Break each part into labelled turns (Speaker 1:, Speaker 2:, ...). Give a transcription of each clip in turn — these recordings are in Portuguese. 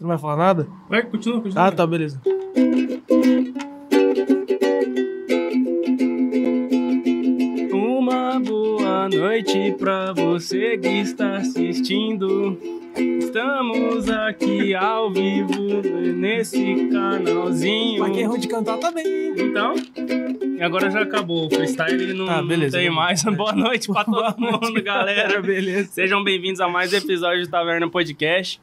Speaker 1: Não vai falar nada?
Speaker 2: Vai, continua, continua.
Speaker 1: Ah, tá, beleza.
Speaker 2: Uma boa noite pra você que está assistindo. Estamos aqui ao vivo nesse canalzinho.
Speaker 1: Pra quem é ruim de cantar também.
Speaker 2: Então, agora já acabou o freestyle, não,
Speaker 1: Ah, beleza.
Speaker 2: não tem mais. Boa noite pra todo mundo, Tá galera.
Speaker 1: beleza.
Speaker 2: Sejam bem-vindos a mais um episódio do Taverna Podcast.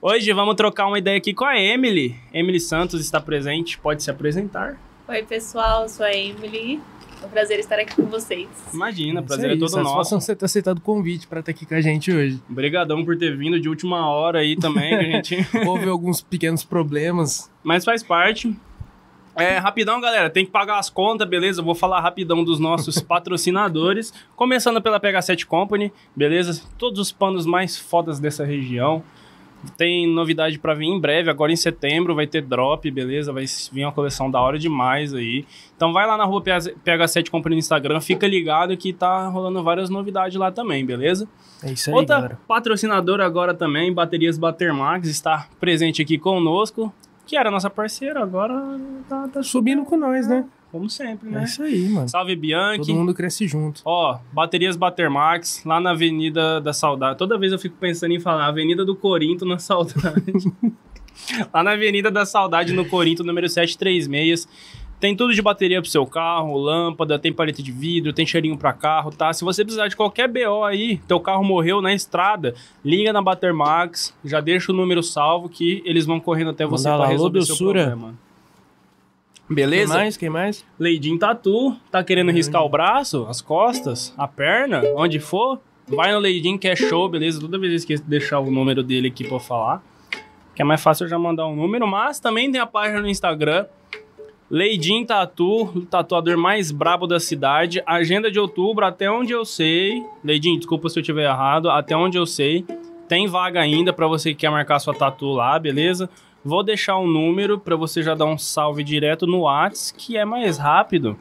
Speaker 2: Hoje vamos trocar uma ideia aqui com a Emily. Emily Santos está presente, pode se apresentar.
Speaker 3: Oi, pessoal, sou a Emily. É um prazer estar aqui com vocês.
Speaker 2: Imagina,
Speaker 1: Isso
Speaker 2: prazer
Speaker 1: aí,
Speaker 2: é todo nosso.
Speaker 1: Satisfação você ter aceitado o convite pra estar aqui com a gente hoje.
Speaker 2: Obrigadão por ter vindo de última hora aí também, que a gente.
Speaker 1: Houve alguns pequenos problemas.
Speaker 2: Mas faz parte. É, rapidão, galera. Tem que pagar as contas, beleza? Eu vou falar rapidão dos nossos patrocinadores. Começando pela PH7 Company, beleza? Todos os panos mais fodas dessa região. Tem novidade pra vir em breve, agora em setembro vai ter drop, beleza? Vai vir uma coleção da hora demais aí. Então vai lá na rua PH7 Company no Instagram, fica ligado que tá rolando várias novidades lá também, beleza?
Speaker 1: É isso aí,
Speaker 2: Outra
Speaker 1: galera.
Speaker 2: patrocinadora agora também, Baterias Batermax, está presente aqui conosco, que era nossa parceira, agora tá, tá
Speaker 1: Subindo com nós, né?
Speaker 2: como sempre,
Speaker 1: É
Speaker 2: né?
Speaker 1: isso aí, mano.
Speaker 2: Salve
Speaker 1: Todo
Speaker 2: Bianchi.
Speaker 1: mundo cresce junto.
Speaker 2: Ó, Baterias Batermax, lá na Avenida da Saudade. Toda vez eu fico pensando em falar Avenida do Corinto na Saudade. lá na Avenida da Saudade, no Corinto, número 736. Tem tudo de bateria pro seu carro, lâmpada, tem paleta de vidro, tem cheirinho pra carro, tá? Se você precisar de qualquer BO aí, teu carro morreu na estrada, liga na Batermax, já deixa o número salvo que eles vão correndo até você
Speaker 1: Mandar
Speaker 2: pra
Speaker 1: lá, alô,
Speaker 2: resolver seu
Speaker 1: doçura.
Speaker 2: problema.
Speaker 1: Quem
Speaker 2: Beleza?
Speaker 1: mais? Quem mais?
Speaker 2: Leidinho Tatu, tá querendo riscar o braço, as costas, a perna, onde for, vai no Leidinho que é show, beleza? Toda vez eu esqueço de deixar o número dele aqui pra eu falar, que é mais fácil eu já mandar um número, mas também tem a página no Instagram, Leidinho Tatu, o tatuador mais brabo da cidade, agenda de outubro, até onde eu sei, Leidinho, desculpa se eu tiver errado, até onde eu sei, tem vaga ainda pra você que quer marcar sua tatu lá, beleza? Vou deixar o número para você já dar um salve direto no Whats, que é mais rápido.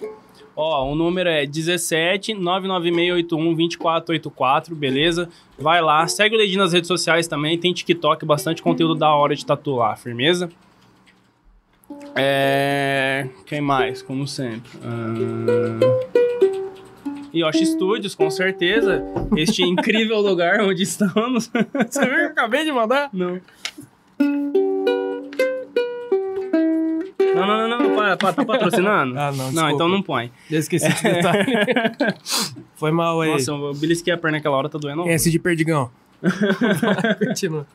Speaker 2: Ó, o número é 17 99681 2484, beleza? Vai lá, segue o Lady nas redes sociais também, tem TikTok, bastante conteúdo da hora de tatuar, firmeza? É. Quem mais? Como sempre. Ah, Yoshi Studios, com certeza. Este incrível lugar onde estamos.
Speaker 1: Você viu que eu acabei de mandar?
Speaker 2: Não. Não, não, não, não. pa- pa- tá patrocinando?
Speaker 1: Ah, não,
Speaker 2: Não,
Speaker 1: desculpa.
Speaker 2: então não põe.
Speaker 1: Eu esqueci esse detalhe. Foi mal aí. É.
Speaker 2: Nossa, eu belisquei a perna naquela hora, tá doendo.
Speaker 1: Esse de perdigão. Continua.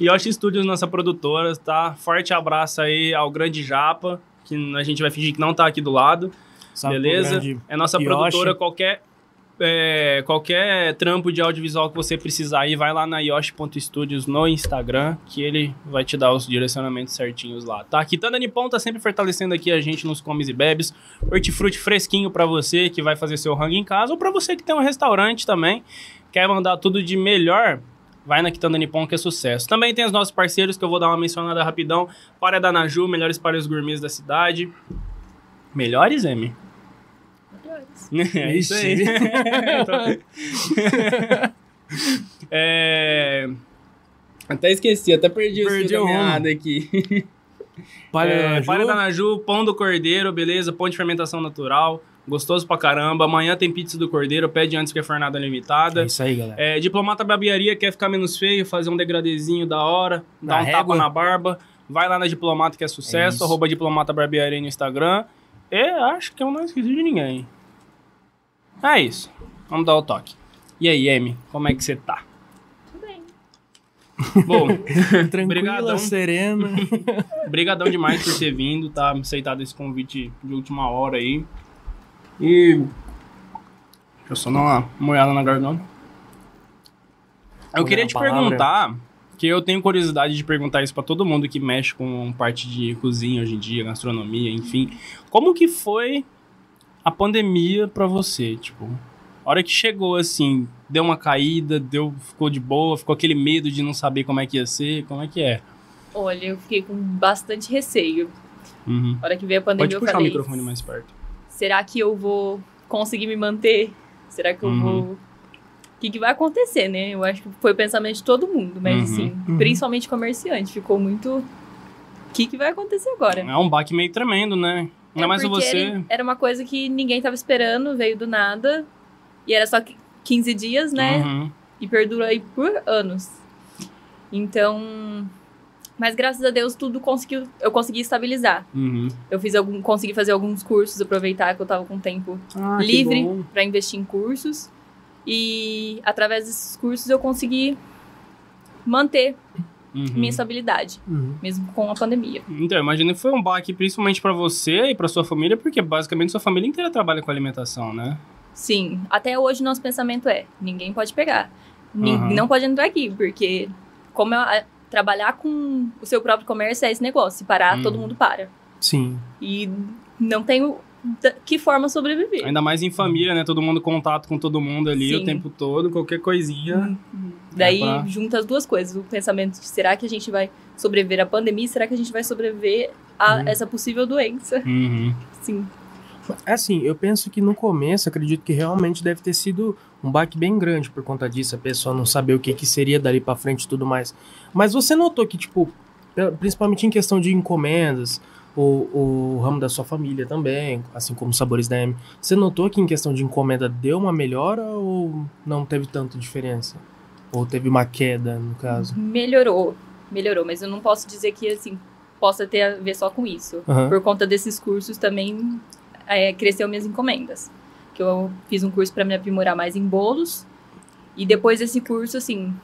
Speaker 2: Yoshi Studios, nossa produtora, tá? Forte abraço aí ao grande Japa, que a gente vai fingir que não tá aqui do lado.
Speaker 1: Salve pro
Speaker 2: beleza?
Speaker 1: grande
Speaker 2: É nossa
Speaker 1: Yoshi.
Speaker 2: produtora, qualquer. é, qualquer trampo de audiovisual que você precisar aí, vai lá na yoshi.studios no Instagram, que ele vai te dar os direcionamentos certinhos lá, tá? Kitanda Nippon tá sempre fortalecendo aqui a gente nos comes e bebes, hortifruti fresquinho pra você que vai fazer seu rango em casa, ou pra você que tem um restaurante também, quer mandar tudo de melhor, vai na Kitanda Nippon que é sucesso. Também tem os nossos parceiros que eu vou dar uma mencionada rapidão, Palha da Naju, melhores palhas gourmets da cidade. Melhores, M? É isso aí.
Speaker 1: Ixi.
Speaker 2: Então- É, Até esqueci, até perdi,
Speaker 1: Perdi
Speaker 2: o
Speaker 1: o
Speaker 2: fio da meada aqui.
Speaker 1: Palha
Speaker 2: É,
Speaker 1: da Ju.
Speaker 2: Palha da Naju, pão do cordeiro, beleza? Pão de fermentação natural, gostoso pra caramba. Amanhã tem pizza do cordeiro, pede antes que a fornada limitada.
Speaker 1: É isso aí, galera.
Speaker 2: É, diplomata barbearia quer ficar menos feio, fazer um degradezinho da hora,
Speaker 1: Na
Speaker 2: dar um
Speaker 1: régua.
Speaker 2: tapa na barba. Vai lá na Diplomata que é
Speaker 1: É
Speaker 2: sucesso,
Speaker 1: isso.
Speaker 2: arroba Diplomata Barbearia no Instagram. E acho que eu não esqueci de ninguém. É isso. Vamos dar o toque. E aí, Amy, como é que você tá?
Speaker 3: Tudo bem.
Speaker 2: Bom,
Speaker 1: Tranquila,
Speaker 2: É, Brigadão.
Speaker 1: serena.
Speaker 2: brigadão demais por ter vindo, tá? Aceitado esse convite de última hora aí. E... Deixa eu só dar uma molhada na garganta. Eu
Speaker 1: Olhar
Speaker 2: queria
Speaker 1: a
Speaker 2: te
Speaker 1: palavra.
Speaker 2: perguntar, que eu tenho curiosidade de perguntar isso pra todo mundo que mexe com parte de cozinha hoje em dia, gastronomia, enfim. Como que foi a pandemia pra você, tipo? A hora que chegou, assim, deu uma caída, deu, ficou de boa, ficou aquele medo de não saber como é que ia ser, como é que é?
Speaker 3: Olha, eu fiquei com bastante receio.
Speaker 2: Uhum.
Speaker 3: Na hora que veio a pandemia,
Speaker 2: Pode
Speaker 3: eu
Speaker 2: puxar
Speaker 3: falei:
Speaker 2: o microfone mais perto.
Speaker 3: será que eu vou conseguir me manter? Será que eu
Speaker 2: Uhum.
Speaker 3: vou o que, que vai acontecer, né? Eu acho que foi o pensamento de todo mundo, mas
Speaker 2: Uhum,
Speaker 3: assim,
Speaker 1: uhum.
Speaker 3: principalmente comerciante, ficou muito. O que, que vai acontecer agora?
Speaker 2: É um baque meio tremendo, né? Ainda
Speaker 3: É
Speaker 2: mais
Speaker 3: porque
Speaker 2: você.
Speaker 3: ele- Era uma coisa que ninguém tava esperando, veio do nada. E era só qu- 15 dias, né?
Speaker 2: Uhum.
Speaker 3: E perdura aí por anos. Então. Mas graças a Deus tudo conseguiu. Eu consegui estabilizar.
Speaker 2: Uhum.
Speaker 3: Eu fiz algum. consegui fazer alguns cursos, aproveitar que eu tava com tempo
Speaker 2: Ah, que
Speaker 3: livre
Speaker 2: bom.
Speaker 3: para investir em cursos. E através desses cursos eu consegui manter
Speaker 2: Uhum.
Speaker 3: minha estabilidade,
Speaker 1: Uhum.
Speaker 3: mesmo com a pandemia.
Speaker 2: Então, eu imagino que foi um baque principalmente pra você e pra sua família, porque basicamente sua família inteira trabalha com alimentação, né?
Speaker 3: Sim, até hoje nosso pensamento é: ninguém pode pegar. Nin-
Speaker 2: Aham.
Speaker 3: Não pode entrar aqui, porque como é- a- trabalhar com o seu próprio comércio é esse negócio. Se parar,
Speaker 2: Hum.
Speaker 3: todo mundo para.
Speaker 1: Sim.
Speaker 3: E não tem o- da- que forma sobreviver.
Speaker 2: Ainda mais em família, né? Todo mundo em contato com todo mundo ali
Speaker 3: Sim.
Speaker 2: o tempo todo, qualquer coisinha.
Speaker 3: Daí
Speaker 2: pra-
Speaker 3: junta as duas coisas: o pensamento de será que a gente vai sobreviver à pandemia? Será que a gente vai sobreviver a
Speaker 1: Hum.
Speaker 3: essa possível doença?
Speaker 2: Uhum.
Speaker 3: Sim.
Speaker 1: É Assim, eu penso que no começo, acredito que realmente deve ter sido um baque bem grande por conta disso, a pessoa não saber o que, que seria dali pra frente e tudo mais. Mas você notou que, tipo, eh, principalmente em questão de encomendas, o, o ramo da sua família também, assim como os sabores da M, você notou que em questão de encomenda deu uma melhora ou não teve tanta diferença? Ou teve uma queda, no caso?
Speaker 3: Melhorou, melhorou, mas eu não posso dizer que assim possa ter a ver só com isso.
Speaker 1: Aham.
Speaker 3: Por conta desses cursos também é, cresceu minhas encomendas. Que eu fiz um curso para me aprimorar mais em bolos e depois desse curso assim,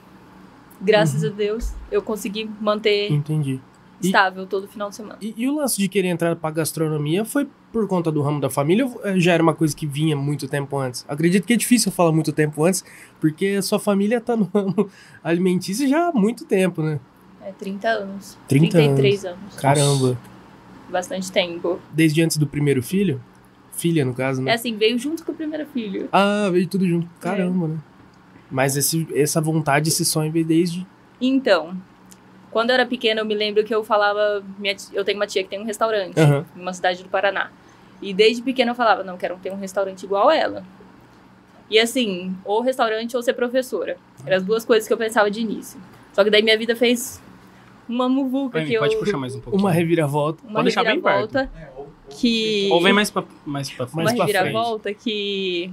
Speaker 3: graças a Deus, eu consegui manter
Speaker 1: Entendi. E-
Speaker 3: estável todo final de semana.
Speaker 1: E, e o lance de querer entrar pra gastronomia foi por conta do ramo da família ou eh, já era uma coisa que vinha muito tempo antes? Acredito que é difícil eu falar muito tempo antes, porque a sua família tá no ramo alimentício já há muito tempo, né?
Speaker 3: É 30 anos,
Speaker 1: 30
Speaker 3: 33 anos.
Speaker 1: Caramba.
Speaker 3: bastante tempo.
Speaker 1: Desde antes do primeiro filho? Filha, no caso,
Speaker 3: É
Speaker 1: né?
Speaker 3: assim, veio junto com o primeiro filho.
Speaker 1: Ah, veio tudo junto. Caramba, né? Mas esse, essa vontade, esse sonho veio desde.
Speaker 3: Então, quando eu era pequena, eu me lembro que eu falava. minha ti- eu tenho uma tia que tem um restaurante
Speaker 1: Aham.
Speaker 3: numa cidade do Paraná. E desde pequena eu falava, não, quero ter um restaurante igual ela. E assim, ou restaurante ou ser professora. Eram as duas coisas que eu pensava de início. Só que daí minha vida fez uma muvuca
Speaker 2: Amy,
Speaker 3: que eu.
Speaker 2: pode puxar mais um pouquinho.
Speaker 1: Uma reviravolta.
Speaker 3: uma
Speaker 2: pode deixar bem
Speaker 3: reviravolta que.
Speaker 2: Ou vem mais pra, mais pra frente.
Speaker 1: mais
Speaker 3: uma
Speaker 1: pra
Speaker 3: reviravolta que.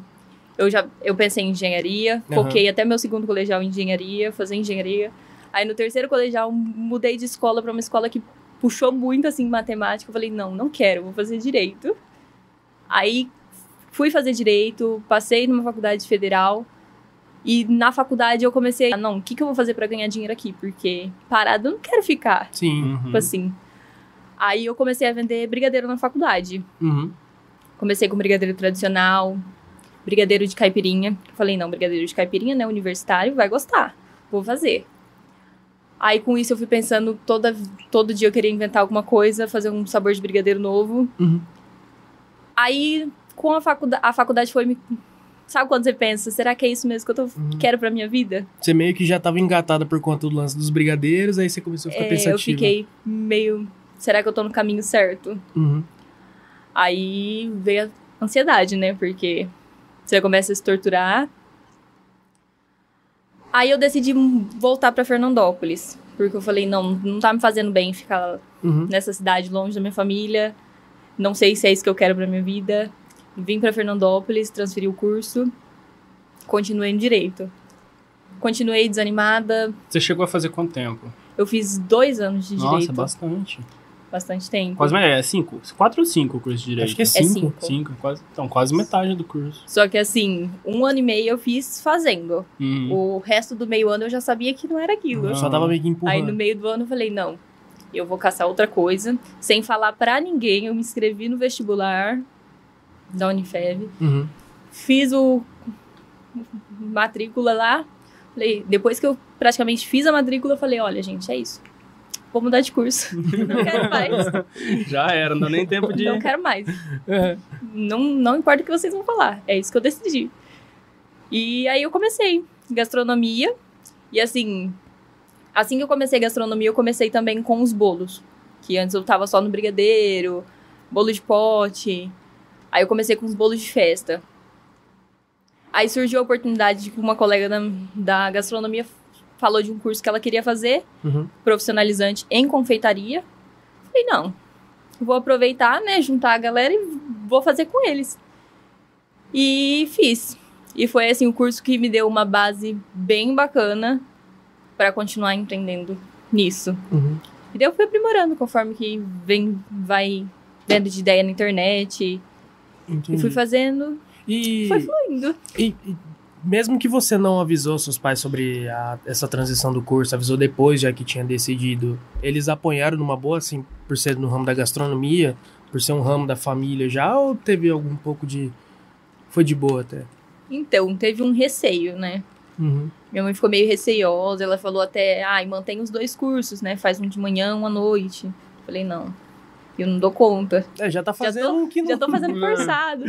Speaker 3: Eu já eu pensei em engenharia,
Speaker 1: Aham.
Speaker 3: foquei até meu segundo colegial em engenharia, fazer engenharia. Aí no terceiro colegial mudei de escola para uma escola que puxou muito assim matemática. Eu falei, não, não quero, vou fazer direito. Aí fui fazer direito, passei numa faculdade federal. E na faculdade eu comecei, ah, não, o que, que eu vou fazer para ganhar dinheiro aqui? Porque parado eu não quero ficar,
Speaker 1: Sim.
Speaker 2: Uhum.
Speaker 3: tipo assim. Aí eu comecei a vender brigadeiro na faculdade.
Speaker 1: Uhum.
Speaker 3: Comecei com brigadeiro tradicional, brigadeiro de caipirinha. Falei, não, brigadeiro de caipirinha, né? Universitário, vai gostar. Vou fazer. Aí com isso eu fui pensando, toda, todo dia eu queria inventar alguma coisa, fazer um sabor de brigadeiro novo.
Speaker 1: Uhum.
Speaker 3: Aí com a faculdade, a faculdade foi me. Sabe quando você pensa, será que é isso mesmo que eu tô,
Speaker 1: Uhum.
Speaker 3: quero pra minha vida?
Speaker 1: Você meio que já tava engatada por conta do lance dos brigadeiros, aí você começou a ficar
Speaker 3: É,
Speaker 1: pensativa.
Speaker 3: eu fiquei meio. Será que eu tô no caminho certo?
Speaker 1: Uhum.
Speaker 3: Aí veio a ansiedade, né? Porque você começa a se torturar. Aí eu decidi voltar pra Fernandópolis. Porque eu falei, não, não tá me fazendo bem ficar
Speaker 1: Uhum.
Speaker 3: nessa cidade longe da minha família. Não sei se é isso que eu quero pra minha vida. Vim pra Fernandópolis, transferi o curso. Continuei no direito. Continuei desanimada.
Speaker 2: Você chegou a fazer quanto tempo?
Speaker 3: Eu fiz dois anos de
Speaker 2: Nossa,
Speaker 3: direito.
Speaker 2: bastante.
Speaker 3: Bastante tempo.
Speaker 2: Quase metade. É cinco? Quatro ou cinco o curso de direito?
Speaker 1: Acho que é
Speaker 3: É
Speaker 1: cinco.
Speaker 3: cinco.
Speaker 2: Cinco, quase. Então, quase metade do curso.
Speaker 3: Só que assim, um ano e meio eu fiz fazendo.
Speaker 2: Uhum.
Speaker 3: O resto do meio ano eu já sabia que não era aquilo.
Speaker 1: Eu só tava meio que empurrando.
Speaker 3: Aí no meio do ano eu falei, não, eu vou caçar outra coisa. Sem falar pra ninguém, eu me inscrevi no vestibular da Unifev.
Speaker 1: Uhum.
Speaker 3: Fiz o matrícula lá. Falei, depois que eu praticamente fiz a matrícula, eu falei, olha, gente, é isso. Vou mudar de curso. Não quero mais.
Speaker 2: Já era, não deu nem tempo de.
Speaker 3: Não quero mais. Não, não importa o que vocês vão falar. É isso que eu decidi. E aí eu comecei gastronomia. E assim, assim que eu comecei gastronomia, eu comecei também com os bolos. Que antes eu tava só no brigadeiro, bolo de pote. Aí eu comecei com os bolos de festa. Aí surgiu a oportunidade de que uma colega da, da gastronomia falou de um curso que ela queria fazer,
Speaker 1: Uhum.
Speaker 3: profissionalizante em confeitaria. Falei, não, vou aproveitar, né, juntar a galera e vou fazer com eles. E fiz. E foi, assim, o curso que me deu uma base bem bacana para continuar empreendendo nisso.
Speaker 1: Uhum.
Speaker 3: E daí eu fui aprimorando conforme que vem, vai vendo de ideia na internet. E
Speaker 1: Entendi.
Speaker 3: fui fazendo,
Speaker 1: Uhum. E,
Speaker 3: foi fluindo.
Speaker 1: e- e mesmo que você não avisou seus pais sobre a- essa transição do curso, avisou depois já que tinha decidido, eles apoiaram numa boa, assim, por ser no ramo da gastronomia, por ser um ramo da família já, ou teve algum pouco de. Foi de boa até?
Speaker 3: Então, teve um receio, né?
Speaker 1: Uhum.
Speaker 3: Minha mãe ficou meio receiosa, ela falou até, ai, mantém os dois cursos, né? Faz um de manhã, um à noite. Falei, não, eu não dou conta.
Speaker 1: É, já tá
Speaker 3: tô-
Speaker 1: fazendo o que não.
Speaker 3: Já tô fazendo forçado.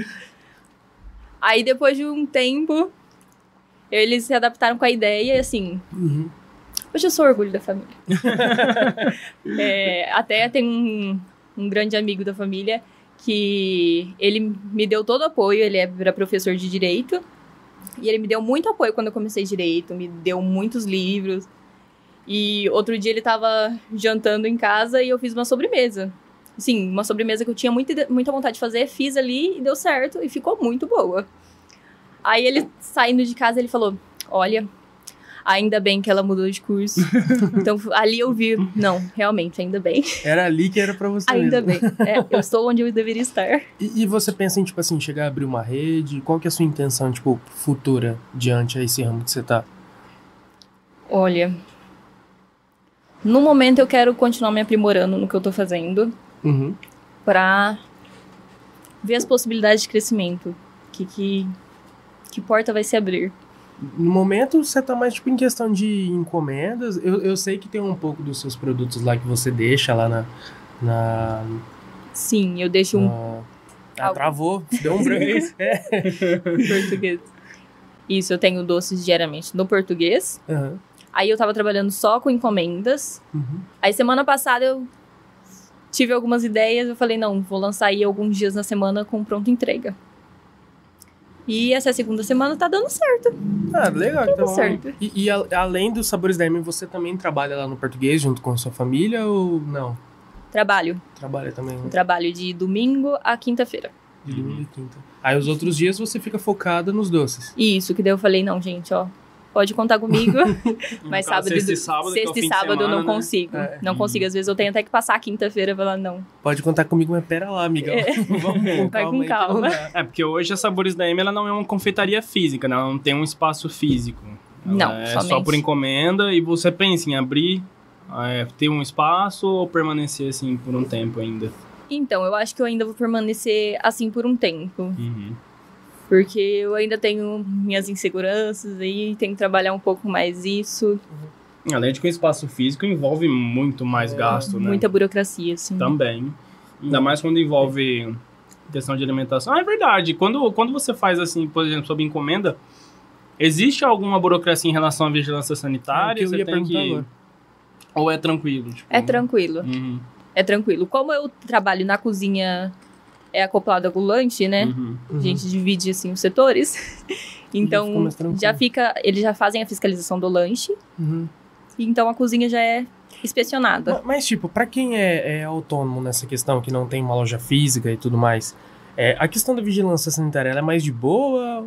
Speaker 3: Aí depois de um tempo, eles se adaptaram com a ideia e assim,
Speaker 1: Uhum.
Speaker 3: hoje eu sou orgulho da família. É, até tem um, um grande amigo da família que ele me deu todo o apoio, ele era professor de direito. E ele me deu muito apoio quando eu comecei direito, me deu muitos livros. E outro dia ele tava jantando em casa e eu fiz uma sobremesa. Sim, uma sobremesa que eu tinha muita, ide- muita vontade de fazer, fiz ali e deu certo e ficou muito boa. Aí ele saindo de casa, ele falou: Olha, ainda bem que ela mudou de curso. então ali eu vi: Não, realmente, ainda bem.
Speaker 1: Era ali que era pra você.
Speaker 3: Ainda
Speaker 1: mesmo.
Speaker 3: bem. É, eu estou onde eu deveria estar.
Speaker 1: E, e você pensa em, tipo assim, chegar a abrir uma rede? Qual que é a sua intenção, tipo, futura diante a esse ramo que você tá?
Speaker 3: Olha, no momento eu quero continuar me aprimorando no que eu tô fazendo
Speaker 1: Uhum.
Speaker 3: pra ver as possibilidades de crescimento. Que, que, que porta vai se abrir.
Speaker 1: No momento, você tá mais, tipo, em questão de encomendas. Eu, eu sei que tem um pouco dos seus produtos lá que você deixa lá na... na,
Speaker 3: Sim, eu deixo um
Speaker 1: na- Ah,
Speaker 3: Algo.
Speaker 1: travou. Deu um branco. é.
Speaker 3: português. Isso, eu tenho doces diariamente no português.
Speaker 1: Aham.
Speaker 3: Aí eu tava trabalhando só com encomendas.
Speaker 1: Uhum.
Speaker 3: Aí semana passada eu tive algumas ideias, eu falei, não, vou lançar aí alguns dias na semana com pronta entrega. E essa segunda semana tá dando certo.
Speaker 1: Ah, legal. Então,
Speaker 3: certo.
Speaker 1: E, e a- além dos sabores da M, você também trabalha lá no português junto com sua família ou não?
Speaker 3: Trabalho.
Speaker 1: Trabalha também, né?
Speaker 3: Trabalho de domingo a quinta-feira.
Speaker 1: De
Speaker 2: Uhum.
Speaker 1: domingo e quinta. Aí os outros dias você fica focada nos doces.
Speaker 3: E isso, que daí eu falei, não, gente, ó, pode contar comigo. Mas
Speaker 2: No caso,
Speaker 3: sábado,
Speaker 2: sexta e sábado, que é o
Speaker 3: sexta
Speaker 2: fim
Speaker 3: e
Speaker 2: de
Speaker 3: sábado eu não
Speaker 2: semana, né?
Speaker 3: consigo.
Speaker 1: É.
Speaker 3: Não
Speaker 2: Hum.
Speaker 3: consigo. Às vezes eu tenho até que passar a quinta-feira e falar, não.
Speaker 1: Pode contar comigo, mas pera lá, amigão. Vamos com
Speaker 3: É. Vai com
Speaker 1: aí então. que não
Speaker 3: calma.
Speaker 1: dá.
Speaker 2: É, porque hoje a Sabores da M ela não é uma confeitaria física, né? ela não tem um espaço físico. Ela
Speaker 3: Não,
Speaker 2: é só
Speaker 3: somente.
Speaker 2: por encomenda e você pensa em abrir, é, ter um espaço ou permanecer assim por um tempo ainda.
Speaker 3: Então, eu acho que eu ainda vou permanecer assim por um tempo.
Speaker 2: Uhum.
Speaker 3: Porque eu ainda tenho minhas inseguranças aí, tenho que trabalhar um pouco mais isso.
Speaker 2: Além de que o espaço físico envolve muito mais
Speaker 1: É,
Speaker 2: gasto, né? Tá
Speaker 3: Muita burocracia, assim.
Speaker 2: Também. Ainda mais quando envolve questão de alimentação. Ah, é verdade. Quando, quando você faz assim, por exemplo, sob encomenda, existe alguma burocracia em relação à vigilância sanitária?
Speaker 1: É o que eu
Speaker 2: você
Speaker 1: ia
Speaker 2: tem que...
Speaker 1: perguntar agora.
Speaker 2: Ou é tranquilo? tipo?
Speaker 3: É tranquilo.
Speaker 2: Uhum,
Speaker 3: É tranquilo. Como eu trabalho na cozinha, é acoplado ao lanche, né?
Speaker 2: uhum.
Speaker 1: Uhum.
Speaker 3: A gente divide assim os setores.
Speaker 1: fica
Speaker 3: então
Speaker 1: mais tranquilo.
Speaker 3: já fica, eles já fazem a fiscalização do lanche,
Speaker 1: Uhum.
Speaker 3: então a cozinha já é inspecionada.
Speaker 1: Ma- Mas, tipo, pra quem é, é autônomo nessa questão, que não tem uma loja física e tudo mais, é, a questão da vigilância sanitária ela é mais de boa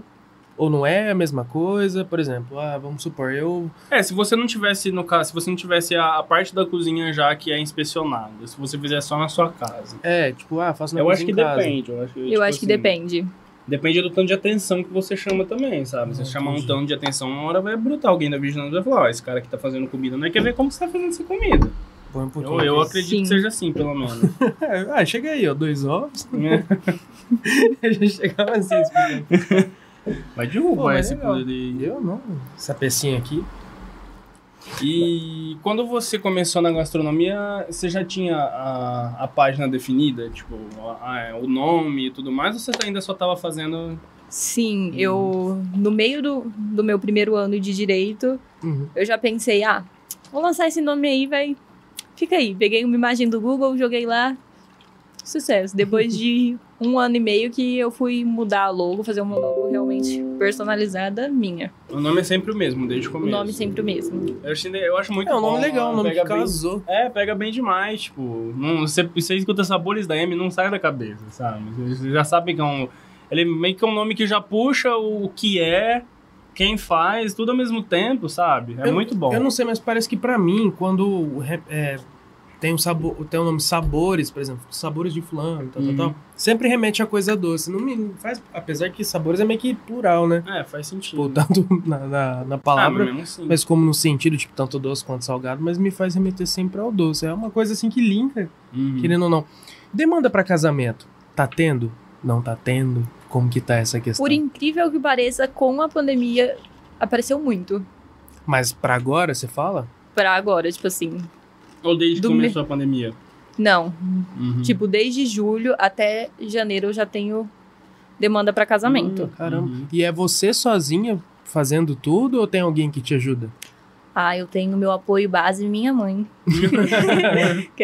Speaker 1: ou não é a mesma coisa? Por exemplo, ah, vamos supor, eu.
Speaker 2: É, se você não tivesse, no caso, se você não tivesse a, a parte da cozinha já que é inspecionada, se você fizer só na sua casa.
Speaker 1: É, tipo, ah, faço na
Speaker 2: eu
Speaker 1: cozinha
Speaker 2: acho que
Speaker 1: em casa.
Speaker 2: depende. Eu acho que,
Speaker 3: Eu
Speaker 2: tipo
Speaker 3: acho que
Speaker 2: assim,
Speaker 3: depende.
Speaker 2: Depende do tanto de atenção que você chama também, sabe? Se
Speaker 1: Ah,
Speaker 2: você chamar um
Speaker 1: entendi.
Speaker 2: tanto de atenção, uma hora vai brotar alguém da vigilância e vai falar, ó, esse cara que tá fazendo comida não quer ver como você tá fazendo essa comida.
Speaker 1: Põe um
Speaker 2: Eu,
Speaker 1: pouquinho.
Speaker 2: eu acredito
Speaker 3: Sim.
Speaker 2: que seja assim, pelo menos.
Speaker 1: É, ah, chega aí, ó, dois ovos.
Speaker 2: né?
Speaker 1: a gente chegava assim, explicando.
Speaker 2: Mas
Speaker 1: Pô,
Speaker 2: derruba
Speaker 1: mas
Speaker 2: esse
Speaker 1: legal.
Speaker 2: poder de...
Speaker 1: Eu não. Essa pecinha aqui.
Speaker 2: E quando você começou na gastronomia, você já tinha a, a página definida? Tipo, a- a- o nome e tudo mais? Ou você ainda só tava fazendo...
Speaker 3: Sim, eu no meio do, do meu primeiro ano de direito,
Speaker 1: Uhum.
Speaker 3: eu já pensei, ah, vou lançar esse nome aí, vai. Fica aí, peguei uma imagem do Google, joguei lá. Sucesso. Depois de um ano e meio que eu fui mudar a logo, fazer uma logo realmente personalizada minha.
Speaker 2: O nome é sempre o mesmo, Tá. desde o
Speaker 3: O
Speaker 2: começo.
Speaker 3: nome sempre o mesmo.
Speaker 2: Eu, acho- eu acho muito
Speaker 1: É um
Speaker 2: bom,
Speaker 1: nome legal, um nome
Speaker 2: pega
Speaker 1: que
Speaker 2: bem-
Speaker 1: casou.
Speaker 2: É, pega bem demais, tipo, não, você, você escuta sabores da M não sai da cabeça, sabe? Você já sabe que é um. Ele meio que é um nome que já puxa o que é, quem faz, tudo ao mesmo tempo, sabe? É
Speaker 1: Eu-
Speaker 2: muito bom.
Speaker 1: Eu não sei, mas parece que pra mim, quando re- é, tem, um sabo, tem um nome sabores, por exemplo, sabores de fulano, tal,
Speaker 2: Uhum.
Speaker 1: tal, tal, sempre remete a coisa doce. Não me faz, apesar que sabores é meio que plural, né?
Speaker 2: É, faz sentido.
Speaker 1: Tipo, tanto na, na, na
Speaker 2: Ah, mas
Speaker 1: palavra,
Speaker 2: mesmo assim.
Speaker 1: mas como no sentido, tipo, tanto doce quanto salgado, mas me faz remeter sempre ao doce. É uma coisa assim que linka,
Speaker 2: Uhum.
Speaker 1: querendo ou não. Demanda pra casamento, tá tendo? Não tá tendo? Como que tá essa questão?
Speaker 3: Por incrível que pareça, com a pandemia apareceu muito
Speaker 1: Mas pra agora, você fala?
Speaker 3: pra agora, tipo assim.
Speaker 2: Ou desde que
Speaker 3: Do
Speaker 2: começou a pandemia.
Speaker 3: Não,
Speaker 2: Uhum.
Speaker 3: tipo, desde julho até janeiro eu já tenho demanda pra casamento.
Speaker 1: Hum, caramba.
Speaker 2: Uhum.
Speaker 1: E é você sozinha fazendo tudo ou tem alguém que te ajuda?
Speaker 3: Ah, eu tenho meu apoio base minha mãe. que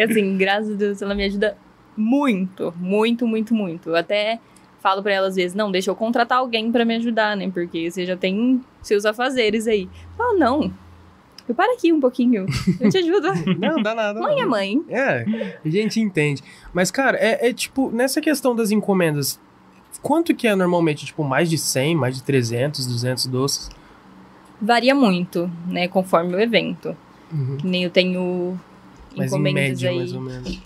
Speaker 3: assim, graças a Deus, ela me ajuda muito, muito, muito, muito. Eu até falo pra ela às vezes, não, deixa eu contratar alguém pra me ajudar, né? Porque você já tem seus afazeres aí. Fala, não. Eu paro aqui um pouquinho. Eu te ajudo.
Speaker 1: Não, dá nada.
Speaker 3: mãe é mãe.
Speaker 1: É, a gente entende. Mas, cara, é, é tipo, nessa questão das encomendas, quanto que é normalmente? Tipo, mais de 100, mais de 300, 200 doces?
Speaker 3: Varia muito, né? Conforme o evento.
Speaker 1: Uhum.
Speaker 3: Que nem eu tenho
Speaker 1: Mas em
Speaker 3: encomendas
Speaker 1: média,
Speaker 3: aí.
Speaker 1: mais ou menos.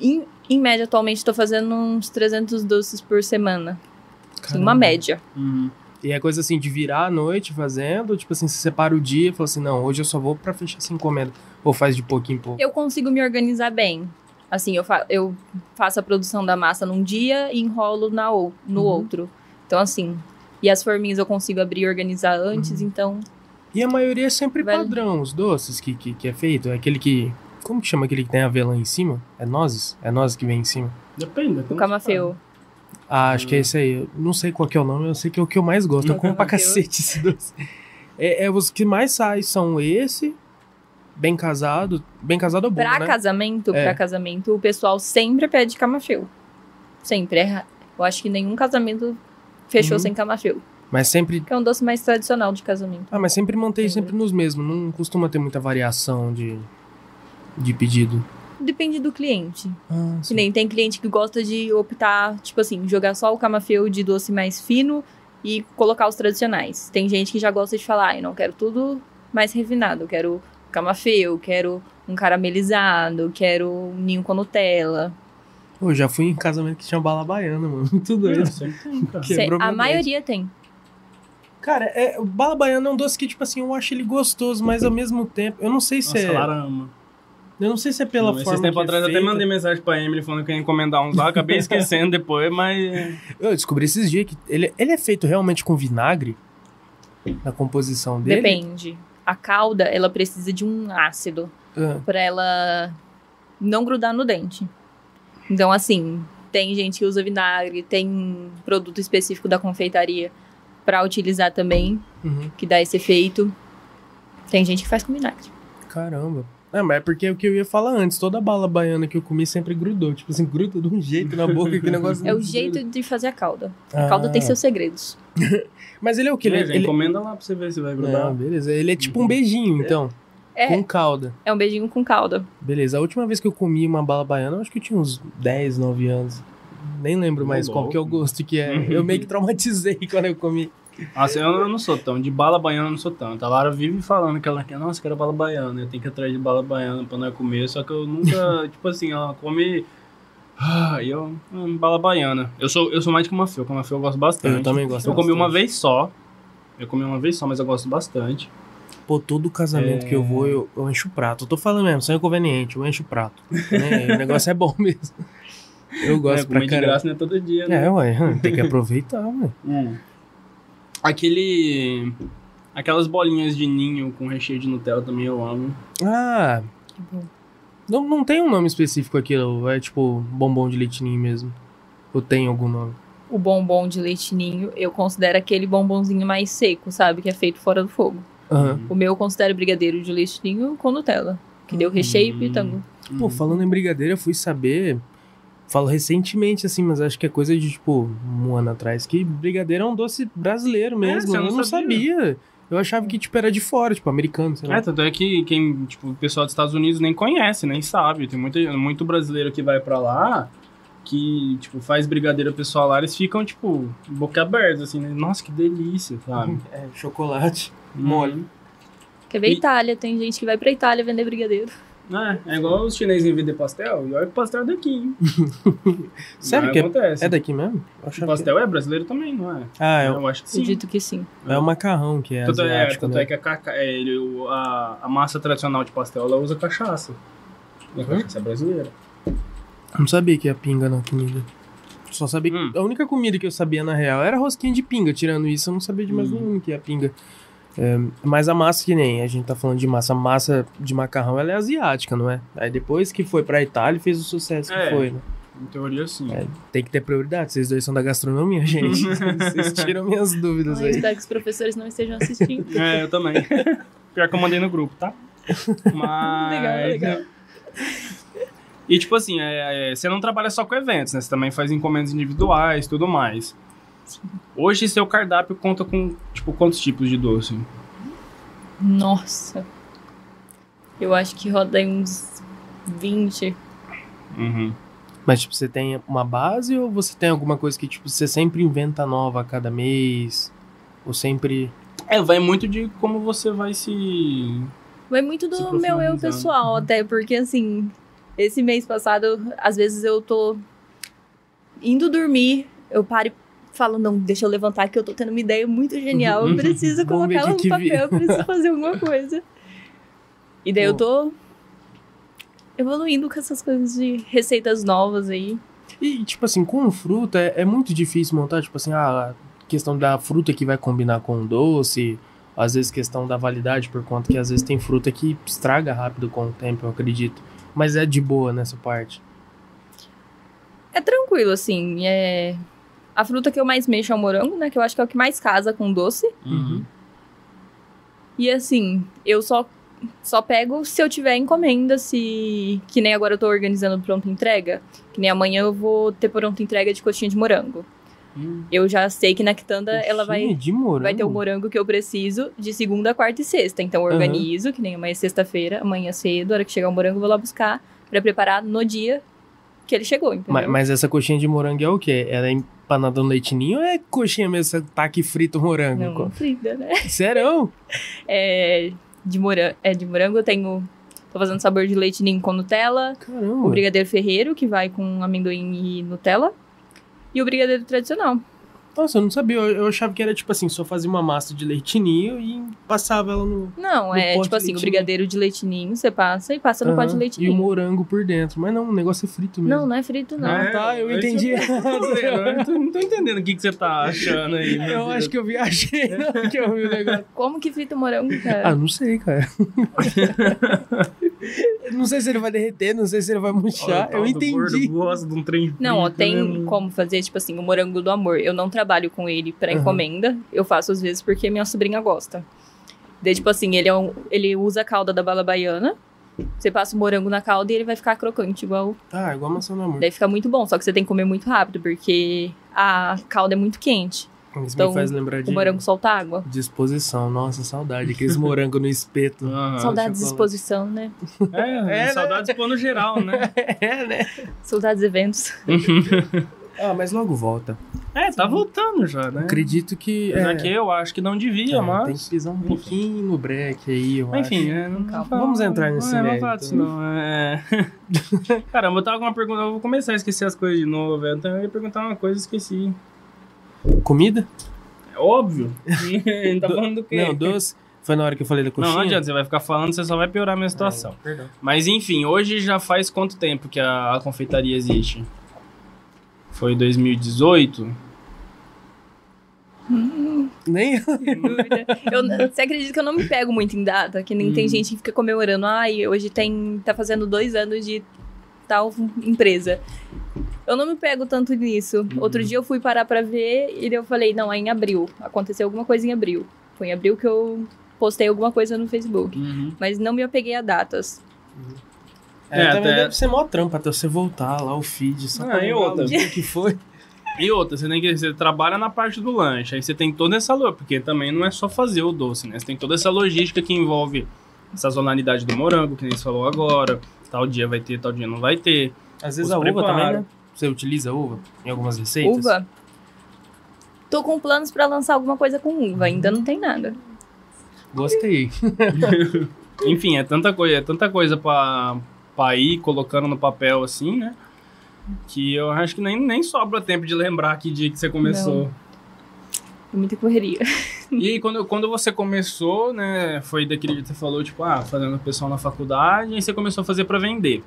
Speaker 3: Em, em média, atualmente, tô fazendo uns 300 doces por semana. Assim, uma
Speaker 1: Caramba.
Speaker 3: média.
Speaker 2: Uhum.
Speaker 1: E é coisa assim, de virar a noite fazendo, tipo assim, você separa o dia e fala assim, não, hoje eu só vou pra fechar essa encomenda. Ou faz de pouco em pouco.
Speaker 3: Eu consigo me organizar bem. Assim, eu, fa- eu faço a produção da massa num dia e enrolo na ou- no
Speaker 1: Uhum.
Speaker 3: outro. Então, assim. E as forminhas eu consigo abrir e organizar antes,
Speaker 1: Uhum.
Speaker 3: então.
Speaker 1: E a maioria é sempre
Speaker 3: Vale.
Speaker 1: padrão, os doces que, que, que é feito. É aquele que. Como que chama aquele que tem avelã em cima? É nozes? É nozes que vem em cima?
Speaker 2: Depende.
Speaker 3: O camafeu.
Speaker 1: Ah, acho que é esse aí. Eu não sei qual que é o nome, eu sei que é o que eu mais gosto. Eu
Speaker 3: Nunca
Speaker 1: como pra
Speaker 2: tá
Speaker 3: viu.
Speaker 1: cacete esse doce. É, é os que mais saem são esse, bem casado. Bem casado é bom,
Speaker 3: Pra
Speaker 1: né?
Speaker 3: casamento,
Speaker 1: É.
Speaker 3: pra casamento, o pessoal sempre pede camafeu. Sempre. É ra- Eu acho que nenhum casamento fechou
Speaker 1: Uhum.
Speaker 3: sem camafeu.
Speaker 1: Mas sempre.
Speaker 3: Que é um doce mais tradicional de casamento.
Speaker 1: Ah, mas sempre mantém
Speaker 3: Uhum.
Speaker 1: sempre nos mesmos. Não costuma ter muita variação de, de pedido.
Speaker 3: Depende do cliente.
Speaker 1: Ah, sim.
Speaker 3: Que nem tem cliente que gosta de optar, tipo assim, jogar só o camafeu de doce mais fino e colocar os tradicionais. Tem gente que já gosta de falar, "Ah, eu não quero tudo mais refinado, eu quero camafeu, quero um caramelizado, quero um ninho com Nutella.
Speaker 1: Pô, eu já fui em casamento que tinha bala baiana, mano. Muito
Speaker 2: Não,
Speaker 1: doido.
Speaker 2: sempre tem, cara.
Speaker 1: Que- Quebrou
Speaker 3: Cê- a
Speaker 1: meu
Speaker 3: maioria tem.
Speaker 1: Cara, é, o bala baiana é um doce que, tipo assim, eu acho ele gostoso, mas ao mesmo tempo. Eu não sei se
Speaker 2: Nossa,
Speaker 1: é.
Speaker 2: Lara ama.
Speaker 1: Eu não sei se é pela
Speaker 2: Não,
Speaker 1: forma.
Speaker 2: Esses tempos
Speaker 1: que é
Speaker 2: atrás eu até
Speaker 1: feita.
Speaker 2: mandei mensagem pra Emily falando que ia encomendar uns lá, acabei esquecendo depois, mas.
Speaker 1: Eu descobri esses dias que ele, ele é feito realmente com vinagre na composição dele.
Speaker 3: Depende. A calda, ela precisa de um ácido
Speaker 1: Ah,
Speaker 3: pra ela não grudar no dente. Então, assim, tem gente que usa vinagre, tem produto específico da confeitaria pra utilizar também.
Speaker 1: uhum.
Speaker 3: que dá esse efeito. Tem gente que faz com vinagre.
Speaker 1: Caramba. É, mas é porque é o que eu ia falar antes, toda bala baiana que eu comi sempre grudou. Tipo assim, gruda de um jeito na boca que negócio.
Speaker 3: É o jeito de fazer a calda.
Speaker 1: Ah.
Speaker 3: A calda tem seus segredos.
Speaker 1: Mas ele é o que? Ele,
Speaker 2: Beleza,
Speaker 1: ele...
Speaker 2: encomenda lá pra você ver se vai
Speaker 1: Não,
Speaker 2: grudar.
Speaker 1: beleza. Ele é tipo um
Speaker 2: Uhum.
Speaker 1: beijinho, então.
Speaker 3: É,
Speaker 1: Com calda.
Speaker 3: é um beijinho com calda.
Speaker 1: Beleza. A última vez que eu comi uma bala baiana, eu acho que eu tinha uns 10, 9 anos. Nem lembro
Speaker 2: Ô,
Speaker 1: mais qual
Speaker 2: louco.
Speaker 1: que é o gosto que é.
Speaker 2: Uhum.
Speaker 1: Eu meio que traumatizei quando eu comi.
Speaker 2: Nossa, Ah, assim, eu eu não sou tão. De bala baiana eu não sou tanto. A Lara vive falando que ela quer, nossa, quero bala baiana, eu tenho que ir atrás de bala baiana pra não comer, só que eu nunca, tipo assim, ela come. Ah, e eu. hum, bala baiana. Eu sou, eu sou mais de camafeu, camafeu eu gosto bastante.
Speaker 1: Eu também gosto.
Speaker 2: Eu comi uma
Speaker 1: bastante.
Speaker 2: vez só. Eu comi uma vez só, mas eu gosto bastante.
Speaker 1: Pô, todo casamento que eu
Speaker 2: É.
Speaker 1: vou, eu, eu encho o prato. Eu tô falando mesmo, sem inconveniente, eu encho o prato. Né? o negócio é bom mesmo. Eu gosto
Speaker 2: é, comer
Speaker 1: pra
Speaker 2: de
Speaker 1: caramba.
Speaker 2: graça não é todo dia, né?
Speaker 1: É, ué, tem que aproveitar, ué.
Speaker 2: Hum. Aquele. Aquelas bolinhas de ninho com recheio de Nutella também eu amo.
Speaker 1: Ah,
Speaker 3: Que bom.
Speaker 1: não, não tem um nome específico aquilo, é tipo bombom de leitinho mesmo. Ou tem algum nome.
Speaker 3: O bombom de leitinho, eu considero aquele bombonzinho mais seco, sabe? Que é feito fora do fogo.
Speaker 1: Aham.
Speaker 3: O meu eu considero brigadeiro de leitinho com Nutella. Que deu recheio e
Speaker 2: Hum.
Speaker 3: pitango.
Speaker 1: Pô, falando em brigadeiro, eu fui saber Falo recentemente, assim, mas acho que é coisa de, tipo, um ano atrás, que brigadeiro é um doce brasileiro mesmo.
Speaker 2: você
Speaker 1: eu
Speaker 2: não
Speaker 1: não
Speaker 2: sabia.
Speaker 1: sabia. Eu achava que, tipo, era de fora, tipo, americano, sei lá.
Speaker 2: É, tanto é que quem, tipo, o pessoal dos Estados Unidos nem conhece, nem sabe. Tem muito, muito brasileiro que vai pra lá que, tipo, faz brigadeiro pessoal lá, eles ficam, tipo, boca aberta, assim, né? Nossa, que delícia, sabe? Hum.
Speaker 1: É, chocolate, mole.
Speaker 3: Quer ver
Speaker 2: E-
Speaker 3: Itália? Tem gente que vai pra Itália vender brigadeiro.
Speaker 2: É, é igual os chineses vendem pastel, e olha o pastel é daqui, hein?
Speaker 1: Sério
Speaker 2: Não
Speaker 1: que é-
Speaker 2: acontece.
Speaker 1: É daqui mesmo? Eu
Speaker 2: O
Speaker 1: achava que-
Speaker 2: pastel é brasileiro também, não é?
Speaker 1: Ah, é,
Speaker 2: Eu acho que sim.
Speaker 3: Acredito que sim.
Speaker 1: é o macarrão que é
Speaker 2: Tanto é,
Speaker 1: asiático,
Speaker 2: tanto
Speaker 1: né?
Speaker 2: é que a, caca, é, ele- o- a, a massa tradicional de pastel, ela usa cachaça. E a
Speaker 1: Uhum.
Speaker 2: cachaça é brasileira.
Speaker 1: Não sabia que ia pinga na comida. Só sabia
Speaker 2: Hum.
Speaker 1: que a única comida que eu sabia na real era rosquinha de pinga. Tirando isso, eu não sabia de mais
Speaker 2: Hum.
Speaker 1: nenhum que ia pinga. É, mas a massa que nem a gente tá falando de massa, a massa de macarrão ela é asiática, não é? Aí depois que foi pra Itália fez o sucesso que
Speaker 2: É.
Speaker 1: foi, né?
Speaker 2: Em teoria, sim.
Speaker 1: É. Tem que ter prioridade. Vocês dois são da gastronomia, gente. Vocês tiram minhas dúvidas
Speaker 3: Ai,
Speaker 1: aí.
Speaker 3: espero que os professores não estejam assistindo.
Speaker 2: É, eu também. Pior que eu mandei no grupo, tá? Mas... né?
Speaker 3: Legal, legal.
Speaker 2: E tipo assim, é, é, você não trabalha só com eventos, né? Você também faz encomendas individuais, tudo mais. Hoje seu cardápio conta com, tipo, quantos tipos de doce?
Speaker 3: Nossa. Eu acho que roda aí uns 20.
Speaker 2: Uhum.
Speaker 1: Mas, tipo, você tem uma base ou você tem alguma coisa que, tipo, você sempre inventa nova a cada mês? Ou sempre.
Speaker 2: É, vai muito de como você vai se
Speaker 3: Vai muito
Speaker 2: Se
Speaker 3: do meu eu
Speaker 2: profissionalizando. Uhum.
Speaker 3: pessoal, até porque assim, esse mês passado, às vezes eu tô indo dormir, eu paro e falo, não, deixa eu levantar que eu tô tendo uma ideia muito genial,
Speaker 2: Uhum.
Speaker 3: eu preciso
Speaker 1: Vamos ver
Speaker 3: colocar ela
Speaker 1: o
Speaker 3: no
Speaker 1: que que vi-
Speaker 3: papel, eu preciso fazer alguma coisa. E daí eu tô evoluindo com essas coisas de receitas novas aí.
Speaker 1: E, tipo assim, com fruta é, é muito difícil montar, tipo assim, a questão da fruta que vai combinar com o doce, às vezes questão da validade, por conta que às vezes tem fruta que estraga rápido com o tempo, eu acredito. Mas é de boa nessa parte.
Speaker 3: É tranquilo, assim, é... A fruta que eu mais mexo é o morango, né? Que eu acho que é o que mais casa com doce.
Speaker 1: Uhum.
Speaker 3: E assim, eu só só pego se eu tiver encomenda, se que nem agora eu tô organizando pronta entrega, que nem amanhã eu vou ter pronta entrega de coxinha de morango.
Speaker 2: Hum.
Speaker 3: Eu já sei que na quitanda ela
Speaker 1: Coxinha
Speaker 3: vai
Speaker 1: de morango.
Speaker 3: vai ter o morango que eu preciso de segunda, quarta e sexta. Então eu
Speaker 1: Aham.
Speaker 3: organizo, que nem amanhã é sexta-feira, amanhã cedo, a hora que chegar o morango eu vou lá buscar pra preparar no dia que ele chegou, entendeu?
Speaker 1: Ma- Mas, essa coxinha de morango é o quê? Ela é empanada no leite ninho ou é coxinha mesmo, você taca e frita o morango?
Speaker 3: não, não frita, né?
Speaker 1: Sério?
Speaker 3: É, de morango, é de morango eu tenho tô fazendo sabor de leite ninho com Nutella.
Speaker 1: Caramba.
Speaker 3: O brigadeiro ferreiro, que vai com amendoim e Nutella. E o brigadeiro tradicional.
Speaker 1: Nossa, eu não sabia. Eu, eu achava que era tipo assim, só fazia uma massa de leitinho e passava ela no.
Speaker 3: Não,
Speaker 1: No
Speaker 3: é
Speaker 1: pote
Speaker 3: tipo assim,
Speaker 1: de
Speaker 3: o
Speaker 1: leitinho.
Speaker 3: brigadeiro de leitinho, você passa e passa no pote de
Speaker 1: Aham. E o
Speaker 3: leitinho.
Speaker 1: morango por dentro. Mas não, o negócio é frito mesmo.
Speaker 3: Não, não é frito, não.
Speaker 1: Ah,
Speaker 2: É,
Speaker 1: tá, eu
Speaker 2: é isso
Speaker 1: entendi.
Speaker 2: que eu tô dizendo, eu não tô- não tô entendendo o que, que você tá achando aí. meu
Speaker 1: Eu
Speaker 2: Deus.
Speaker 1: acho que eu viajei na hora que eu vi o negócio.
Speaker 3: Como que frita o morango,
Speaker 1: Ah,
Speaker 3: cara?
Speaker 1: não sei, cara. não sei se ele vai derreter, não sei se ele vai murchar.
Speaker 2: Olha, o
Speaker 1: eu
Speaker 2: tal do gordo
Speaker 1: entendi.
Speaker 2: gosta de um trem
Speaker 3: não, ó,
Speaker 2: frito,
Speaker 3: tem
Speaker 2: né, mano?
Speaker 3: como fazer, tipo assim, o morango do amor. Eu não trabalho com ele pra
Speaker 1: Aham.
Speaker 3: encomenda. Eu faço às vezes porque minha sobrinha gosta. Daí, tipo assim, ele, é um- ele usa a calda da bala baiana. Você passa o morango na calda e ele vai ficar crocante, igual
Speaker 1: Ah, igual maçã do amor.
Speaker 3: Daí fica muito bom, só que você tem que comer muito rápido, porque a calda é muito quente.
Speaker 1: Isso
Speaker 3: Então,
Speaker 1: me faz lembrar de
Speaker 3: O morango solta água.
Speaker 1: disposição. Nossa, saudade. Aqueles morango no espeto.
Speaker 2: Aham.
Speaker 3: Saudades de
Speaker 1: chocolate.
Speaker 3: exposição, né?
Speaker 2: É,
Speaker 1: É, né?
Speaker 2: saudades plano geral, né?
Speaker 1: é, né?
Speaker 3: Saudades de eventos.
Speaker 1: Ah, mas logo volta.
Speaker 2: É, tá voltando já, né?
Speaker 1: Acredito que.
Speaker 2: Apesar que eu acho é. que não devia,
Speaker 1: é, Tem que
Speaker 2: mas...
Speaker 1: pisar um pouquinho no break aí, eu
Speaker 2: Mas, Enfim,
Speaker 1: acho.
Speaker 2: é, não-
Speaker 3: Calma.
Speaker 1: Vamos entrar nesse
Speaker 2: não, é, não
Speaker 1: mérito,
Speaker 2: fala disso,
Speaker 1: né?
Speaker 2: não. É... Caramba, eu tava com uma pergunta, eu vou começar a esquecer as coisas de novo, velho. Então eu ia perguntar uma coisa e esqueci. né?
Speaker 1: Comida?
Speaker 2: É óbvio. tá falando do quê?
Speaker 1: Não, doce. Foi na hora que eu falei da coxinha?
Speaker 2: Não, não adianta, você vai ficar falando, você só vai piorar a minha situação.
Speaker 1: Ah, perdão.
Speaker 2: É. Mas enfim, hoje já faz quanto tempo que a, a confeitaria existe? Foi 2018?
Speaker 1: Nem
Speaker 3: Eu, você acredita que eu não me pego muito em data? Que nem
Speaker 2: Hum.
Speaker 3: tem gente que fica comemorando. Ai, hoje tem, tá fazendo dois anos de tal empresa. Eu não me pego tanto nisso. Outro dia eu fui parar pra ver e daí eu falei, não, é em abril. Aconteceu alguma coisa em abril. Foi em abril
Speaker 2: Uhum.
Speaker 3: que eu postei alguma coisa no Facebook. Mas não me apeguei a datas.
Speaker 1: É,
Speaker 2: É,
Speaker 1: também
Speaker 2: até-
Speaker 1: deve ser mó trampa até você voltar lá o feed. Só
Speaker 2: Ah,
Speaker 1: pra
Speaker 2: e
Speaker 1: lembrar
Speaker 2: outra?
Speaker 1: o dia que foi.
Speaker 2: E outra, você, tem que, você trabalha na parte do lanche, aí você tem toda essa logística, porque também não é só fazer o doce, né? Você tem toda essa logística que envolve a sazonalidade do morango, que nem você falou agora, tal dia vai ter, tal dia não vai ter.
Speaker 1: Às vezes
Speaker 2: Os tá
Speaker 1: a uva
Speaker 2: preparo.
Speaker 1: também, né? Você utiliza uva em algumas receitas?
Speaker 3: Uva. Tô com planos pra lançar alguma coisa com uva, ainda não tem nada.
Speaker 1: Gostei.
Speaker 2: Enfim, é tanta coisa, é tanta coisa pra, pra ir colocando no papel assim, né? Que eu acho que nem, nem sobra tempo de lembrar que dia que você começou.
Speaker 3: Muita correria.
Speaker 2: E aí, quando, quando você começou, né? Foi daquele jeito que você falou, tipo, ah, fazendo pessoal na faculdade, aí você começou a fazer pra vender.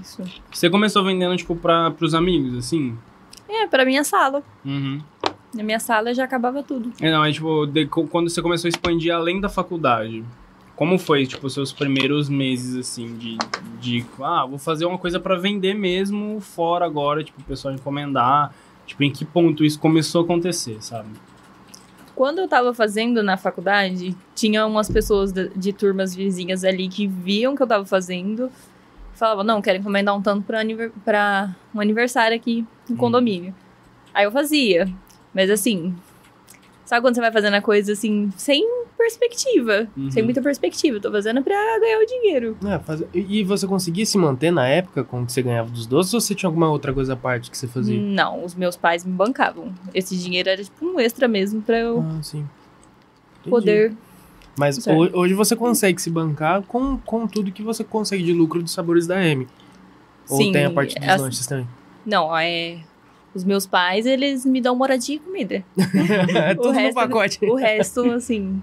Speaker 3: Isso.
Speaker 2: Você começou vendendo, tipo, pra, pros amigos, assim?
Speaker 3: É, pra minha sala.
Speaker 2: Uhum.
Speaker 3: Na minha sala já acabava tudo.
Speaker 2: É, não, é tipo, de- co- quando você começou a expandir além da faculdade, como foi, tipo, os seus primeiros meses, assim, de, de ah, vou fazer uma coisa pra vender mesmo fora agora, tipo, o pessoal encomendar, tipo, em que ponto isso começou a acontecer, sabe?
Speaker 3: Quando eu tava fazendo na faculdade, tinha umas pessoas de, de turmas vizinhas ali que viam o que eu tava fazendo. Falavam, não, quero encomendar um tanto pra, aniver- pra um aniversário aqui no
Speaker 2: Hum.
Speaker 3: condomínio. Aí eu fazia. Mas assim, sabe quando você vai fazendo a coisa assim, sem perspectiva?
Speaker 2: Uhum.
Speaker 3: Sem muita perspectiva. Eu Tô fazendo pra ganhar o dinheiro.
Speaker 1: É, faz- E e você conseguia se manter na época com o que você ganhava dos doces ou você tinha alguma outra coisa à parte que você fazia?
Speaker 3: Não, os meus pais me bancavam. Esse dinheiro era tipo um extra mesmo pra eu
Speaker 1: Ah, sim. Entendi.
Speaker 3: poder.
Speaker 1: Mas
Speaker 3: Certo.
Speaker 1: ho- hoje você consegue se bancar com, com tudo que você consegue de lucro dos sabores da M. Ou
Speaker 3: sim, é
Speaker 1: tem a parte dos
Speaker 3: as-
Speaker 1: lanches também.
Speaker 3: Não, é. Os meus pais, eles me dão moradia e comida.
Speaker 1: é tudo no
Speaker 3: resto-
Speaker 1: pacote.
Speaker 3: O resto, assim,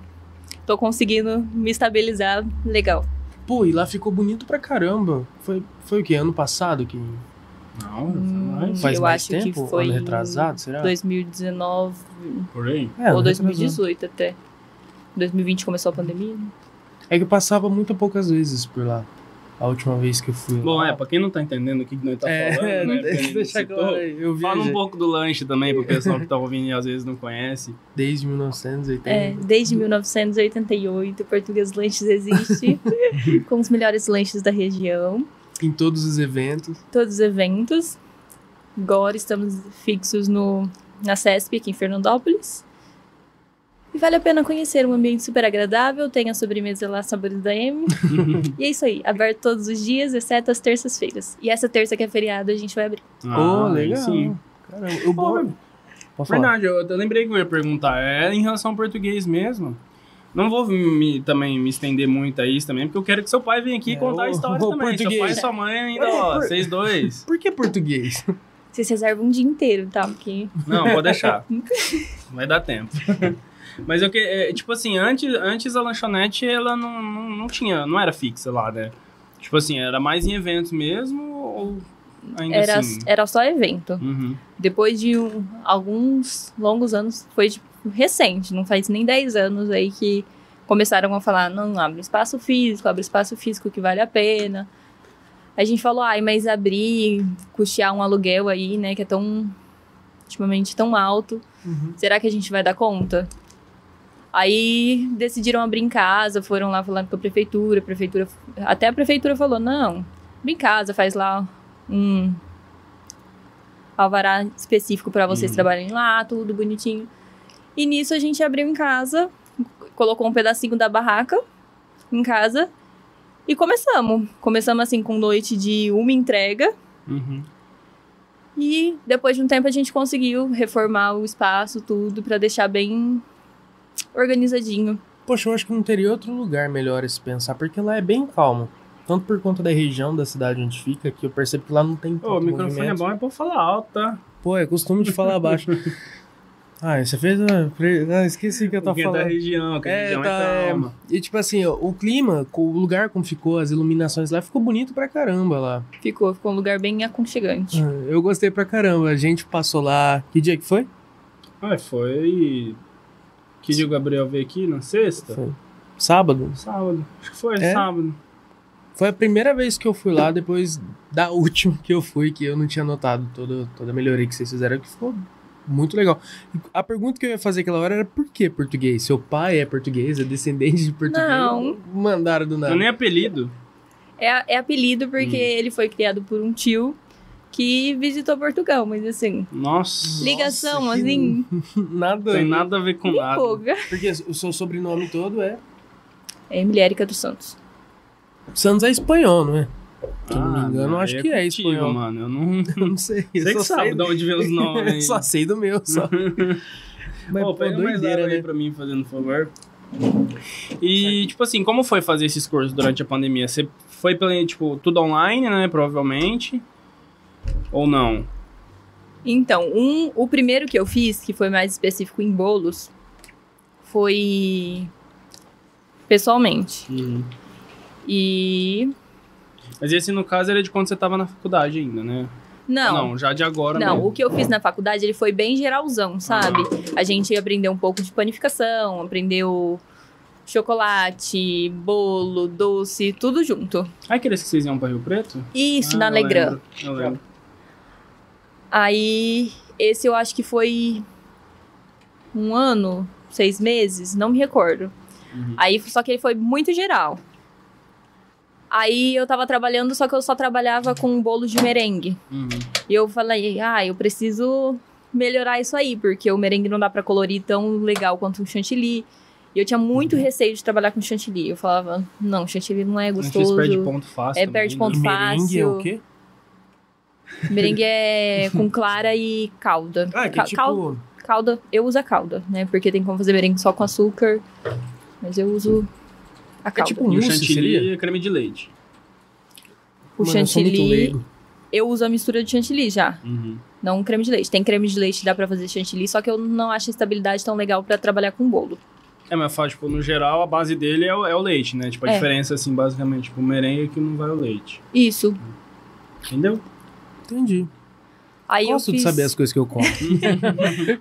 Speaker 3: tô conseguindo me estabilizar legal.
Speaker 1: Pô, e lá ficou bonito pra caramba. Foi, foi o que? Ano passado? Que
Speaker 2: Não,
Speaker 3: Hum.
Speaker 2: mas
Speaker 1: faz
Speaker 3: Eu
Speaker 1: mais
Speaker 3: acho que
Speaker 1: tempo?
Speaker 3: foi
Speaker 1: Ano retrasado, será?
Speaker 3: 2019
Speaker 2: por aí.
Speaker 1: Ah. É, ano
Speaker 3: ou
Speaker 1: retrasado.
Speaker 3: 2018 até. 2020 começou a pandemia. né?
Speaker 1: É que eu passava muito poucas vezes por lá. A última vez que eu fui.
Speaker 2: Bom,
Speaker 1: lá.
Speaker 2: é, pra quem não tá entendendo o que que nós tá
Speaker 1: É,
Speaker 2: falando, né? porque a
Speaker 1: deixa
Speaker 2: gente citou,
Speaker 1: claro aí, eu
Speaker 2: Fala um
Speaker 1: viajei
Speaker 2: pouco do lanche também, pro pessoal que tá ouvindo e às vezes não conhece.
Speaker 1: desde 1980.
Speaker 3: É, desde 1988, Português Lanches existe, com os melhores lanches da região.
Speaker 1: Em todos os eventos.
Speaker 3: todos os eventos. Agora estamos fixos no, na CESP aqui em Fernandópolis. E vale a pena conhecer um ambiente super agradável, tem a sobremesa lá Sabores da M. e é isso aí, aberto todos os dias, exceto as terças-feiras. E essa terça que é feriado, a gente vai abrir.
Speaker 1: Pô,
Speaker 2: Ah,
Speaker 1: legal.
Speaker 2: Sim.
Speaker 1: Caramba, o
Speaker 2: Pô,
Speaker 1: bom. Pode falar.
Speaker 2: Verdade, eu, eu lembrei que eu ia perguntar. É em relação ao português mesmo. Não vou me, também me estender muito a isso também, porque eu quero que seu pai venha aqui
Speaker 1: É,
Speaker 2: contar
Speaker 1: ô,
Speaker 2: histórias
Speaker 1: ô,
Speaker 2: também. Seu pai e
Speaker 1: português.
Speaker 2: sua mãe ainda,
Speaker 1: Ô,
Speaker 2: ó,
Speaker 1: por-
Speaker 2: vocês dois.
Speaker 1: Por que português?
Speaker 3: Vocês reservam um dia inteiro, tá? Porque
Speaker 2: Não, vou deixar. Vai dar tempo. Mas eu que, é, tipo assim, antes, antes a lanchonete ela não, não, não tinha, não era fixa lá, né? Tipo assim, era mais em eventos mesmo ou ainda
Speaker 3: era,
Speaker 2: assim?
Speaker 3: era só evento.
Speaker 2: Uhum.
Speaker 3: Depois de um- alguns longos anos, foi tipo, recente, não faz nem 10 anos aí que começaram a falar, não, abre espaço físico, abre espaço físico que vale a pena. A gente falou, ai, mas abrir, custear um aluguel aí, né, que é tão, ultimamente, tão alto, será que a gente vai dar conta? Aí decidiram abrir em casa, foram lá falando com a prefeitura, a prefeitura, até a prefeitura falou, não, abre em casa, faz lá um alvará específico para vocês
Speaker 2: Uhum.
Speaker 3: trabalharem lá, tudo bonitinho. E nisso a gente abriu em casa, colocou um pedacinho da barraca em casa e começamos. Começamos assim com noite de uma entrega
Speaker 2: Uhum.
Speaker 3: e depois de um tempo a gente conseguiu reformar o espaço, tudo, para deixar bem organizadinho.
Speaker 1: Poxa, eu acho que não teria outro lugar melhor a se pensar, porque lá é bem calmo. Tanto por conta da região da cidade onde fica, que eu percebo que lá não tem
Speaker 2: Ô, o
Speaker 1: tanto
Speaker 2: microfone é
Speaker 1: movimento.
Speaker 2: bom, é pra falar alto, tá?
Speaker 1: Pô, é costume de falar baixo. ah, você fez... uma pre- Ah, esqueci o que eu tava
Speaker 2: Porque é da
Speaker 1: falando.
Speaker 2: região, que a
Speaker 1: É,
Speaker 2: região
Speaker 1: tá,
Speaker 2: é
Speaker 1: é.
Speaker 2: calma.
Speaker 1: E tipo assim, ó, o clima, com o lugar como ficou, as iluminações lá, ficou bonito pra caramba lá.
Speaker 3: Ficou, ficou um lugar bem aconchegante.
Speaker 1: Ah, Eu gostei pra caramba. A gente passou lá... Que dia que foi?
Speaker 2: Ah, foi. Que dia o Gabriel veio aqui? Na sexta?
Speaker 1: Foi sábado?
Speaker 2: Sábado. Acho que foi
Speaker 1: É?
Speaker 2: sábado.
Speaker 1: Foi a primeira vez que eu fui lá, depois da última que eu fui, que eu não tinha notado toda, toda a melhoria que vocês fizeram, que ficou muito legal. E A pergunta que eu ia fazer aquela hora era por que português? Seu pai é português, é descendente de português?
Speaker 3: Não.
Speaker 1: Mandaram do nada.
Speaker 2: Não é nem apelido.
Speaker 3: É, é apelido porque
Speaker 2: Hum.
Speaker 3: ele foi criado por um tio que visitou Portugal, mas assim,
Speaker 2: Nossa.
Speaker 3: ligação,
Speaker 1: que
Speaker 3: assim,
Speaker 1: Nada.
Speaker 2: Tem nada a ver com nada.
Speaker 3: pouca.
Speaker 1: Porque o seu sobrenome todo é.
Speaker 3: É Emily Erika dos Santos.
Speaker 1: Santos é espanhol, não é?
Speaker 2: Ah,
Speaker 1: Se eu não me engano,
Speaker 2: mano,
Speaker 1: acho
Speaker 2: aí
Speaker 1: que é
Speaker 2: contigo,
Speaker 1: espanhol.
Speaker 2: mano. Eu não.
Speaker 1: Eu não sei. eu
Speaker 2: Você que
Speaker 1: só
Speaker 2: sabe
Speaker 1: sei
Speaker 2: de onde vem os nomes. aí.
Speaker 1: Eu só sei do meu, só. Mas,
Speaker 2: Pô,
Speaker 1: pô,
Speaker 2: pega mais água
Speaker 1: doideira,
Speaker 2: aí
Speaker 1: né?
Speaker 2: pra mim, fazendo favor. E, tipo assim, como foi fazer esses cursos durante a pandemia? Você foi, pela, tipo, tudo online, né? Provavelmente. Ou não?
Speaker 3: Então, um, o primeiro que eu fiz, que foi mais específico em bolos, foi pessoalmente.
Speaker 2: Hum.
Speaker 3: E
Speaker 2: Mas esse, no caso, era de quando você tava na faculdade ainda, né? já de agora
Speaker 3: Não,
Speaker 2: mesmo. Ah.
Speaker 3: o que eu fiz na faculdade, ele foi bem geralzão, sabe? A gente aprendeu um pouco de panificação, aprendeu chocolate, bolo, doce, tudo junto.
Speaker 2: Ah, Aqueles que vocês iam pra Rio Preto?
Speaker 3: Isso,
Speaker 2: Ah,
Speaker 3: na
Speaker 2: eu
Speaker 3: Legrand.
Speaker 2: lembro, Eu lembro.
Speaker 3: Aí, esse eu acho que foi um ano, seis meses, não me recordo.
Speaker 2: Uhum.
Speaker 3: Aí, só que ele foi muito geral. Aí eu tava trabalhando, só que eu só trabalhava com bolo de merengue.
Speaker 2: Uhum.
Speaker 3: E eu falei, ah, eu preciso melhorar isso aí, porque o merengue não dá pra colorir tão legal quanto o chantilly. E eu tinha muito
Speaker 1: Uhum.
Speaker 3: receio de trabalhar com chantilly. Eu falava, não, chantilly não é
Speaker 2: Vocês
Speaker 3: gostoso.
Speaker 2: perdem ponto fácil.
Speaker 3: É,
Speaker 2: também,
Speaker 3: perde
Speaker 2: né?
Speaker 3: ponto.
Speaker 1: Merengue é o
Speaker 3: Fácil.
Speaker 1: quê?
Speaker 3: Merengue é com clara e calda.
Speaker 1: Ah, que
Speaker 3: Ca-
Speaker 1: tipo.
Speaker 3: cal- calda, eu uso a calda, né? Porque tem como fazer merengue só com açúcar. Mas eu uso a calda.
Speaker 1: tipo um
Speaker 2: E o
Speaker 1: Mousse,
Speaker 2: chantilly
Speaker 1: seria?
Speaker 2: é creme de leite.
Speaker 1: Mano,
Speaker 3: o
Speaker 1: eu sou muito
Speaker 3: chantilly,
Speaker 1: leigo.
Speaker 3: eu uso a mistura de chantilly já.
Speaker 2: Uhum.
Speaker 3: Não creme de leite. Tem creme de leite, dá pra fazer chantilly, só que eu não acho a estabilidade tão legal pra trabalhar com bolo.
Speaker 2: É, mas fala, tipo, no geral, a base dele é o, é o leite, né? Tipo, a
Speaker 3: É.
Speaker 2: diferença, assim, basicamente, tipo, o merengue é que não vai o leite.
Speaker 3: Isso.
Speaker 2: Entendeu?
Speaker 1: Entendi.
Speaker 3: Aí
Speaker 1: Gosto
Speaker 3: eu fiz,
Speaker 1: de saber as coisas que eu como.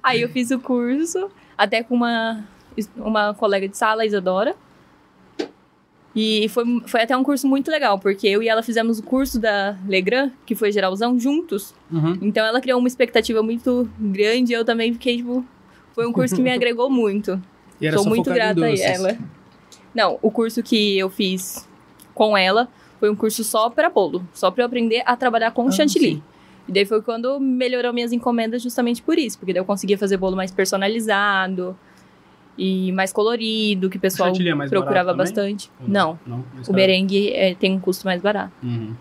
Speaker 3: Aí eu fiz o curso, até com uma, uma colega de sala, a Isadora. E foi, foi até um curso muito legal, porque eu e ela fizemos o curso da Legrand, que foi geralzão, juntos.
Speaker 2: Uhum.
Speaker 3: Então ela criou uma expectativa muito grande e eu também fiquei, tipo... Foi um curso que me agregou muito.
Speaker 1: E era
Speaker 3: Sou
Speaker 1: só
Speaker 3: muito
Speaker 1: focado em
Speaker 3: grata a
Speaker 1: doces.
Speaker 3: ela. Não, o curso que eu fiz com ela foi um curso só para bolo, só para eu aprender a trabalhar com
Speaker 1: Ah,
Speaker 3: chantilly.
Speaker 1: sim.
Speaker 3: E daí foi quando melhorou minhas encomendas justamente por isso, porque daí eu conseguia fazer bolo mais personalizado e mais colorido, que o pessoal
Speaker 2: chantilly é mais barato
Speaker 3: procurava
Speaker 2: também?
Speaker 3: bastante.
Speaker 2: Ou
Speaker 3: Não,
Speaker 2: Não? Mas
Speaker 3: o
Speaker 2: cara-
Speaker 3: merengue é, tem um custo mais barato.
Speaker 2: Uhum.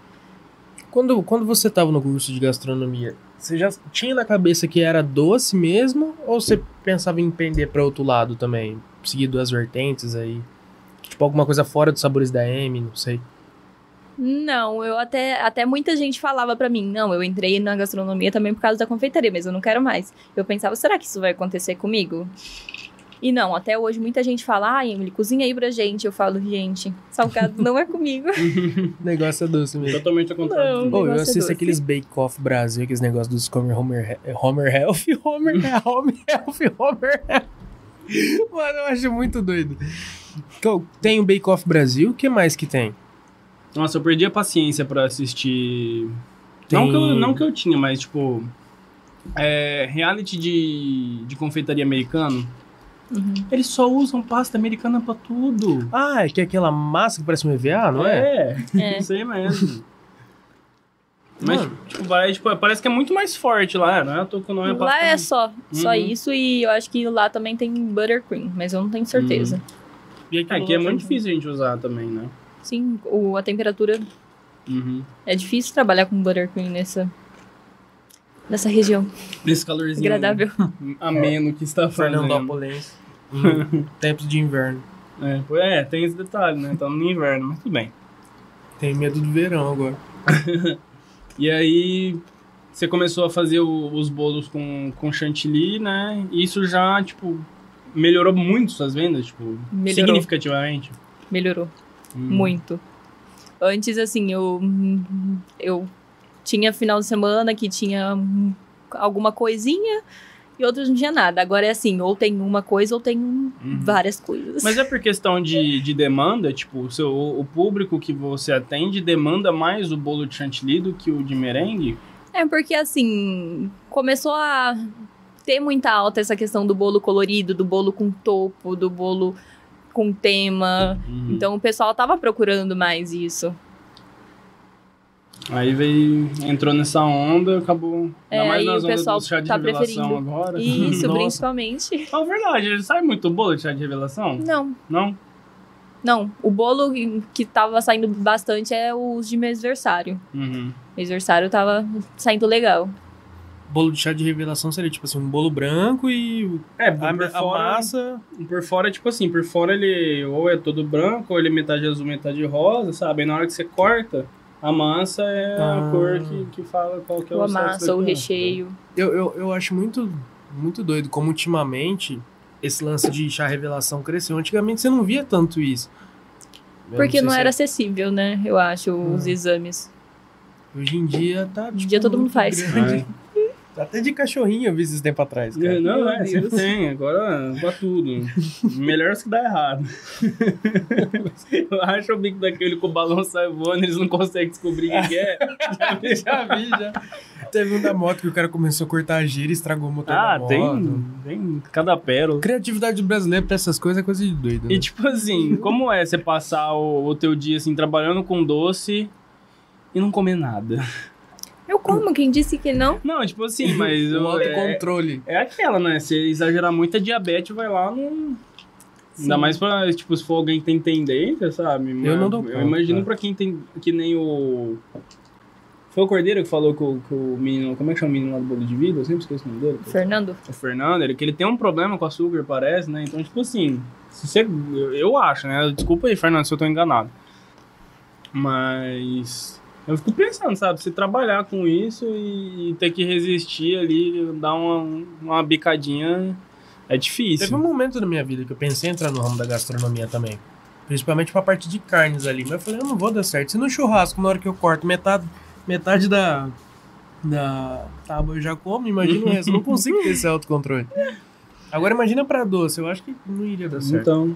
Speaker 1: Quando, quando você tava no curso de gastronomia, você já tinha na cabeça que era doce mesmo? Ou você pensava em pender pra outro lado também? Seguir duas vertentes aí? Tipo, alguma coisa fora dos sabores da M, não sei.
Speaker 3: Não, eu até, até muita gente falava pra mim, não, eu entrei na gastronomia também por causa da confeitaria, mas eu não quero mais. Eu pensava, será que isso vai acontecer comigo? E não, até hoje muita gente fala, ai, Emily, cozinha aí pra gente. Eu falo, gente, salgado não é comigo.
Speaker 1: Negócio é doce mesmo.
Speaker 2: Totalmente ao contrário.
Speaker 3: Não.
Speaker 2: do-
Speaker 1: Ou eu
Speaker 3: negócio é
Speaker 1: assisto
Speaker 3: doce.
Speaker 1: aqueles Bake Off Brasil, aqueles negócios dos comer Homer, Homer Health, Homer, Homer Health, Homer Health. Mano, eu acho muito doido. Então, Tem o Bake Off Brasil, o que mais que tem?
Speaker 2: Nossa, eu perdi a paciência pra assistir.
Speaker 1: Tem-
Speaker 2: Não, que eu, não que eu tinha, mas tipo. é, reality de, de confeitaria americano.
Speaker 3: Uhum.
Speaker 2: Eles só usam pasta americana pra tudo.
Speaker 1: Ah, é que é aquela massa que parece um EVA, não é?
Speaker 3: É.
Speaker 2: Isso aí mesmo. Mas,
Speaker 1: Mano.
Speaker 2: tipo, vai, tipo, parece que é muito mais forte lá, né? Eu tô com o nome
Speaker 3: Lá é
Speaker 2: pasta-
Speaker 3: só, só
Speaker 2: Uhum.
Speaker 3: isso e eu acho que lá também tem buttercream, mas eu não tenho certeza.
Speaker 1: E
Speaker 2: É, aqui é muito difícil a gente usar também, né?
Speaker 3: Sim, o, a temperatura
Speaker 2: Uhum.
Speaker 3: é difícil trabalhar com buttercream nessa nessa região
Speaker 2: Esse calorzinho
Speaker 3: agradável.
Speaker 2: ameno que está fazendo.
Speaker 1: Fernandópolis. Em Hum, tempos de inverno.
Speaker 2: É, pô, é, tem esse detalhe, né? Tá no inverno, mas tudo bem.
Speaker 1: Tenho medo do verão agora.
Speaker 2: E aí você começou a fazer o- os bolos com, com chantilly, né? E isso já, tipo, melhorou muito suas vendas, tipo,
Speaker 3: Melhorou.
Speaker 2: significativamente.
Speaker 3: Melhorou.
Speaker 2: Hum.
Speaker 3: Muito. Antes, assim, eu, eu tinha final de semana que tinha hum, alguma coisinha e outros não tinha nada. Agora é assim, ou tem uma coisa ou tem
Speaker 2: Uhum.
Speaker 3: várias coisas.
Speaker 2: Mas é por questão de, de demanda, tipo, o, seu, o público que você atende demanda mais o bolo de chantilly do que o de merengue?
Speaker 3: É porque, assim, começou a ter muita alta essa questão do bolo colorido, do bolo com topo, do
Speaker 2: Uhum.
Speaker 3: Então, bolo com tema. Então o pessoal tava procurando mais isso.
Speaker 2: Aí veio, entrou nessa onda, acabou.
Speaker 3: É, aí o
Speaker 2: ondas
Speaker 3: pessoal
Speaker 2: do chá de
Speaker 3: tá
Speaker 2: revelação
Speaker 3: preferindo.
Speaker 2: agora.
Speaker 3: Isso,
Speaker 2: Nossa.
Speaker 3: principalmente.
Speaker 2: Fala a verdade, ele sai muito bolo de chá de revelação?
Speaker 3: Não,
Speaker 2: Não?
Speaker 3: não. O bolo que tava saindo bastante é os de mêsversário.
Speaker 2: Uhum.
Speaker 3: Mêsversário tava saindo legal.
Speaker 1: Bolo de chá de revelação seria tipo assim, um bolo branco e o-
Speaker 2: É,
Speaker 1: a,
Speaker 2: por
Speaker 1: a
Speaker 2: fora,
Speaker 1: massa.
Speaker 2: por fora é tipo assim, por fora ele ou é todo branco, ou ele é metade azul, metade rosa, sabe? E na hora que você corta, a massa é
Speaker 1: Ah.
Speaker 2: a cor que, que fala qual que é
Speaker 3: Ou
Speaker 2: o
Speaker 3: a
Speaker 2: certo
Speaker 3: massa, ou o
Speaker 2: daqui.
Speaker 3: recheio.
Speaker 1: Eu, eu, eu acho muito, muito doido como ultimamente esse lance de chá revelação cresceu. Antigamente você não via tanto isso. Eu
Speaker 3: Porque
Speaker 1: sei
Speaker 3: não
Speaker 1: se é- Hum.
Speaker 3: era acessível, né? Eu acho, os exames.
Speaker 1: Hoje em dia tá. Hoje
Speaker 3: em dia todo mundo faz.
Speaker 2: É.
Speaker 1: Até de cachorrinho eu vi esses tempo atrás, cara.
Speaker 2: Não,
Speaker 3: Meu
Speaker 2: é, sempre
Speaker 3: Deus.
Speaker 2: tem. Agora, pra tudo. Melhor se dá errado. Eu acho o bico daquele com o balão sai voando, eles não conseguem descobrir o que é. Já vi, já vi, já.
Speaker 1: Teve um da moto que o cara começou a cortar a gira e estragou o motor
Speaker 2: Ah,
Speaker 1: da moto.
Speaker 2: tem, tem cada pérola.
Speaker 1: Criatividade brasileira pra essas coisas é coisa de doido.
Speaker 2: E
Speaker 1: né?
Speaker 2: tipo assim, como é você passar o, o teu dia assim, trabalhando com doce e não comer nada?
Speaker 3: Eu como, quem disse que não?
Speaker 2: Não, tipo assim, mas
Speaker 1: o
Speaker 2: eu, é,
Speaker 1: autocontrole.
Speaker 2: é aquela, né? Se exagerar muito a diabetes, vai lá no... Ainda
Speaker 3: Sim.
Speaker 2: mais pra, tipo, se for alguém que tem tendência, sabe? Mas
Speaker 1: não dou
Speaker 2: Eu
Speaker 1: conta, é.
Speaker 2: imagino
Speaker 1: cara.
Speaker 2: pra quem tem, que nem o... Foi o Cordeiro que falou que o, que o menino... Como é que chama o menino lá do bolo de vida? Eu sempre esqueço o nome dele.
Speaker 3: Fernando?
Speaker 2: o Fernando, ele, que ele tem um problema com açúcar, parece, né? Então, tipo assim, se você, eu, eu acho, né? Desculpa aí, Fernando, se eu tô enganado. Mas eu fico pensando, sabe? Você trabalhar com isso e, e ter que resistir ali, dar uma, uma bicadinha é difícil.
Speaker 1: Teve um momento da minha vida que eu pensei em entrar no ramo da gastronomia também. Principalmente pra parte de carnes ali. Mas eu falei, eu não vou dar certo. Se no churrasco, na hora que eu corto metade, metade da, da tábua eu já como, imagina o resto. Eu não consigo ter esse autocontrole. Agora imagina pra doce. Eu acho que não iria dar Tá certo.
Speaker 2: Então.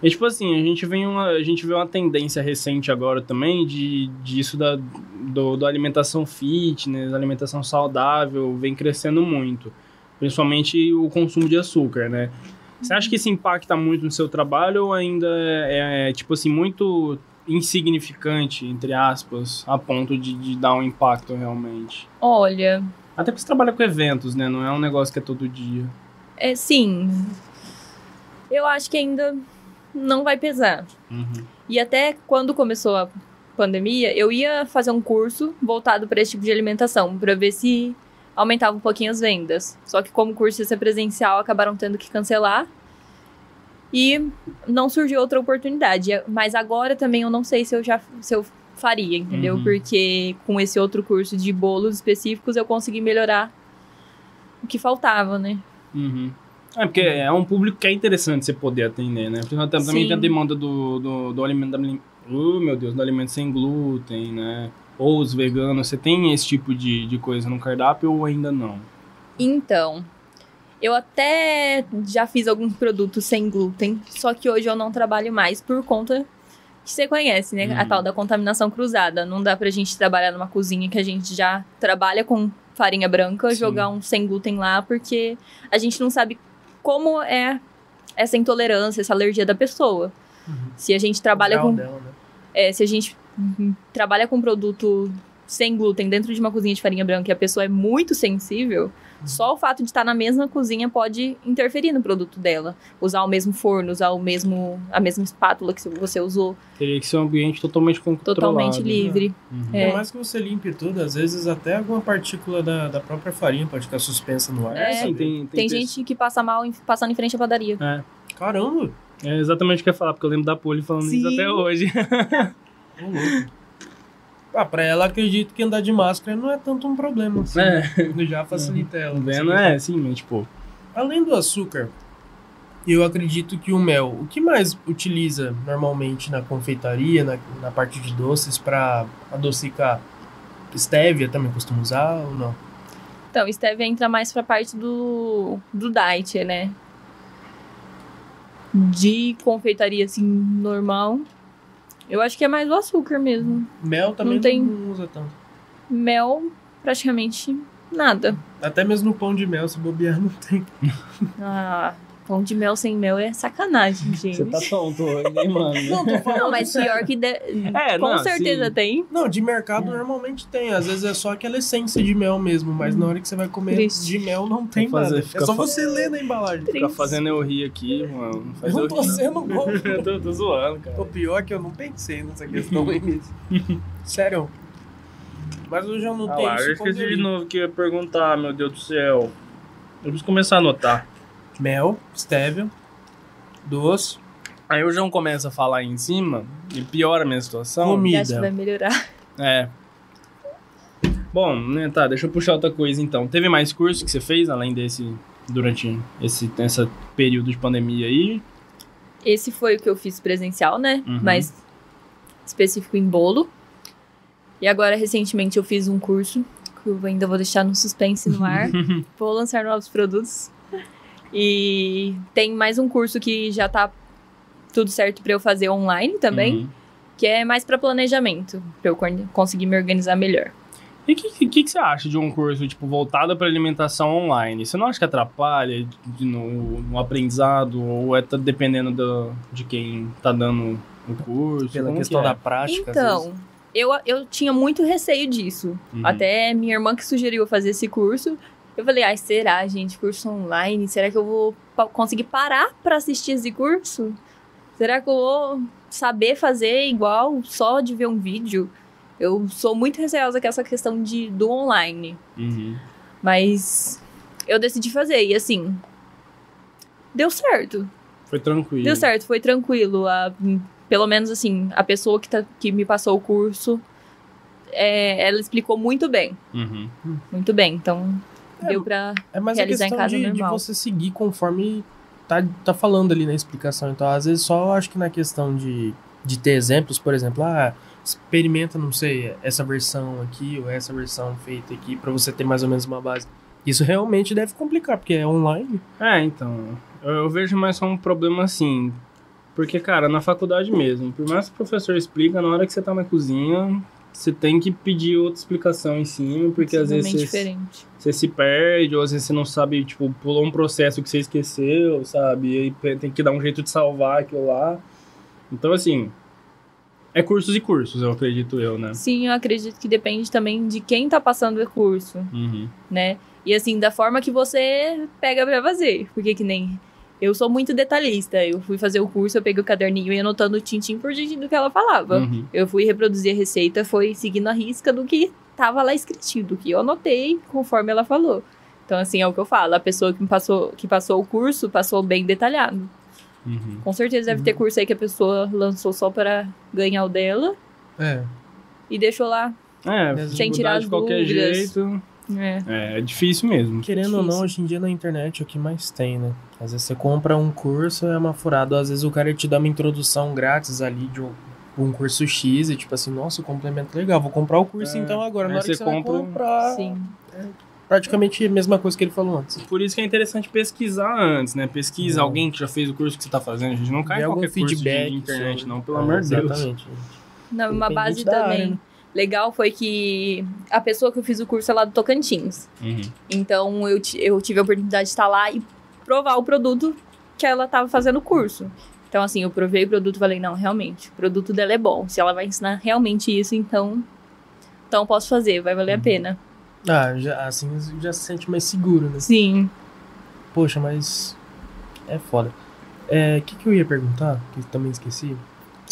Speaker 2: E tipo assim, a gente vem uma, a gente vê uma tendência recente agora também de disso da do, da alimentação fitness, alimentação saudável, vem crescendo muito. Principalmente o consumo de açúcar, né? Você acha que isso impacta muito no seu trabalho ou ainda é, é, tipo assim, muito insignificante, entre aspas, a ponto de, de dar um impacto realmente?
Speaker 3: Olha,
Speaker 2: Até porque você trabalha com eventos, né? Não é um negócio que é todo dia.
Speaker 3: é, sim. Eu acho que ainda não vai pesar. E até quando começou a pandemia, eu ia fazer um curso voltado para esse tipo de alimentação, para ver se aumentava um pouquinho as vendas. Só que como o curso ia ser presencial, acabaram tendo que cancelar. E não surgiu outra oportunidade. Mas agora também eu não sei se eu já se eu faria, entendeu?
Speaker 2: Uhum.
Speaker 3: Porque com esse outro curso de bolos específicos eu consegui melhorar o que faltava, né?
Speaker 2: Uhum. É, porque é um público que é interessante você poder atender, né? Porque nós tam- também
Speaker 3: Sim.
Speaker 2: tem a demanda do, do, do alimento... da alim- Uh, meu Deus, do alimento sem glúten, né? Ou os veganos, você tem esse tipo de, de coisa no cardápio ou ainda não?
Speaker 3: Então, eu até já fiz alguns produtos sem glúten, só que hoje eu não trabalho mais por conta que você conhece, né? A
Speaker 2: Uhum.
Speaker 3: tal da contaminação cruzada. Não dá pra gente trabalhar numa cozinha que a gente já trabalha com farinha branca,
Speaker 2: Sim.
Speaker 3: jogar um sem glúten lá, porque a gente não sabe como é essa intolerância, essa alergia da pessoa.
Speaker 1: Uhum.
Speaker 3: Se a gente trabalha
Speaker 1: O grau
Speaker 3: com
Speaker 1: dela, né?
Speaker 3: é, se a gente uhum, trabalha com um produto sem glúten dentro de uma cozinha de farinha branca e a pessoa é muito sensível, só o fato de estar na mesma cozinha pode interferir no produto dela. Usar o mesmo forno, usar o mesmo, a mesma espátula que você usou,
Speaker 2: Teria que ser um ambiente totalmente controlado.
Speaker 3: totalmente livre.
Speaker 2: Uhum.
Speaker 3: É.
Speaker 1: Por mais que você limpe tudo, às vezes até alguma partícula da, da própria farinha pode ficar suspensa no ar. Assim,
Speaker 3: É,
Speaker 1: sabe?
Speaker 2: Sim, tem, tem,
Speaker 3: Tem,
Speaker 2: pessoas-
Speaker 3: gente que passa mal em- passando em frente à padaria.
Speaker 1: Caramba!
Speaker 2: É exatamente o que eu ia falar, porque eu lembro da Poli falando isso
Speaker 3: Sim.
Speaker 2: até hoje. Tá
Speaker 1: Ô, louco. Ah, pra ela, acredito que andar de máscara não é tanto um problema. Assim,
Speaker 2: É.
Speaker 1: né? Já facilita ela.
Speaker 2: Tá vendo? É, assim, mas tipo...
Speaker 1: Além do açúcar, eu acredito que o mel. O que mais utiliza normalmente na confeitaria, na, na parte de doces, pra adocicar? Stevia também costuma usar ou não?
Speaker 3: Então, stevia entra mais pra parte do, do diet, né? De confeitaria, assim, normal. Eu acho que é mais o açúcar mesmo.
Speaker 1: Mel também não,
Speaker 3: Não tem.
Speaker 1: não usa tanto.
Speaker 3: mel, praticamente nada.
Speaker 1: Até mesmo no pão de mel, se bobear, não tem.
Speaker 3: Ah, Pão de mel sem mel é sacanagem, gente.
Speaker 4: Você tá tonto hoje, hein, mano?
Speaker 1: Não, tô falando
Speaker 3: Não, mas
Speaker 1: sério.
Speaker 3: pior que. de-
Speaker 2: É,
Speaker 3: Com
Speaker 2: não,
Speaker 3: certeza
Speaker 2: sim.
Speaker 3: tem.
Speaker 1: Não, de
Speaker 2: Hum.
Speaker 1: mercado normalmente tem. Às vezes é só aquela essência de mel mesmo, mas
Speaker 2: Hum.
Speaker 1: na hora que você vai comer
Speaker 3: Triste.
Speaker 1: de mel não tem
Speaker 2: fazer-
Speaker 1: nada.
Speaker 2: fica
Speaker 1: É só
Speaker 2: fa-
Speaker 1: você ler na embalagem.
Speaker 2: Ficar fazendo eu rir aqui, mano. Não
Speaker 1: Eu
Speaker 2: faz
Speaker 1: não
Speaker 2: eu
Speaker 1: tô
Speaker 2: rir,
Speaker 1: sendo bom.
Speaker 2: não. Eu tô, tô zoando, cara.
Speaker 1: O pior é que eu não pensei nessa questão no início. Sério. Mas hoje eu não
Speaker 2: Ah
Speaker 1: tenho
Speaker 2: lá, eu
Speaker 1: isso como
Speaker 2: esqueci de
Speaker 1: delírio.
Speaker 2: novo que eu ia perguntar, meu Deus do céu. Eu preciso começar a anotar.
Speaker 1: Mel, stevia, doce,
Speaker 2: Aí o João começa a falar aí em cima e piora a minha situação.
Speaker 1: Comi.
Speaker 3: Você
Speaker 1: Comida.
Speaker 3: acha que vai melhorar?
Speaker 2: É. Bom, né, tá, deixa eu puxar outra coisa então. Teve mais curso que você fez além desse durante esse essa período de pandemia aí?
Speaker 3: Esse foi o que eu fiz presencial, né?
Speaker 2: Uhum.
Speaker 3: Mas específico em bolo. E agora, recentemente, eu fiz um curso que eu ainda vou deixar no suspense no ar. vou lançar novos produtos. E tem mais um curso que já tá tudo certo pra eu fazer online também,
Speaker 2: Uhum.
Speaker 3: que é mais pra planejamento, pra eu con- conseguir me organizar melhor.
Speaker 2: E o que, que, que você acha de um curso tipo voltado para alimentação online? Você não acha que atrapalha de- no, no aprendizado ou é tá dependendo do, de quem tá dando o curso?
Speaker 1: pela
Speaker 2: Como que
Speaker 1: questão
Speaker 2: é?
Speaker 1: da prática. às vezes.
Speaker 3: então, eu, eu tinha muito receio disso.
Speaker 2: Uhum.
Speaker 3: Até minha irmã que sugeriu eu fazer esse curso. Eu falei, ai, será, gente? Curso online? Será que eu vou pa- conseguir parar pra assistir esse curso? Será que eu vou saber fazer igual só de ver um vídeo? Eu sou muito receosa com essa questão de, do online.
Speaker 2: Uhum.
Speaker 3: Mas eu decidi fazer. E assim, deu certo.
Speaker 2: Foi tranquilo.
Speaker 3: Deu certo, foi tranquilo. A- pelo menos assim, a pessoa que, tá- que me passou o curso, é, ela explicou muito bem.
Speaker 2: Uhum.
Speaker 3: Muito bem, então
Speaker 1: É,
Speaker 3: deu pra.
Speaker 1: É mais a
Speaker 3: Realizar em
Speaker 1: questão
Speaker 3: casa
Speaker 1: de, de
Speaker 3: normal.
Speaker 1: você seguir conforme tá, tá falando ali na explicação. Então, às vezes, só acho que na questão de, de ter exemplos, por exemplo, ah, experimenta, não sei, essa versão aqui ou essa versão feita aqui, pra você ter mais ou menos uma base. Isso realmente deve complicar, porque é online.
Speaker 2: É, então. Eu, eu vejo mais como um problema assim. Porque, cara, na faculdade mesmo, por mais que o professor explica, na hora que você tá na cozinha, você tem que pedir outra explicação em cima, porque às vezes
Speaker 3: totalmente
Speaker 2: você,
Speaker 3: diferente.
Speaker 2: você se perde, ou às vezes você não sabe, tipo, pulou um processo que você esqueceu, sabe? E aí pe- tem que dar um jeito de salvar aquilo lá. Então, assim. É cursos e cursos, eu acredito eu, né?
Speaker 3: Sim, eu acredito que depende também de quem tá passando o curso,
Speaker 2: Uhum.
Speaker 3: né? E assim, da forma que você pega pra fazer. Porque que nem. Eu sou muito detalhista. Eu fui fazer o curso, eu peguei o caderninho e ia anotando tintim por tintim do que ela falava.
Speaker 2: Uhum.
Speaker 3: Eu fui reproduzir a receita, foi seguindo a risca do que tava lá escritinho, do que eu anotei conforme ela falou. Então, assim, é o que eu falo. A pessoa que me passou, que passou o curso passou bem detalhado.
Speaker 2: Uhum.
Speaker 3: Com certeza deve ter curso aí que a pessoa lançou só para ganhar o dela
Speaker 1: É.
Speaker 3: e deixou lá.
Speaker 2: É,
Speaker 1: Sem
Speaker 2: sem
Speaker 3: tirar
Speaker 2: tirar
Speaker 3: as
Speaker 2: de qualquer
Speaker 3: dúvidas.
Speaker 2: jeito.
Speaker 3: É.
Speaker 2: É, é difícil mesmo.
Speaker 1: Querendo ou não,
Speaker 3: Difícil.
Speaker 1: hoje em dia na internet é o que mais tem, né? Às vezes você compra um curso, é uma furada. Às vezes o cara te dá uma introdução grátis ali de um, um curso X e tipo assim, nossa, complemento legal, vou comprar o curso
Speaker 2: É,
Speaker 1: então agora.
Speaker 2: aí
Speaker 1: Na hora
Speaker 2: você
Speaker 1: que você vai
Speaker 2: compra um-
Speaker 1: comprar,
Speaker 3: Sim.
Speaker 1: praticamente a mesma coisa que ele falou antes.
Speaker 2: Por isso que é interessante pesquisar antes, né? Pesquisa
Speaker 1: É.
Speaker 2: alguém que já fez o curso que você tá fazendo. A gente não cai
Speaker 1: Dê
Speaker 2: em
Speaker 1: algum
Speaker 2: qualquer feedback
Speaker 1: feedback
Speaker 2: de internet,
Speaker 1: sobre-
Speaker 2: não, pelo
Speaker 1: É,
Speaker 2: amor de Deus.
Speaker 1: Exatamente.
Speaker 3: Não, é uma
Speaker 1: Dependente
Speaker 3: base
Speaker 1: da
Speaker 3: também
Speaker 1: área, né?
Speaker 3: legal foi que a pessoa que eu fiz o curso é lá do Tocantins.
Speaker 2: Uhum.
Speaker 3: Então eu, ti- eu tive a oportunidade de estar lá e provar o produto que ela estava fazendo o curso. Então, assim, eu provei o produto e falei, não, realmente, o produto dela é bom. Se ela vai ensinar realmente isso, então, então posso fazer, vai
Speaker 1: Uhum.
Speaker 3: valer a pena.
Speaker 1: Ah, já, assim já se sente mais seguro, né?
Speaker 3: Sim.
Speaker 1: Poxa, mas. É foda. É, O que, que eu ia perguntar? Que eu também esqueci.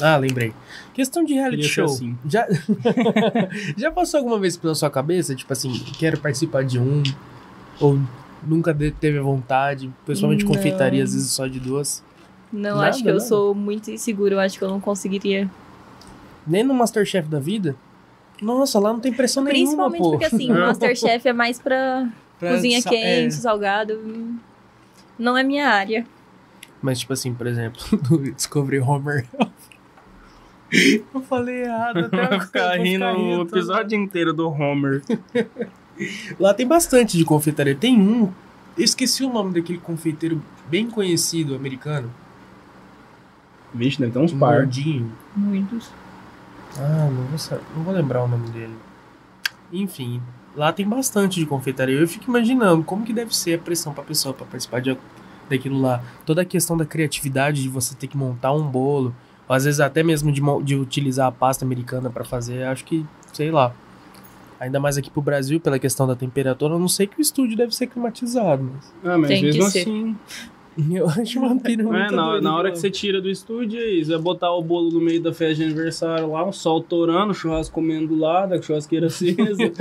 Speaker 1: Ah, lembrei. Questão de reality
Speaker 2: Queria ser
Speaker 1: show.
Speaker 2: assim.
Speaker 1: Já... Já passou alguma vez pela sua cabeça? Tipo assim, quero participar de um? Ou nunca de- teve vontade? Principalmente
Speaker 3: Não.
Speaker 1: confeitaria, às vezes só de duas.
Speaker 3: Não,
Speaker 1: Nada,
Speaker 3: acho que eu
Speaker 1: nada.
Speaker 3: sou muito insegura, eu acho que eu não conseguiria.
Speaker 1: Nem no Masterchef da vida? Nossa, lá não tem pressão nenhuma,
Speaker 3: Principalmente
Speaker 1: pô.
Speaker 3: porque, assim, o Masterchef é mais pra
Speaker 1: Pra
Speaker 3: Cozinha
Speaker 1: sa-
Speaker 3: quente,
Speaker 1: é.
Speaker 3: salgado. hum, Não é minha área.
Speaker 1: Mas, tipo assim, por exemplo, descobri Homer. Eu falei errado até agora,
Speaker 2: Vai ficar
Speaker 1: vou
Speaker 2: rindo o
Speaker 1: toda hora.
Speaker 2: episódio inteiro do Homer.
Speaker 1: Lá tem bastante de confeitaria. Tem um. Eu esqueci o nome daquele confeiteiro bem conhecido americano.
Speaker 2: Vixe, deve ter uns
Speaker 1: Um
Speaker 2: par.
Speaker 1: gordinho.
Speaker 3: Muitos.
Speaker 1: Ah, não vou, sa- não vou lembrar o nome dele. Enfim, lá tem bastante de confeitaria. Eu fico imaginando como que deve ser a pressão pra pessoa pra participar de, daquilo lá. Toda a questão da criatividade de você ter que montar um bolo, ou às vezes até mesmo de, mo- de utilizar a pasta americana pra fazer, acho que, sei lá. Ainda mais aqui pro Brasil, pela questão da temperatura, eu não sei que o estúdio deve ser climatizado, mas.
Speaker 2: Ah, mas
Speaker 3: Tem que
Speaker 2: mesmo
Speaker 3: ser.
Speaker 2: assim.
Speaker 1: Eu acho uma pirâmide.
Speaker 2: É, na, na
Speaker 1: então.
Speaker 2: hora que você tira do estúdio, é isso. É botar o bolo no meio da festa de aniversário lá, o sol torando, o churrasco comendo do lado, a churrasqueira acesa,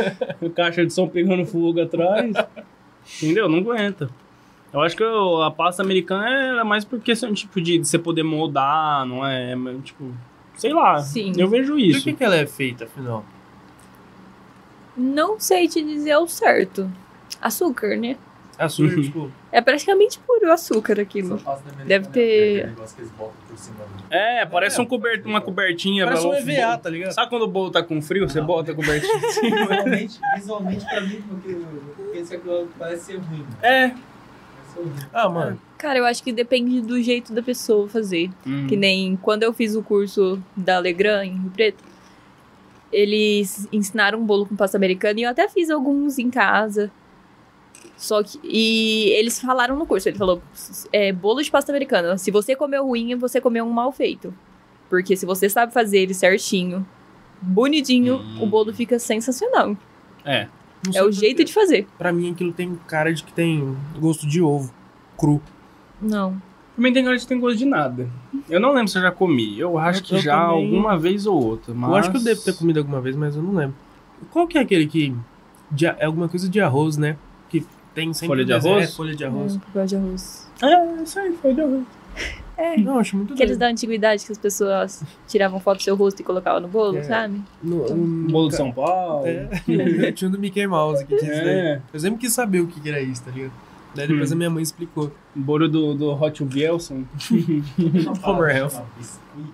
Speaker 2: a caixa de som pegando fogo atrás. Entendeu? Não aguenta. Eu acho que eu- a pasta americana é mais por questão tipo, de você poder moldar, não é? É, mas, Tipo, sei lá.
Speaker 3: Sim.
Speaker 2: Eu vejo
Speaker 1: Por
Speaker 2: isso.
Speaker 1: que, que ela é feita, afinal?
Speaker 3: Não sei te dizer ao certo. Açúcar, né?
Speaker 1: Açúcar,
Speaker 2: Uhum.
Speaker 1: tipo.
Speaker 3: É praticamente puro açúcar aquilo. Uhum. Deve ter-
Speaker 1: Uhum.
Speaker 2: É, parece um cobert- uma cobertinha.
Speaker 1: Parece um
Speaker 2: pra-
Speaker 1: EVA, tá ligado?
Speaker 2: Sabe quando o bolo tá com frio, você
Speaker 4: Não.
Speaker 2: bota a cobertinha em cima?
Speaker 4: Visualmente, visualmente pra mim, porque eu penso que aquilo parece ser ruim.
Speaker 2: É.
Speaker 4: Parece ser ruim.
Speaker 1: Ah, mano.
Speaker 3: Cara, eu acho que depende do jeito da pessoa fazer.
Speaker 2: Uhum.
Speaker 3: Que nem quando eu fiz o curso da Legrand em Rio Preto, eles ensinaram um bolo com pasta americana e eu até fiz alguns em casa. Só que. E eles falaram no curso, ele falou: é, bolo de pasta americana. Se você comeu ruim, você comeu um mal feito. Porque se você sabe fazer ele certinho, bonitinho,
Speaker 2: Hum.
Speaker 3: o bolo fica sensacional.
Speaker 2: É.
Speaker 1: não sei
Speaker 3: É o
Speaker 1: por
Speaker 3: jeito
Speaker 1: quê.
Speaker 3: de fazer.
Speaker 1: Pra mim, aquilo tem cara de que tem gosto de ovo cru.
Speaker 3: Não.
Speaker 2: Também tem cara de que tem gosto de nada. Eu não lembro se eu já comi. Eu acho que
Speaker 1: Eu
Speaker 2: já
Speaker 1: também-
Speaker 2: alguma vez ou outra. Mas...
Speaker 1: Eu acho que eu devo ter comido alguma vez, mas eu não lembro. Qual que é aquele que. de a- é alguma coisa de arroz, né? Que tem sempre.
Speaker 2: Folha de
Speaker 1: o desenho-
Speaker 2: arroz?
Speaker 1: É, folha de
Speaker 3: Arroz.
Speaker 1: arroz.
Speaker 3: de arroz.
Speaker 2: É, isso aí, foi de arroz.
Speaker 1: Não, eu acho muito
Speaker 3: Aqueles
Speaker 1: doido.
Speaker 3: da antiguidade É. que as pessoas tiravam foto do seu rosto e colocavam no bolo,
Speaker 1: É.
Speaker 3: sabe?
Speaker 1: No-
Speaker 3: um
Speaker 1: no-
Speaker 2: Bolo de São Paulo.
Speaker 1: É. Eu tinha um do Mickey Mouse que tinha isso daí.
Speaker 2: É.
Speaker 1: Eu sempre quis saber o que que era isso, tá ligado? Daí depois
Speaker 2: Hum.
Speaker 1: a minha mãe explicou.
Speaker 2: Bolo do, do Hot Bielson.
Speaker 1: Homer Health.
Speaker 4: Biscuit,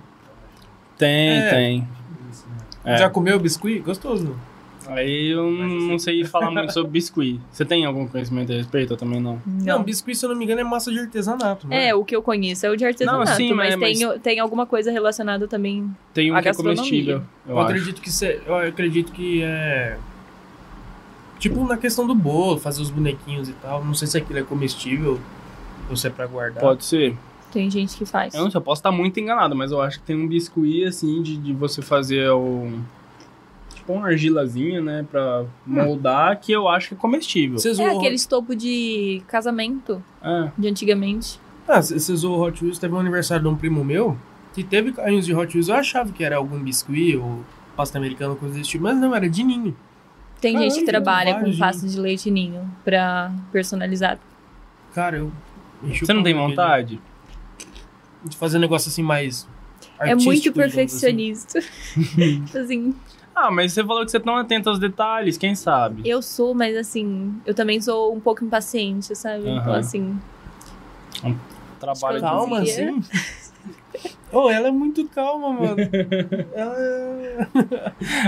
Speaker 2: Tem,
Speaker 1: É.
Speaker 2: tem.
Speaker 4: né? isso, né?
Speaker 2: É.
Speaker 1: Já comeu biscuit? Gostoso, não?
Speaker 2: Aí eu
Speaker 4: Mas
Speaker 2: não sei falar muito sobre biscuit. Você tem algum conhecimento a respeito? Eu também não.
Speaker 1: Não, biscuit, se eu não me engano, é massa de artesanato, né?
Speaker 3: É, o que eu conheço é o de artesanato,
Speaker 2: Não, sim,
Speaker 3: mas,
Speaker 2: mas-
Speaker 3: tem, tem alguma coisa relacionada também.
Speaker 2: Tem um
Speaker 3: A
Speaker 2: que é
Speaker 3: gastronomia.
Speaker 2: comestível. Eu
Speaker 1: Eu
Speaker 2: acho.
Speaker 1: acredito que cê- eu acredito que é tipo na questão do bolo, fazer os bonequinhos e tal. Não sei se aquilo é comestível ou se é pra guardar.
Speaker 2: Pode ser.
Speaker 3: Tem gente que faz.
Speaker 1: É um
Speaker 3: É
Speaker 2: Eu não sei, eu posso estar muito enganado, mas eu acho que tem um biscuit, assim, de, de você fazer o... Tipo uma argilazinha, né, pra moldar, que eu acho que é comestível.
Speaker 1: Vocês
Speaker 3: É
Speaker 1: zoam-
Speaker 3: aqueles topo de casamento
Speaker 2: É.
Speaker 3: de antigamente.
Speaker 1: Ah, vocês zoam o Hot Wheels, teve um aniversário de um primo meu que teve carrinhos de Hot Wheels. Eu achava que era algum biscuit ou pasta americana, coisa desse tipo, mas não, era de ninho.
Speaker 3: Tem gente que
Speaker 1: Caralho,
Speaker 3: trabalha com
Speaker 1: vários,
Speaker 3: pasta de leite ninho pra personalizar.
Speaker 1: Cara, eu. enchi o
Speaker 2: Você não tem
Speaker 1: pau daquele-
Speaker 2: vontade?
Speaker 1: De fazer um negócio assim mais.
Speaker 3: É
Speaker 1: artístico,
Speaker 3: muito
Speaker 1: digamos
Speaker 3: perfeccionista. assim,
Speaker 2: Ah, mas você falou que você tá atento aos detalhes, quem sabe?
Speaker 3: eu sou, mas assim, eu também sou um pouco impaciente, sabe? Então,
Speaker 2: Aham.
Speaker 3: assim,
Speaker 1: assim.
Speaker 2: Trabalho
Speaker 3: Eu
Speaker 1: Calma,
Speaker 3: conseguia.
Speaker 1: assim. oh, ela é muito calma, mano. Ela é.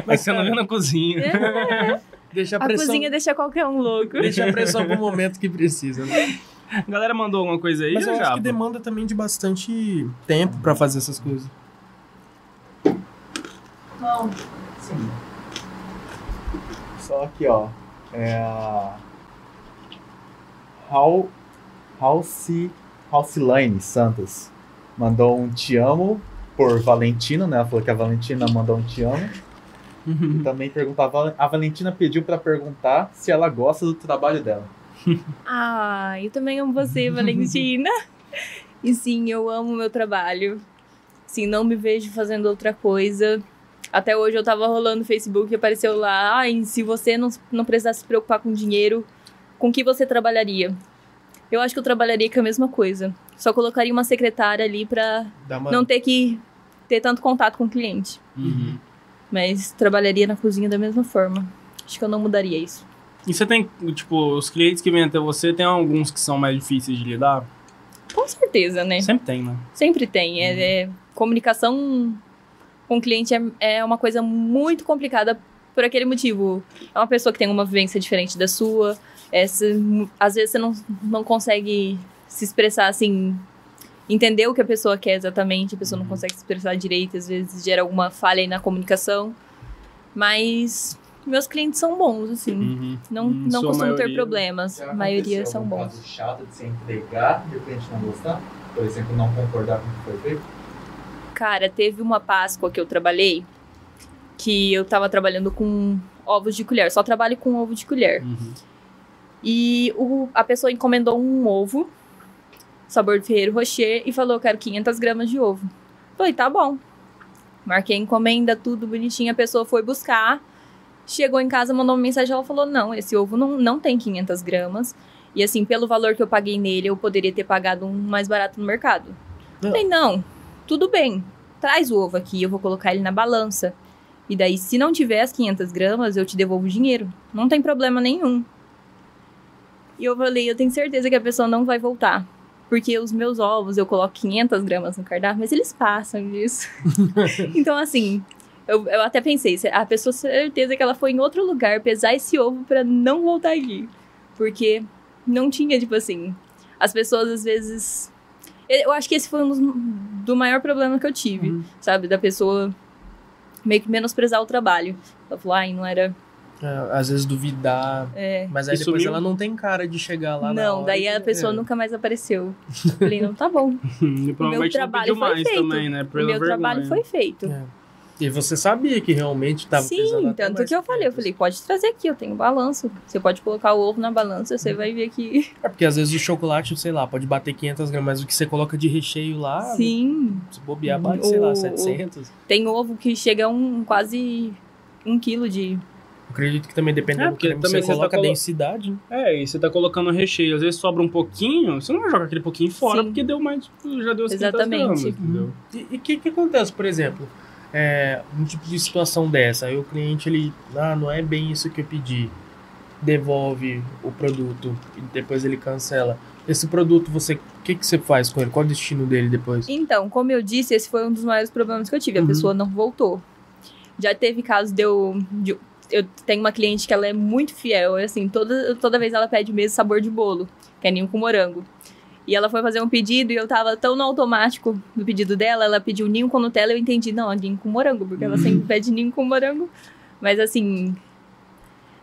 Speaker 2: Mas você não viu na cozinha.
Speaker 1: Deixa a
Speaker 3: a
Speaker 1: pressão.
Speaker 3: cozinha deixa qualquer um louco.
Speaker 1: Deixa a pressão pro momento que precisa, né?
Speaker 3: É.
Speaker 2: A galera mandou alguma coisa aí,
Speaker 1: Mas eu
Speaker 2: já?
Speaker 1: acho que demanda também de bastante tempo pra fazer essas coisas.
Speaker 3: Bom,
Speaker 5: Só aqui, ó. É a. Hal- Halci- Halcilaine Santos mandou um te amo por Valentina, né? Ela falou que a Valentina mandou um te amo.
Speaker 1: Uhum.
Speaker 5: E também perguntava. A Valentina pediu pra perguntar se ela gosta do trabalho dela.
Speaker 3: Ah, eu também amo você, Valentina. e sim, eu amo o meu trabalho. Sim, não me vejo fazendo outra coisa. Até hoje eu tava rolando no Facebook e apareceu lá. Ai, se você não, não precisasse se preocupar com dinheiro, com que você trabalharia? Eu acho que eu trabalharia com a mesma coisa. Só colocaria uma secretária ali pra
Speaker 1: Dá uma...
Speaker 3: não ter que ter tanto contato com o cliente.
Speaker 2: Uhum.
Speaker 3: Mas trabalharia na cozinha da mesma forma. Acho que eu não mudaria isso.
Speaker 2: E você tem, tipo, os clientes que vêm até você, tem alguns que são mais difíceis de lidar?
Speaker 3: Com certeza, né?
Speaker 2: Sempre tem, né?
Speaker 3: Sempre tem. É, é- comunicação com o cliente é, é uma coisa muito complicada por aquele motivo. É uma pessoa que tem uma vivência diferente da sua. é, se- às vezes você não, não consegue se expressar assim, entender o que a pessoa quer exatamente. A pessoa não consegue se expressar direito. Às vezes gera alguma falha aí na comunicação. Mas Meus clientes são bons, assim.
Speaker 2: Uhum.
Speaker 3: Não,
Speaker 2: Hum,
Speaker 3: não
Speaker 2: sua
Speaker 3: costumo ter
Speaker 2: maioria.
Speaker 3: problemas.
Speaker 5: Já
Speaker 3: A maioria
Speaker 5: aconteceu
Speaker 3: são
Speaker 5: algum
Speaker 3: bons.
Speaker 5: caso chato de você entregar e o cliente não gostar? Por exemplo, não concordar com o que foi feito?
Speaker 3: Cara, teve uma Páscoa que eu trabalhei que eu tava trabalhando com ovos de colher. Só trabalho com ovo de colher.
Speaker 2: Uhum.
Speaker 3: E o- a pessoa encomendou um ovo, sabor Ferreiro Rocher, e falou: quero 500 gramas de ovo. Falei: tá bom. Marquei a encomenda, tudo bonitinho. A pessoa foi buscar, chegou em casa, mandou uma mensagem. Ela falou: não, esse ovo não, não tem 500 gramas. E assim, pelo valor que eu paguei nele, eu poderia ter pagado um mais barato no mercado.
Speaker 1: Não.
Speaker 3: Falei: não, tudo bem, traz o ovo aqui, eu vou colocar ele na balança. E daí, se não tiver as 500 gramas, eu te devolvo o dinheiro. Não tem problema nenhum. E eu falei, eu tenho certeza que a pessoa não vai voltar. Porque os meus ovos, eu coloco 500 gramas no cardápio, mas eles passam disso. então, assim, eu, eu até pensei, se- a pessoa certeza que ela foi em outro lugar pesar esse ovo pra não voltar aqui. Porque não tinha, tipo assim, as pessoas às vezes... Eu acho que esse foi um dos, do maior problema que eu tive,
Speaker 1: Uhum.
Speaker 3: sabe? Da pessoa meio que menosprezar o trabalho. Ela falou, ai, não era...
Speaker 1: É, às vezes duvidar.
Speaker 3: É,
Speaker 1: Mas aí
Speaker 2: E
Speaker 1: depois
Speaker 2: sumiu?
Speaker 1: ela não tem cara de chegar lá na
Speaker 3: não,
Speaker 1: hora
Speaker 3: daí
Speaker 1: e-
Speaker 3: a pessoa
Speaker 1: é.
Speaker 3: nunca mais apareceu. Eu falei, não, tá bom.
Speaker 2: E provavelmente não
Speaker 3: trabalho
Speaker 2: pediu
Speaker 3: foi
Speaker 2: mais
Speaker 3: feito.
Speaker 2: também, né?
Speaker 3: O
Speaker 2: Pela
Speaker 3: meu
Speaker 2: vergonha.
Speaker 3: trabalho foi feito.
Speaker 1: E você sabia que realmente tava pesando
Speaker 3: Sim,
Speaker 1: até
Speaker 3: tanto
Speaker 1: mais
Speaker 3: que eu falei, eu
Speaker 1: isso.
Speaker 3: falei, pode trazer aqui, eu tenho balanço. Você pode colocar o ovo na balança, você vai ver que.
Speaker 1: É porque às vezes o chocolate, sei lá, pode bater 500 gramas, mas o que você coloca de recheio lá,
Speaker 3: Sim.
Speaker 1: se bobear, bate, sei
Speaker 3: O-
Speaker 1: lá, 700.
Speaker 3: Tem ovo que chega a um quase um quilo de.
Speaker 1: Eu acredito que também dependendo
Speaker 2: É,
Speaker 1: do
Speaker 2: porque
Speaker 1: creme,
Speaker 2: também
Speaker 1: você
Speaker 2: você tá
Speaker 1: coloca a
Speaker 2: colo-
Speaker 1: densidade. né?
Speaker 2: É, e você tá colocando recheio. Às vezes sobra um pouquinho, você não vai jogar aquele pouquinho fora,
Speaker 3: Sim.
Speaker 2: porque deu mais, já deu as 500
Speaker 3: Exatamente.
Speaker 2: gramas, entendeu?
Speaker 1: E o que, que acontece, por exemplo, é, um tipo de situação dessa? Aí o cliente, ele, ah, não é bem isso que eu pedi. Devolve o produto e depois ele cancela. Esse produto, você, o que, que você faz com ele? Qual é o destino dele depois?
Speaker 3: Então, como eu disse, esse foi um dos maiores problemas que eu tive. A
Speaker 1: Uhum.
Speaker 3: pessoa não voltou. Já teve caso de eu. de- eu tenho uma cliente que ela é muito fiel, e assim, toda, toda vez ela pede o mesmo sabor de bolo, que é ninho com morango. E ela foi fazer um pedido e eu tava tão no automático do pedido dela, ela pediu ninho com Nutella, eu entendi, não, é ninho com morango, porque
Speaker 1: Uhum.
Speaker 3: ela sempre pede ninho com morango. Mas assim,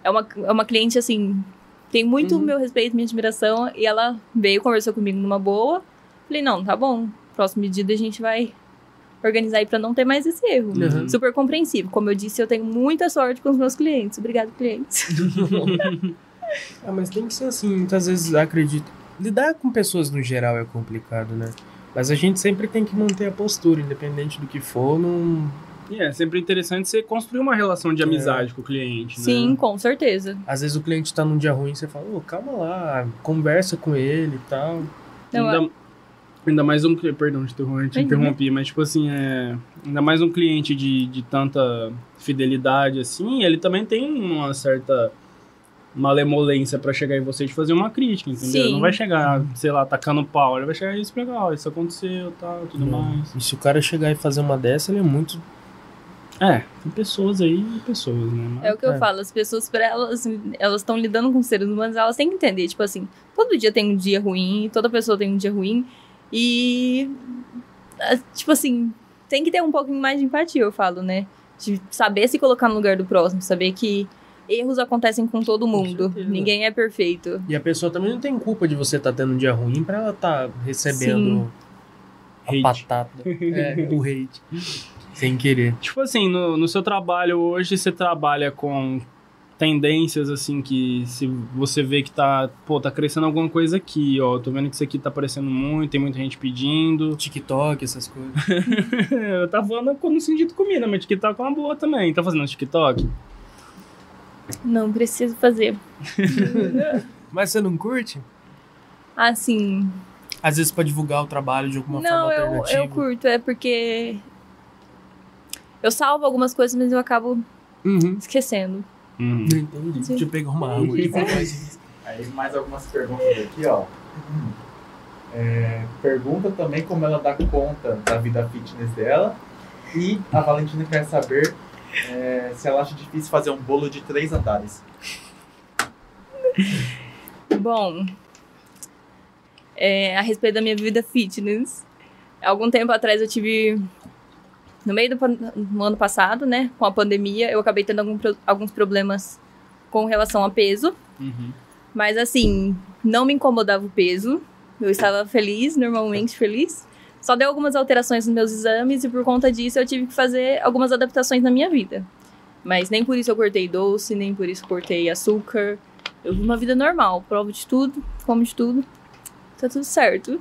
Speaker 3: é uma, é uma cliente assim, tem muito meu respeito, minha admiração, e ela veio, conversou comigo numa boa. Falei, não, tá bom, próximo pedido a gente vai organizar aí pra não ter mais esse erro.
Speaker 1: Uhum.
Speaker 3: Super compreensivo. Como eu disse, eu tenho muita sorte com os meus clientes. Obrigado, clientes.
Speaker 1: Ah, mas tem que ser assim, muitas vezes acredito. Lidar com pessoas no geral é complicado, né? Mas a gente sempre tem que manter a postura, independente do que for, não.
Speaker 2: E é sempre interessante você construir uma relação de amizade com o cliente, né?
Speaker 3: Sim, com certeza.
Speaker 1: Às vezes o cliente tá num dia ruim, você fala, ô, calma lá, conversa com ele e tal.
Speaker 3: Não,
Speaker 2: ainda, ainda mais um cliente, perdão de interrom- te
Speaker 3: Imagina.
Speaker 2: interromper, mas tipo assim, é, ainda mais um cliente de, de tanta fidelidade assim, ele também tem uma certa malemolência pra chegar em você de fazer uma crítica, entendeu?
Speaker 3: Sim.
Speaker 2: Não vai chegar, sei lá, tacando pau, ele vai chegar e explicar, ó, isso aconteceu, tal, tudo
Speaker 1: Não.
Speaker 2: mais.
Speaker 1: E se o cara chegar e fazer uma dessa, ele é muito.
Speaker 2: É, tem pessoas aí, e pessoas, né? Mas-
Speaker 3: É o que eu
Speaker 1: É.
Speaker 3: falo, as pessoas, pra elas, elas estão lidando com seres humanos, elas têm que entender, tipo assim, todo dia tem um dia ruim, toda pessoa tem um dia ruim, e, ah, tipo assim, tem que ter um pouquinho mais de empatia, eu falo, né? De saber se colocar no lugar do próximo, saber que erros acontecem com todo mundo,
Speaker 1: certeza.
Speaker 3: ninguém é perfeito.
Speaker 1: E a pessoa também não tem culpa de você tá tendo um dia ruim pra ela tá recebendo
Speaker 2: Hate.
Speaker 1: a patata, é, o hate. Sem querer.
Speaker 2: Tipo assim, no, no seu trabalho hoje, você trabalha com tendências, assim, que se você vê que tá, pô, tá crescendo alguma coisa aqui, ó, tô vendo que isso aqui tá aparecendo muito, tem muita gente pedindo. É,
Speaker 1: TikTok, essas coisas.
Speaker 2: Eu tava falando com- no sentido comida, mas TikTok é uma boa também. Tá fazendo TikTok?
Speaker 3: Não preciso fazer.
Speaker 1: Mas você não curte?
Speaker 3: Assim,
Speaker 1: Às vezes pra divulgar o trabalho de alguma
Speaker 3: não,
Speaker 1: forma
Speaker 3: eu,
Speaker 1: alternativa.
Speaker 3: eu curto, é porque eu salvo algumas coisas, mas eu acabo
Speaker 1: Uhum.
Speaker 3: esquecendo.
Speaker 2: Uhum.
Speaker 1: Não entendi. Deixa eu pegar uma água aqui.
Speaker 5: Aí mais algumas perguntas aqui, ó. É, pergunta também como ela dá conta da vida fitness dela. E a Valentina quer saber é, se ela acha difícil fazer um bolo de três andares.
Speaker 3: Bom, é, a respeito da minha vida fitness, algum tempo atrás eu tive no meio do pan- no ano passado, né, com a pandemia, eu acabei tendo algum pro- alguns problemas com relação a peso.
Speaker 2: Uhum.
Speaker 3: Mas assim, não me incomodava o peso. Eu estava feliz, normalmente feliz. Só deu algumas alterações nos meus exames e por conta disso eu tive que fazer algumas adaptações na minha vida. Mas nem por isso eu cortei doce, nem por isso eu cortei açúcar. Eu vivo uma vida normal, provo de tudo, como de tudo. Tá tudo certo.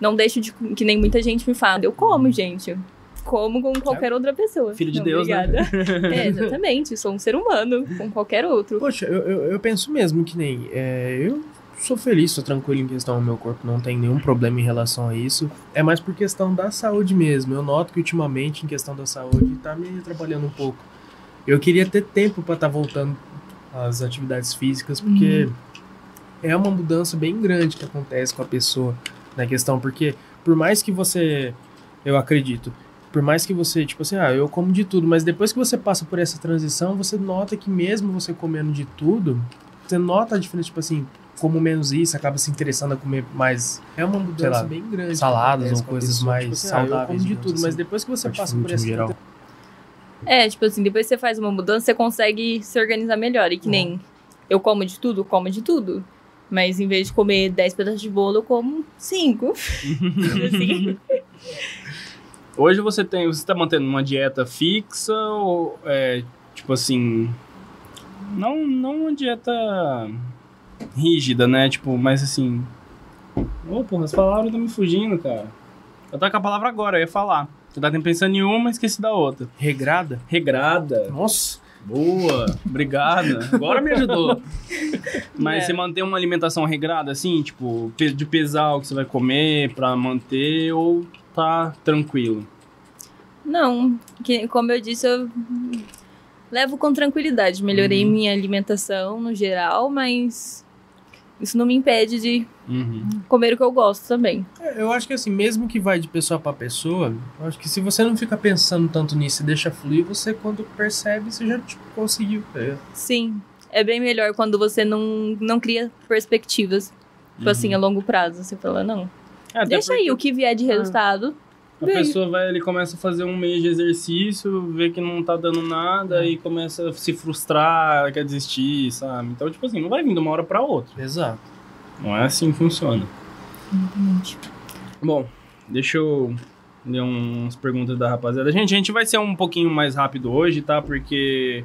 Speaker 3: Não deixo de que nem muita gente me fala. Eu como, gente. Como com qualquer outra pessoa.
Speaker 2: Uhum. Filho de
Speaker 3: Não,
Speaker 2: Deus, né?
Speaker 3: obrigada. É, exatamente. Sou um ser humano, como qualquer outro.
Speaker 1: Poxa, eu, eu, eu penso mesmo que nem. é, eu sou feliz, sou tranquilo em questão ao meu corpo, não tem nenhum problema em relação a isso. É mais por questão da saúde mesmo. Eu noto que ultimamente, em questão da saúde, tá me atrapalhando um pouco. Eu queria ter tempo pra estar voltando às atividades físicas, porque é uma mudança bem grande que acontece com a pessoa na questão, porque por mais que você. Eu acredito. Por mais que você, tipo assim, ah, eu como de tudo, mas depois que você passa por essa transição, você nota que mesmo você comendo de tudo, você nota a diferença, tipo assim, como menos isso, acaba se interessando a comer mais
Speaker 5: É uma
Speaker 1: Sei lá,
Speaker 5: mudança bem grande.
Speaker 1: saladas
Speaker 5: que
Speaker 1: ou
Speaker 5: acontece com a
Speaker 1: coisas
Speaker 5: pessoa,
Speaker 1: mais
Speaker 5: tipo assim, ah, eu como
Speaker 1: saudáveis.
Speaker 5: de
Speaker 1: digamos
Speaker 5: tudo,
Speaker 1: assim.
Speaker 5: mas depois que você
Speaker 1: Fast
Speaker 5: passa por
Speaker 1: food em
Speaker 5: essa
Speaker 1: um geral.
Speaker 3: É, tipo assim, depois que você faz uma mudança, você consegue se organizar melhor.
Speaker 2: Uhum.
Speaker 3: E que nem eu como de tudo, eu como de tudo. Mas em vez de comer 10 pedaços de bolo, eu como 5. assim,
Speaker 2: Hoje você tem, você tá mantendo uma dieta fixa ou é, tipo assim, não não uma dieta rígida, né? Tipo, mas assim, ô porra, as palavras estão me fugindo, cara. Eu tava com a palavra agora, eu ia falar. Você tá pensando em uma, esqueci da outra.
Speaker 1: Regrada?
Speaker 2: Regrada.
Speaker 1: Nossa!
Speaker 2: Boa, obrigada. Agora me ajudou. Mas
Speaker 3: É.
Speaker 2: você manter uma alimentação regrada, assim, tipo, pe- de pesar o que você vai comer pra manter ou tá tranquilo?
Speaker 3: não, que, como eu disse, eu levo com tranquilidade. Melhorei
Speaker 2: Uhum.
Speaker 3: minha alimentação no geral, mas isso não me impede de
Speaker 2: Uhum.
Speaker 3: comer o que eu gosto também.
Speaker 1: Eu acho que assim, mesmo que vai de pessoa pra pessoa, eu acho que se você não fica pensando tanto nisso e deixa fluir, você quando percebe, você já tipo, conseguiu.
Speaker 3: Sim, é bem melhor quando você não, não cria perspectivas. Tipo
Speaker 2: Uhum.
Speaker 3: assim, a longo prazo. Você fala, não,
Speaker 2: É, até
Speaker 3: Deixa aí o
Speaker 2: porque Ah.
Speaker 3: que vier de resultado.
Speaker 2: A
Speaker 3: Vem.
Speaker 2: pessoa vai, ele começa a fazer um mês de exercício, vê que não tá dando nada
Speaker 3: É.
Speaker 2: e começa a se frustrar, quer desistir, sabe? Então, tipo assim, não vai vir de uma hora pra outra.
Speaker 1: Exato.
Speaker 2: Não é assim que funciona. Bom, deixa eu ler umas perguntas da rapaziada. Gente, a gente vai ser um pouquinho mais rápido hoje, tá? Porque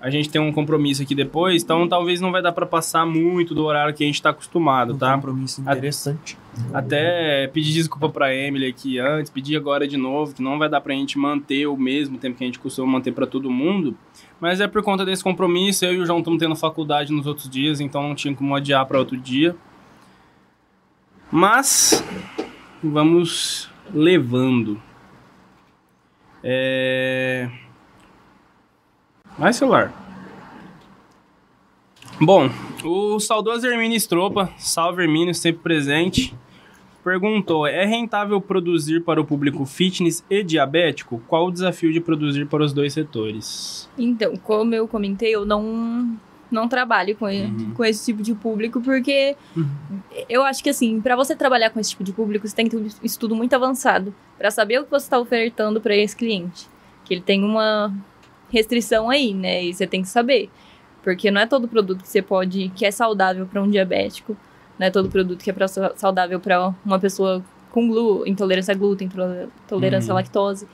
Speaker 2: a gente tem um compromisso aqui depois, então talvez não vai dar pra passar muito do horário que a gente tá acostumado, tá?
Speaker 1: Um compromisso
Speaker 2: A-
Speaker 1: interessante.
Speaker 2: Até pedir desculpa pra Emily aqui antes, pedir agora de novo, que não vai dar pra gente manter o mesmo tempo que a gente costuma manter pra todo mundo. Mas é por conta desse compromisso, eu e o João estamos tendo faculdade nos outros dias, então não tinha como adiar pra outro dia. Mas vamos levando. É... Vai, celular. Bom, o saudoso Hermínio Estropa, salve Hermínio, sempre presente, perguntou: é rentável produzir para o público fitness e diabético? Qual o desafio de produzir para os dois setores?
Speaker 3: Então, como eu comentei, eu não, não trabalho com, e-
Speaker 2: Uhum.
Speaker 3: com esse tipo de público, porque eu acho que, assim, pra você trabalhar com esse tipo de público, você tem que ter um estudo muito avançado pra saber o que você tá ofertando pra esse cliente. Que ele tem uma restrição aí, né? E você tem que saber. Porque não é todo produto que você pode, que é saudável pra um diabético, não é todo produto que é pra, sa- saudável pra uma pessoa com glú, intolerância a glúten, intole- intolerância à
Speaker 2: Uhum.
Speaker 3: lactose.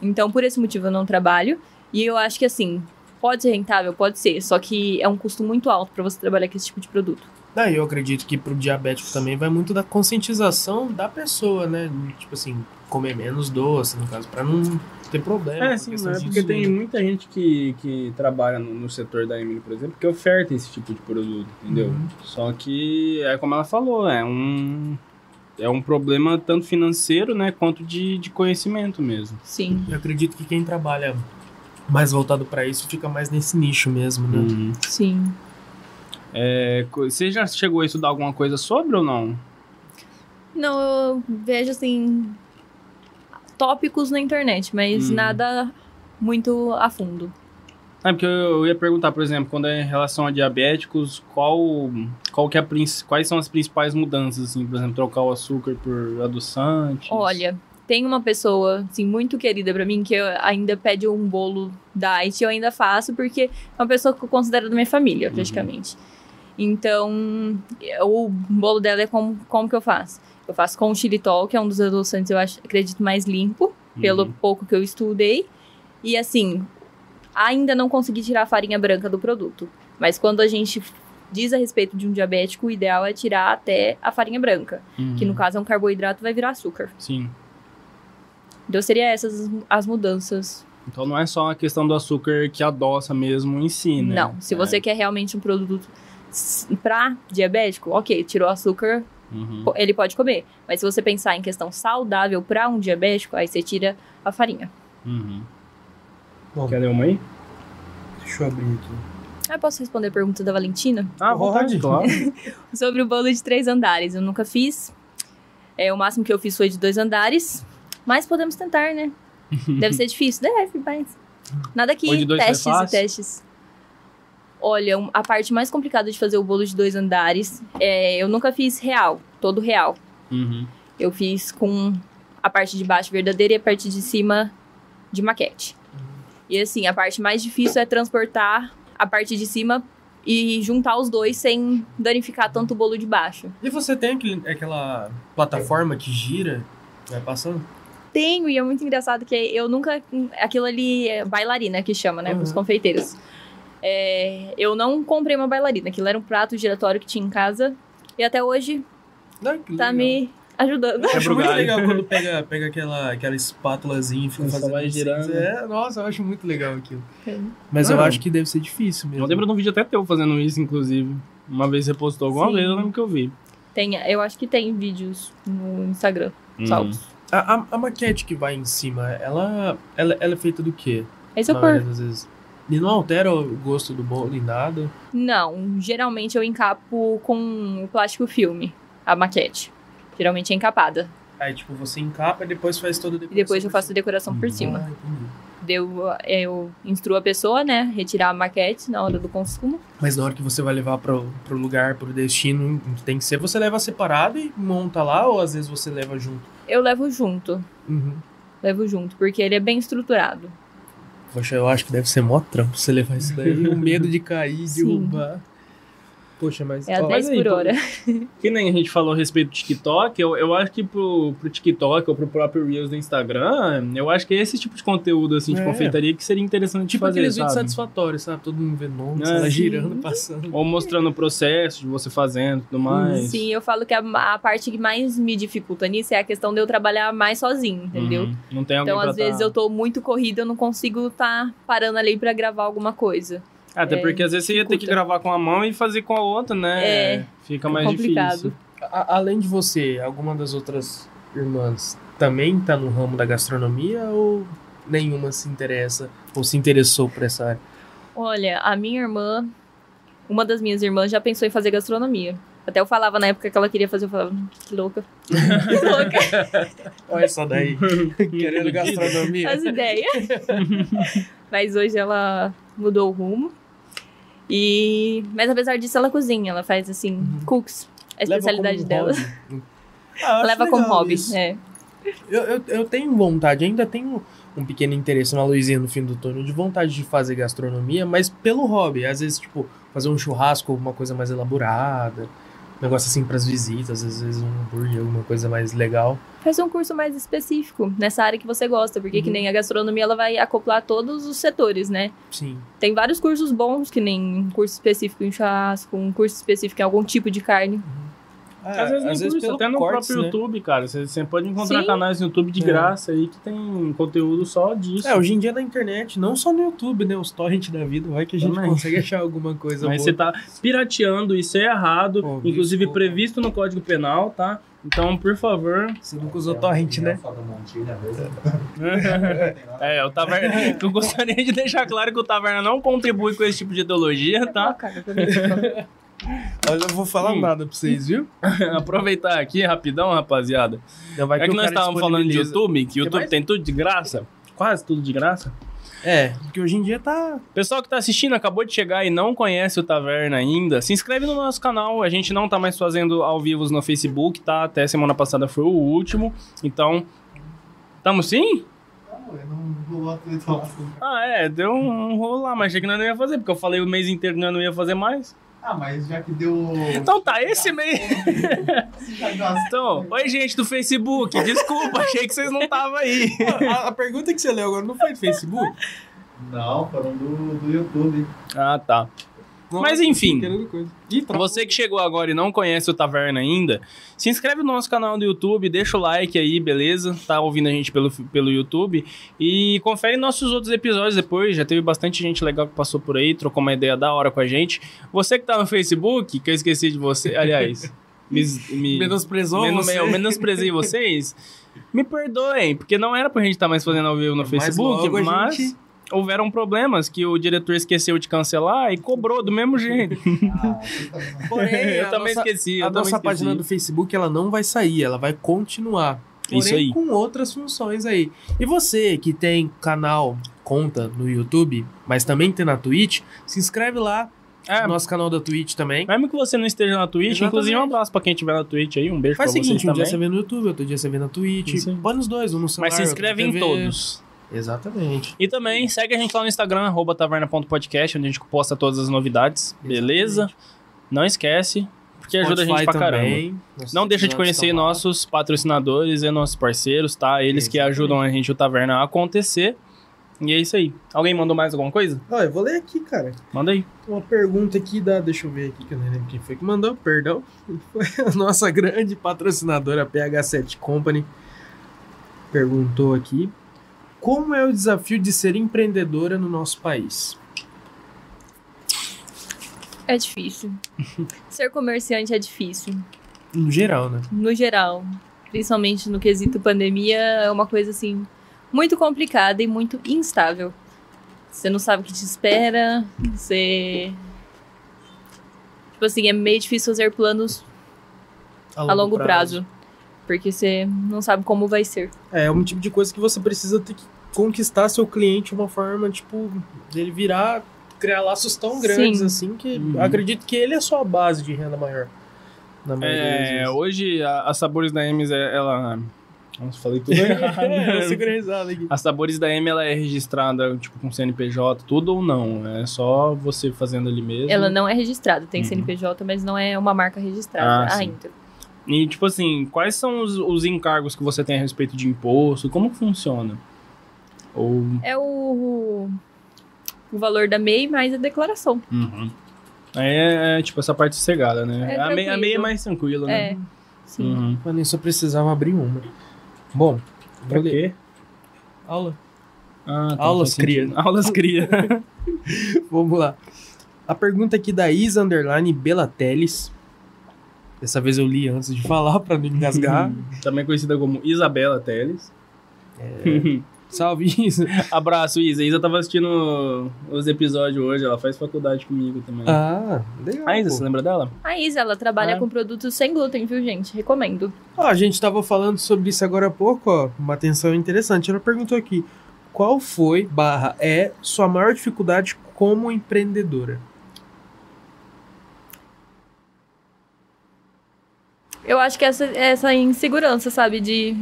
Speaker 3: Então, por esse motivo, eu não trabalho. E eu acho que assim, pode ser rentável, pode ser, só que é um custo muito alto pra você trabalhar com esse tipo de produto.
Speaker 1: Daí eu acredito que pro diabético também vai muito da conscientização da pessoa, né? Tipo assim, comer menos doce, no caso, pra não ter
Speaker 2: É,
Speaker 1: problema. com a É, questão assim de insulina.
Speaker 2: né? muita gente que, que trabalha no, no setor da Emily, por exemplo, que oferta esse tipo de produto,
Speaker 1: Uhum.
Speaker 2: Só que é como ela falou, é um é um problema tanto financeiro, né, quanto de, de conhecimento mesmo.
Speaker 3: Sim.
Speaker 1: Eu acredito que quem trabalha mais voltado pra isso fica mais nesse nicho mesmo, né?
Speaker 3: Sim.
Speaker 2: É, co- você já chegou a estudar alguma coisa sobre ou não?
Speaker 3: Não, eu vejo assim tópicos na internet, mas
Speaker 2: Hum.
Speaker 3: nada muito a fundo.
Speaker 2: É porque eu eu ia perguntar, por exemplo, quando é em relação a diabéticos, qual, qual que é a, princi- quais são as principais mudanças, assim, por exemplo, trocar o açúcar por adoçante?
Speaker 3: Olha, Tem uma pessoa, assim, muito querida pra mim, que eu- ainda pede um bolo da Haiti, eu ainda faço, porque é uma pessoa que eu considero da minha família, praticamente. Então, o bolo dela é como, como que eu faço? Eu faço com xilitol, que é um dos adoçantes, eu acho, acredito, mais limpo
Speaker 2: Uhum,
Speaker 3: pelo pouco que eu estudei. E assim, ainda não consegui tirar a farinha branca do produto. Mas quando a gente diz a respeito de um diabético, o ideal é tirar até a farinha branca,
Speaker 2: Uhum.
Speaker 3: que no caso é um carboidrato vai virar açúcar.
Speaker 2: Sim.
Speaker 3: Então seria essas as mudanças.
Speaker 2: Então não é só a questão do açúcar que adoça mesmo em si, né?
Speaker 3: Não, se
Speaker 2: É.
Speaker 3: você quer realmente um produto para diabético, ok, tirou açúcar,
Speaker 2: Uhum.
Speaker 3: po- ele pode comer. Mas se você pensar em questão saudável para um diabético, aí você tira a farinha.
Speaker 2: Uhum.
Speaker 1: Bom.
Speaker 2: Quer ler uma aí?
Speaker 1: Deixa eu abrir aqui.
Speaker 3: Ah, posso responder a pergunta da Valentina?
Speaker 2: Ah, vontade,
Speaker 1: Pode.
Speaker 2: claro.
Speaker 3: Sobre o bolo de três andares, eu nunca fiz. É, o máximo que eu fiz foi de dois andares. Mas podemos tentar, né? Deve ser difícil. Deve, mas. Nada
Speaker 2: O
Speaker 3: que
Speaker 2: de dois foi
Speaker 3: testes e
Speaker 2: fácil?
Speaker 3: testes. Olha, um- a parte mais complicada de fazer o bolo de dois andares, é, eu nunca fiz real, todo real.
Speaker 2: Uhum.
Speaker 3: Eu fiz com a parte de baixo verdadeira e a parte de cima de maquete. E assim, a parte mais difícil é transportar a parte de cima e juntar os dois sem danificar tanto o bolo de baixo.
Speaker 1: E você tem aquele- aquela plataforma que gira? Vai passando?
Speaker 3: Tenho, e é muito engraçado que eu nunca. Aquilo ali é bailarina que chama, né? Os
Speaker 1: Uhum.
Speaker 3: confeiteiros. É, eu não comprei uma bailarina, aquilo era um prato giratório que tinha em casa. E até hoje
Speaker 1: Não, que
Speaker 3: tá
Speaker 1: legal.
Speaker 3: me ajudando.
Speaker 1: Eu acho
Speaker 2: Quebra o
Speaker 1: muito
Speaker 2: galho.
Speaker 1: legal quando pega, pega aquela, aquela espátulazinha e fica
Speaker 2: Só
Speaker 1: fazendo
Speaker 2: vai
Speaker 1: assim.
Speaker 2: girando.
Speaker 1: É, nossa, eu acho muito legal aquilo.
Speaker 3: É.
Speaker 1: Mas eu
Speaker 2: Ah.
Speaker 1: acho que deve ser difícil mesmo.
Speaker 2: Eu lembro de um vídeo até teu fazendo isso, inclusive. Uma vez você postou alguma
Speaker 3: Sim.
Speaker 2: vez, eu lembro que eu vi.
Speaker 3: Tem, eu acho que tem vídeos no Instagram.
Speaker 2: Uhum.
Speaker 3: Salvos.
Speaker 1: A, a, a maquete que vai em cima, ela, ela, ela é feita do quê?
Speaker 3: Esse é o
Speaker 1: na
Speaker 3: cor.
Speaker 1: maioria das vezes. E não altera o gosto do bolo em nada.
Speaker 3: Não, geralmente eu encapo com o plástico filme, a maquete. Geralmente é encapada.
Speaker 1: Aí, tipo, você encapa e depois faz toda a
Speaker 3: E depois eu faço a
Speaker 1: decoração
Speaker 3: decoração
Speaker 2: Uhum.
Speaker 3: por
Speaker 1: por
Speaker 3: cima.
Speaker 1: Ah, entendi.
Speaker 3: Deu, eu instruo a pessoa, né? Retirar a maquete na hora do consumo.
Speaker 1: Mas na hora que você vai levar pro, pro lugar, pro destino, que tem que ser, você leva separado e monta lá, ou às vezes você leva junto.
Speaker 3: Eu levo junto.
Speaker 1: Uhum.
Speaker 3: Levo junto, porque ele é bem estruturado.
Speaker 1: Poxa, eu acho que deve ser mó trampo você levar isso daí. o medo de cair,
Speaker 3: Sim.
Speaker 1: derrubar. Poxa, mas. tipo
Speaker 3: É a
Speaker 1: ó,
Speaker 3: 10
Speaker 2: aí,
Speaker 3: por
Speaker 2: pô.
Speaker 3: hora.
Speaker 2: Que nem a gente falou a respeito do TikTok, eu, eu acho que pro, pro TikTok ou pro próprio Reels do Instagram, eu acho que é esse tipo de conteúdo assim, de
Speaker 1: É.
Speaker 2: confeitaria que seria interessante de
Speaker 1: tipo
Speaker 2: fazer,
Speaker 1: aqueles vídeos
Speaker 2: sabe?
Speaker 1: satisfatórios, sabe? Todo mundo vendo ondas,
Speaker 2: É.
Speaker 1: lá
Speaker 2: Sim.
Speaker 1: girando, passando.
Speaker 2: Ou mostrando o processo de você fazendo e tudo mais.
Speaker 3: Sim, eu falo que a, a parte que mais me dificulta nisso é a questão de eu trabalhar mais sozinho, entendeu?
Speaker 2: Uhum. Não tem alguém
Speaker 3: Então,
Speaker 2: pra
Speaker 3: às vezes,
Speaker 2: tá-
Speaker 3: eu tô muito corrida, eu não consigo estar parando ali pra gravar alguma coisa.
Speaker 2: Até
Speaker 3: é,
Speaker 2: porque às vezes você ia ter que
Speaker 3: dificulta.
Speaker 2: gravar com a mão e fazer com a outra, né?
Speaker 3: É.
Speaker 2: Fica mais
Speaker 3: complicado.
Speaker 2: difícil.
Speaker 1: A- além de você, alguma das outras irmãs também tá no ramo da gastronomia ou nenhuma se interessa ou se interessou por essa área?
Speaker 3: Olha, a minha irmã, uma das minhas irmãs já pensou em fazer gastronomia. Até eu falava na época que ela queria fazer, eu falava, "Hum, que louca. Que louca
Speaker 1: Olha essa daí, querendo gastronomia.
Speaker 3: as ideias. Mas hoje ela mudou o rumo. E mas apesar disso ela cozinha, ela faz assim, cooks, a
Speaker 1: Uhum. Leva
Speaker 3: especialidade
Speaker 1: como
Speaker 3: dela.
Speaker 1: hobby. Ah, acho
Speaker 3: Leva como
Speaker 1: legal
Speaker 3: hobby,
Speaker 1: isso.
Speaker 3: é.
Speaker 1: Eu, eu, eu tenho vontade, ainda tenho um pequeno interesse na luzinha no fim do túnel, de vontade de fazer gastronomia, mas pelo hobby. Às vezes, tipo, fazer um churrasco, alguma coisa mais elaborada, um negócio assim pras visitas, às vezes um hambúrguer, alguma coisa mais legal.
Speaker 3: Faz um curso mais específico nessa área que você gosta, porque que
Speaker 1: Uhum.
Speaker 3: nem a gastronomia ela vai acoplar todos os setores, né?
Speaker 1: Sim.
Speaker 3: Tem vários cursos bons, que nem um curso específico em churrasco, um curso específico em algum tipo de carne.
Speaker 1: É,
Speaker 2: Às vezes, nem por isso, até no próprio
Speaker 1: YouTube.
Speaker 2: YouTube, cara. Você, você pode encontrar
Speaker 3: Sim.
Speaker 2: canais no YouTube de
Speaker 1: né? É.
Speaker 2: graça aí que tem conteúdo só disso.
Speaker 1: É, hoje em dia na internet, não só no YouTube, né? Os torrent da vida, vai que a gente
Speaker 2: Também.
Speaker 1: consegue achar alguma coisa
Speaker 2: Mas você
Speaker 1: boa.
Speaker 2: tá pirateando, isso é errado,
Speaker 1: Pô,
Speaker 2: inclusive
Speaker 1: desculpa.
Speaker 2: previsto no Código Penal, tá? Então, por favor.
Speaker 1: Você nunca usou torrent,
Speaker 5: é
Speaker 1: né?
Speaker 2: É, o Taverna. Eu gostaria de deixar claro que o Taverna não contribui com esse tipo de ideologia, tá?
Speaker 1: Mas eu não vou falar
Speaker 2: Hum.
Speaker 1: nada pra vocês, viu?
Speaker 2: Aproveitar aqui rapidão, rapaziada.
Speaker 1: Não vai
Speaker 2: é que
Speaker 1: o
Speaker 2: nós
Speaker 1: cara
Speaker 2: estávamos falando de
Speaker 1: disponibiliza.
Speaker 2: YouTube, que YouTube
Speaker 1: mais?
Speaker 2: tem tudo de graça. Quase tudo de graça.
Speaker 1: É, porque hoje em dia tá.
Speaker 2: Pessoal que tá assistindo, acabou de chegar e não conhece o Taverna ainda, se inscreve no nosso canal. A gente não tá mais fazendo ao vivo no Facebook, tá? Até semana passada foi o último. Então, Tamo sim?
Speaker 4: Não, eu não vou lá pro outro
Speaker 2: Ah, é, deu um rolo lá, mas achei que nós não ia fazer, porque eu falei o mês inteiro que nós não ia fazer mais.
Speaker 4: Ah, mas já que deu.
Speaker 2: Então tá, esse mês.
Speaker 4: se já gastou.
Speaker 2: Então, oi gente do Facebook, desculpa, achei que vocês não estavam aí.
Speaker 1: A, a pergunta que você leu agora não foi do Facebook?
Speaker 4: Não, foram do, do YouTube.
Speaker 2: Ah, tá. Mas, enfim.
Speaker 1: que era outra coisa. Ih, tá. tra-
Speaker 2: Você que chegou agora e não conhece o Taverna ainda, se inscreve no nosso canal do YouTube, deixa o like aí, beleza? Tá ouvindo a gente pelo, pelo YouTube. E confere nossos outros episódios depois. Já teve bastante gente legal que passou por aí, trocou uma ideia da hora com a gente. Você que tá no Facebook, que eu esqueci de você, aliás, me, me,
Speaker 1: menosprezou
Speaker 2: menos,
Speaker 1: você.
Speaker 2: eu menosprezei vocês. Me perdoem, porque não era pra gente estar mais fazendo ao vivo no
Speaker 1: Mas
Speaker 2: Facebook,
Speaker 1: logo a
Speaker 2: mas
Speaker 1: gente-
Speaker 2: houveram problemas que o diretor esqueceu de cancelar e cobrou do mesmo jeito.
Speaker 4: Ah, você tá vendo.
Speaker 1: Porém,
Speaker 2: eu
Speaker 1: a
Speaker 2: também
Speaker 1: nossa-
Speaker 2: esqueci. eu
Speaker 1: A
Speaker 2: também
Speaker 1: nossa
Speaker 2: esqueci.
Speaker 1: página do Facebook ela não vai sair, ela vai continuar. Porém,
Speaker 2: É Isso aí.
Speaker 1: com outras funções aí. E você que tem canal, conta no YouTube, mas também tem na Twitch, se inscreve lá
Speaker 2: É,
Speaker 1: no nosso canal da Twitch também.
Speaker 2: mesmo que você não esteja na Twitch,
Speaker 1: Exatamente.
Speaker 2: inclusive um abraço pra quem estiver na Twitch aí, um beijo
Speaker 1: Faz o
Speaker 2: pra
Speaker 1: seguinte, um
Speaker 2: vocês
Speaker 1: dia você
Speaker 2: também.
Speaker 1: vê no YouTube, outro dia você vê na Twitch.
Speaker 2: Isso aí.
Speaker 1: Põe nos dois, um no celular,
Speaker 2: Mas se
Speaker 1: outro
Speaker 2: inscreve
Speaker 1: na
Speaker 2: em
Speaker 1: TV.
Speaker 2: todos.
Speaker 1: Exatamente.
Speaker 2: E também segue a gente lá no Instagram, arroba taverna.podcast, onde a gente posta todas as novidades, beleza? Não esquece, porque ajuda a gente pra caramba. Não deixa de conhecer
Speaker 1: nosso
Speaker 2: nossos patrocinadores e nossos parceiros, tá? Eles que
Speaker 1: Exatamente.
Speaker 2: ajudam a gente o Taverna a acontecer. E é isso aí. Alguém mandou mais alguma coisa?
Speaker 1: Ó, eu vou ler aqui, cara.
Speaker 2: Manda aí.
Speaker 1: Uma pergunta aqui da. Deixa eu ver aqui, que eu não lembro quem foi que mandou, perdão. Foi a nossa grande patrocinadora, PH7 Company. Perguntou aqui: Como é o desafio de ser empreendedora no nosso país?
Speaker 3: É difícil. Ser comerciante é difícil,
Speaker 1: No geral, né?
Speaker 3: no geral. Principalmente no quesito pandemia, é uma coisa assim muito complicada e muito instável. Você não sabe o que te espera, você. Tipo assim, é meio difícil fazer planos a longo prazo. Porque você não sabe como vai ser.
Speaker 1: É, é um tipo de coisa que você precisa ter que conquistar seu cliente de uma forma, tipo, dele virar, criar laços tão grandes
Speaker 3: Sim.
Speaker 1: assim que
Speaker 2: Uhum.
Speaker 1: acredito que ele é só a base de renda maior. Na maioria das
Speaker 2: É,
Speaker 1: vezes.
Speaker 2: hoje a, a Sabores da Ems, é- ela... Nossa, falei tudo errado.
Speaker 1: É, eu segurei a risada aqui.
Speaker 2: A Sabores da M ela é registrada tipo com CNPJ, tudo ou não? É só você fazendo ali mesmo.
Speaker 3: Ela não é registrada, tem
Speaker 2: Uhum.
Speaker 3: CNPJ, mas não é uma marca
Speaker 2: Ah,
Speaker 3: registrada então.
Speaker 2: sim.
Speaker 3: ainda.
Speaker 2: E tipo assim, quais são os, os encargos que você tem a respeito de imposto? Como que funciona? Ou
Speaker 3: É o, o valor da MEI mais a declaração.
Speaker 2: uhum. Aí é, é, tipo essa parte sossegada, né?
Speaker 3: É
Speaker 2: a, meia, a meia é
Speaker 3: tranquilo.
Speaker 2: mais tranquila, né?
Speaker 3: É. Sim.
Speaker 2: Uhum.
Speaker 1: Mas nem só precisava abrir uma. Bom,
Speaker 2: Pra
Speaker 1: vou ler.
Speaker 2: quê?
Speaker 1: Aula.
Speaker 2: Ah, tá,
Speaker 1: Aulas
Speaker 2: faz sentido. Aulas cria.
Speaker 1: Vamos lá. A pergunta aqui da Isa Underline Belateles. Dessa vez eu li antes de falar pra não engasgar.
Speaker 2: Uhum. Também conhecida como Isabela Teles. É.
Speaker 1: Salve, Isa.
Speaker 2: Abraço, Isa. Isa tava assistindo os episódios hoje, ela faz faculdade comigo também.
Speaker 1: Ah, legal.
Speaker 2: Ah, Isa,
Speaker 1: pô.
Speaker 2: você lembra dela?
Speaker 3: A Isa, ela trabalha
Speaker 2: Ah.
Speaker 3: com produtos sem glúten, viu, gente? Recomendo.
Speaker 1: Ó, a gente tava falando sobre isso agora há pouco, ó. Uma atenção interessante. Ela perguntou aqui: qual foi, barra, é sua maior dificuldade como empreendedora?
Speaker 3: Eu acho que essa, essa insegurança, sabe, de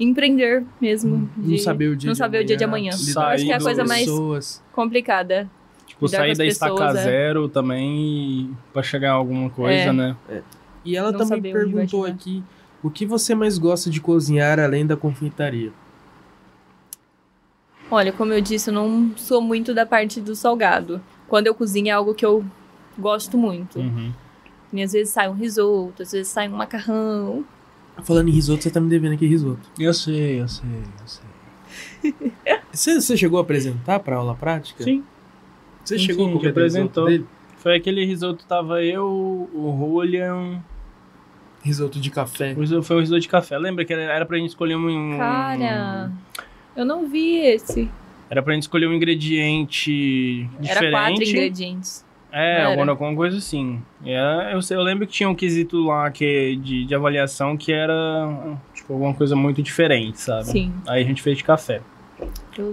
Speaker 3: empreender mesmo. Hum,
Speaker 2: Uhum.
Speaker 3: de
Speaker 1: não saber o dia
Speaker 3: não
Speaker 1: de
Speaker 3: saber
Speaker 1: amanhã.
Speaker 3: o dia de amanhã.
Speaker 1: lidar
Speaker 3: Eu acho que é a
Speaker 2: Sair
Speaker 3: coisa
Speaker 1: com
Speaker 3: mais
Speaker 1: Pessoas.
Speaker 3: complicada.
Speaker 2: Tipo,
Speaker 3: Lidar com
Speaker 2: sair
Speaker 3: as
Speaker 2: da estaca
Speaker 3: pessoas, é.
Speaker 2: zero também pra chegar a alguma coisa,
Speaker 3: É.
Speaker 2: né?
Speaker 1: E ela
Speaker 3: Não
Speaker 1: também
Speaker 3: saber onde vai
Speaker 1: perguntou
Speaker 3: chegar.
Speaker 1: aqui o que você mais gosta de cozinhar além da confeitaria.
Speaker 3: Olha, como eu disse, eu não sou muito da parte do salgado. Quando eu cozinho é algo que eu gosto muito.
Speaker 2: Uhum.
Speaker 3: E às vezes sai um risoto, às vezes sai um macarrão.
Speaker 1: Falando em risoto, você tá me devendo aqui risoto.
Speaker 2: Eu sei, eu sei, eu sei.
Speaker 1: Você, você chegou a apresentar pra aula prática?
Speaker 2: Sim.
Speaker 1: Você
Speaker 2: Sim,
Speaker 1: chegou
Speaker 2: sim,
Speaker 1: a comer
Speaker 2: que apresentou.
Speaker 1: risoto, dele?
Speaker 2: Foi aquele risoto, tava eu, o Julian.
Speaker 1: risoto de café.
Speaker 2: o risoto- Foi um risoto de café. Lembra que era, era pra gente escolher um.
Speaker 3: Cara, eu não vi esse.
Speaker 2: Era pra gente escolher um ingrediente diferente.
Speaker 3: Era quatro ingredientes.
Speaker 2: É,
Speaker 3: Não era?
Speaker 2: alguma, alguma coisa assim. E era- eu, sei- eu lembro que tinha um quesito lá que, de, de avaliação que era tipo, alguma coisa muito diferente, sabe?
Speaker 3: Sim.
Speaker 2: Aí a gente fez de café.
Speaker 3: eu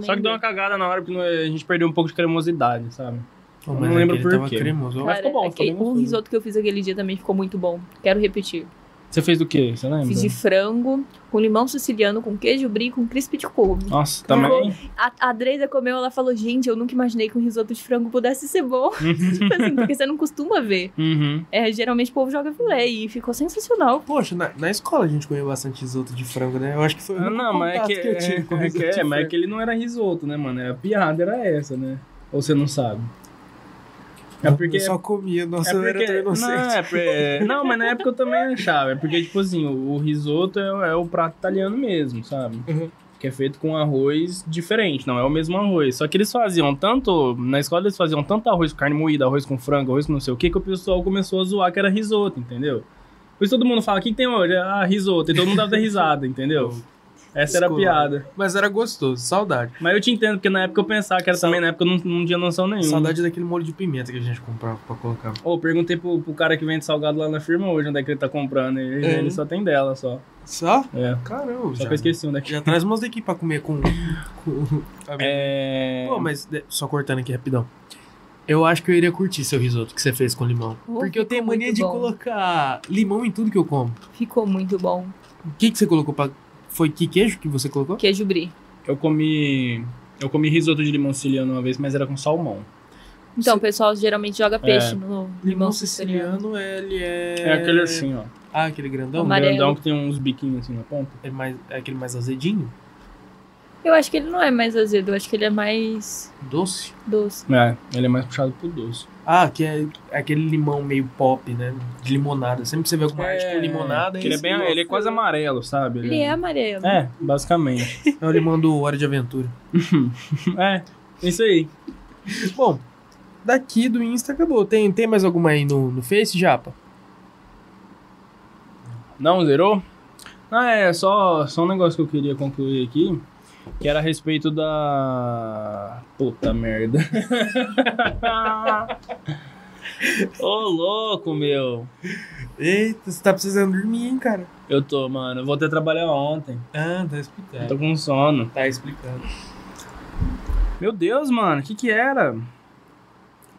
Speaker 2: Só que
Speaker 3: lembro.
Speaker 2: deu uma cagada na hora, porque não- a gente perdeu um pouco de cremosidade, sabe?
Speaker 1: Oh,
Speaker 2: não
Speaker 1: mas
Speaker 2: lembro
Speaker 1: aquele
Speaker 2: por
Speaker 1: tava
Speaker 2: quê.
Speaker 1: cremoso.
Speaker 3: é
Speaker 2: Mas ficou bom, ficou
Speaker 3: aquele-
Speaker 2: bem
Speaker 3: o
Speaker 2: gostoso.
Speaker 3: risoto que eu fiz aquele dia também ficou muito bom. Quero repetir.
Speaker 2: Você fez do quê? Você lembra?
Speaker 3: Fiz de frango, com limão siciliano, com queijo brie, com crisp de couve.
Speaker 2: Nossa, também.
Speaker 3: A, a Dreda comeu, ela falou, gente, eu nunca imaginei que um risoto de frango pudesse ser bom. tipo assim, porque você não costuma ver.
Speaker 2: Uhum.
Speaker 3: É, geralmente o povo joga filé e ficou sensacional.
Speaker 1: Poxa, na, na escola a gente comia bastante risoto de frango, né? Eu acho que foi o
Speaker 2: Ah,
Speaker 1: único
Speaker 2: não, mas é
Speaker 1: contato
Speaker 2: que,
Speaker 1: eu tive com
Speaker 2: é, é,
Speaker 1: risoto
Speaker 2: que,
Speaker 1: de
Speaker 2: é, mas é
Speaker 1: frango.
Speaker 2: que ele não era risoto, né, mano? A piada era essa, né? Ou você não sabe? É porque
Speaker 1: Eu só comia, nossa,
Speaker 2: É
Speaker 1: eu era tão
Speaker 2: porque-
Speaker 1: inocente.
Speaker 2: Não, é porque- é, não, mas na época eu também achava. É porque, tipo assim, o, o risoto é, é o prato italiano mesmo, sabe?
Speaker 1: Uhum.
Speaker 2: Que é feito com arroz diferente, não é o mesmo arroz. Só que eles faziam tanto. Na escola eles faziam tanto arroz com carne moída, arroz com frango, arroz com não sei o que, que o pessoal começou a zoar que era risoto, entendeu? Por isso todo mundo fala, o que, que tem hoje? Ah, risoto. E todo mundo dava risada, entendeu? Essa era a
Speaker 1: Escolar.
Speaker 2: piada.
Speaker 1: Mas era gostoso, saudade.
Speaker 2: Mas eu te entendo, porque na época eu pensava que era também, na época eu não, não tinha noção nenhuma.
Speaker 1: Saudade daquele molho de pimenta que a gente comprava pra colocar.
Speaker 2: Ô, perguntei pro, pro cara que vende salgado lá na firma hoje onde é que ele tá comprando. Ele,
Speaker 1: É.
Speaker 2: ele só tem dela só.
Speaker 1: Só?
Speaker 2: É.
Speaker 1: Caramba,
Speaker 2: Só
Speaker 1: já,
Speaker 2: que eu esqueci onde é que.
Speaker 1: já traz umas daqui pra comer com... com...
Speaker 2: É.
Speaker 1: Pô, mas de- só cortando aqui rapidão. Eu acho que eu iria curtir seu risoto que você fez com limão.
Speaker 3: Oh,
Speaker 1: Porque eu
Speaker 3: ficou
Speaker 1: tenho mania
Speaker 3: muito
Speaker 1: de
Speaker 3: bom.
Speaker 1: colocar limão em tudo que eu como.
Speaker 3: Ficou muito bom.
Speaker 1: O que, que você colocou pra. Foi que queijo que você colocou?
Speaker 3: Queijo brie.
Speaker 2: Eu comi. Eu comi risoto de limão siciliano uma vez, mas era com salmão.
Speaker 3: Então, o pessoal geralmente joga peixe
Speaker 2: É.
Speaker 3: no limão siciliano.
Speaker 1: ele é.
Speaker 2: É aquele assim, ó.
Speaker 1: Ah, aquele grandão?
Speaker 3: Amar- Amarelo.
Speaker 2: Grandão que tem uns biquinhos assim na ponta.
Speaker 1: É, mais, é aquele mais azedinho?
Speaker 3: Eu acho que ele não é mais azedo, eu acho que ele é mais
Speaker 1: Doce?
Speaker 3: doce.
Speaker 2: É, ele é mais puxado pro doce.
Speaker 1: Ah, que é aquele limão meio pop, né? De limonada. Sempre você vê alguma arte com limonada.
Speaker 2: que ele é
Speaker 1: esse
Speaker 2: bem.
Speaker 1: limão.
Speaker 2: Ele é quase amarelo, sabe?
Speaker 3: Ele é amarelo.
Speaker 2: É, basicamente.
Speaker 1: É o limão do Hora de Aventura.
Speaker 2: é, isso aí.
Speaker 1: Bom, daqui do Insta acabou. Tem, tem mais alguma aí no, no Face, Japa?
Speaker 2: Não, zerou? Ah, é, só, só um negócio que eu queria concluir aqui, que era a respeito da. Puta merda. Ô, louco, meu.
Speaker 1: Eita, você tá precisando dormir, hein, cara?
Speaker 2: Eu tô, mano. Eu voltei a trabalhar ontem.
Speaker 1: Ah, tá explicando.
Speaker 2: Tô com sono.
Speaker 1: Tá explicando.
Speaker 2: Meu Deus, mano, o que que era?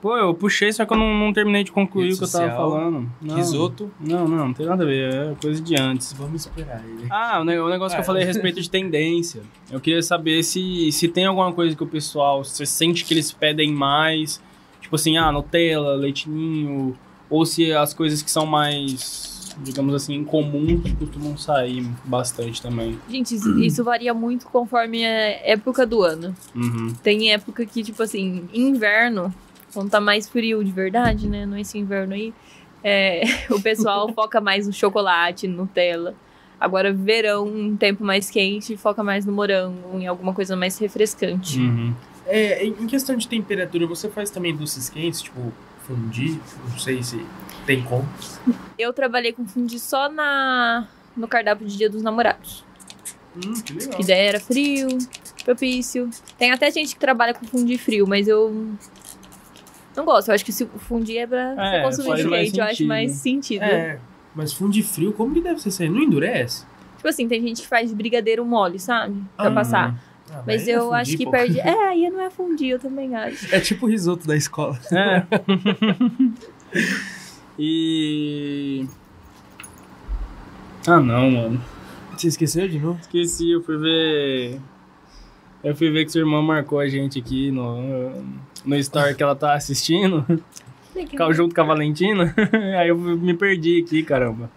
Speaker 2: Pô, eu puxei, só que eu não, não terminei de concluir
Speaker 1: Rede
Speaker 2: o que eu tava
Speaker 1: social,
Speaker 2: falando. Não,
Speaker 1: Risoto,
Speaker 2: Não, não, não tem nada a ver. É coisa de antes.
Speaker 1: vamos esperar ele.
Speaker 2: Ah, o ne- o negócio que
Speaker 1: Ah,
Speaker 2: eu falei a respeito de tendência. Eu queria saber se, se tem alguma coisa que o pessoal, você sente que eles pedem mais, tipo assim, ah, Nutella, leitinho, ou se as coisas que são mais, digamos assim, comuns costumam sair bastante também.
Speaker 3: Gente, isso- isso varia muito conforme a época do ano.
Speaker 2: Uhum.
Speaker 3: Tem época que, tipo assim, inverno, quando tá mais frio de verdade, né? Não é esse inverno aí. é, o pessoal foca mais no chocolate, Nutella. Agora, verão, um tempo mais quente, foca mais no morango, em alguma coisa mais refrescante.
Speaker 2: Uhum.
Speaker 1: É, em em questão de temperatura, você faz também doces quentes, tipo fundir? Não sei se tem como.
Speaker 3: Eu trabalhei com fundi só na, no cardápio de Dia dos Namorados.
Speaker 1: Hum, que legal.
Speaker 3: Que daí era frio, propício. Tem até gente que trabalha com fundi frio, mas eu não gosto. Eu acho que se o fundi é pra
Speaker 2: É,
Speaker 3: você consumir
Speaker 2: faz mais
Speaker 3: direito, eu acho
Speaker 2: sentido.
Speaker 3: mais sentido.
Speaker 1: É, mas fundir frio, como que deve ser isso aí? Não endurece?
Speaker 3: Tipo assim, tem gente que faz brigadeiro mole, sabe? Pra
Speaker 1: Ah,
Speaker 3: passar.
Speaker 1: Ah,
Speaker 3: Mas
Speaker 1: aí é
Speaker 3: eu
Speaker 1: fundir,
Speaker 3: acho que
Speaker 1: pô.
Speaker 3: perde. É, aí não é fundir, eu também acho.
Speaker 1: É tipo o risoto da escola.
Speaker 2: É. e. Ah, não, mano.
Speaker 1: Você esqueceu de novo?
Speaker 2: Esqueci, eu fui ver. Eu fui ver que sua irmã marcou a gente aqui no, no story que ela tá assistindo,
Speaker 3: Legal.
Speaker 2: ca- junto com a Valentina. Aí eu me perdi aqui, caramba.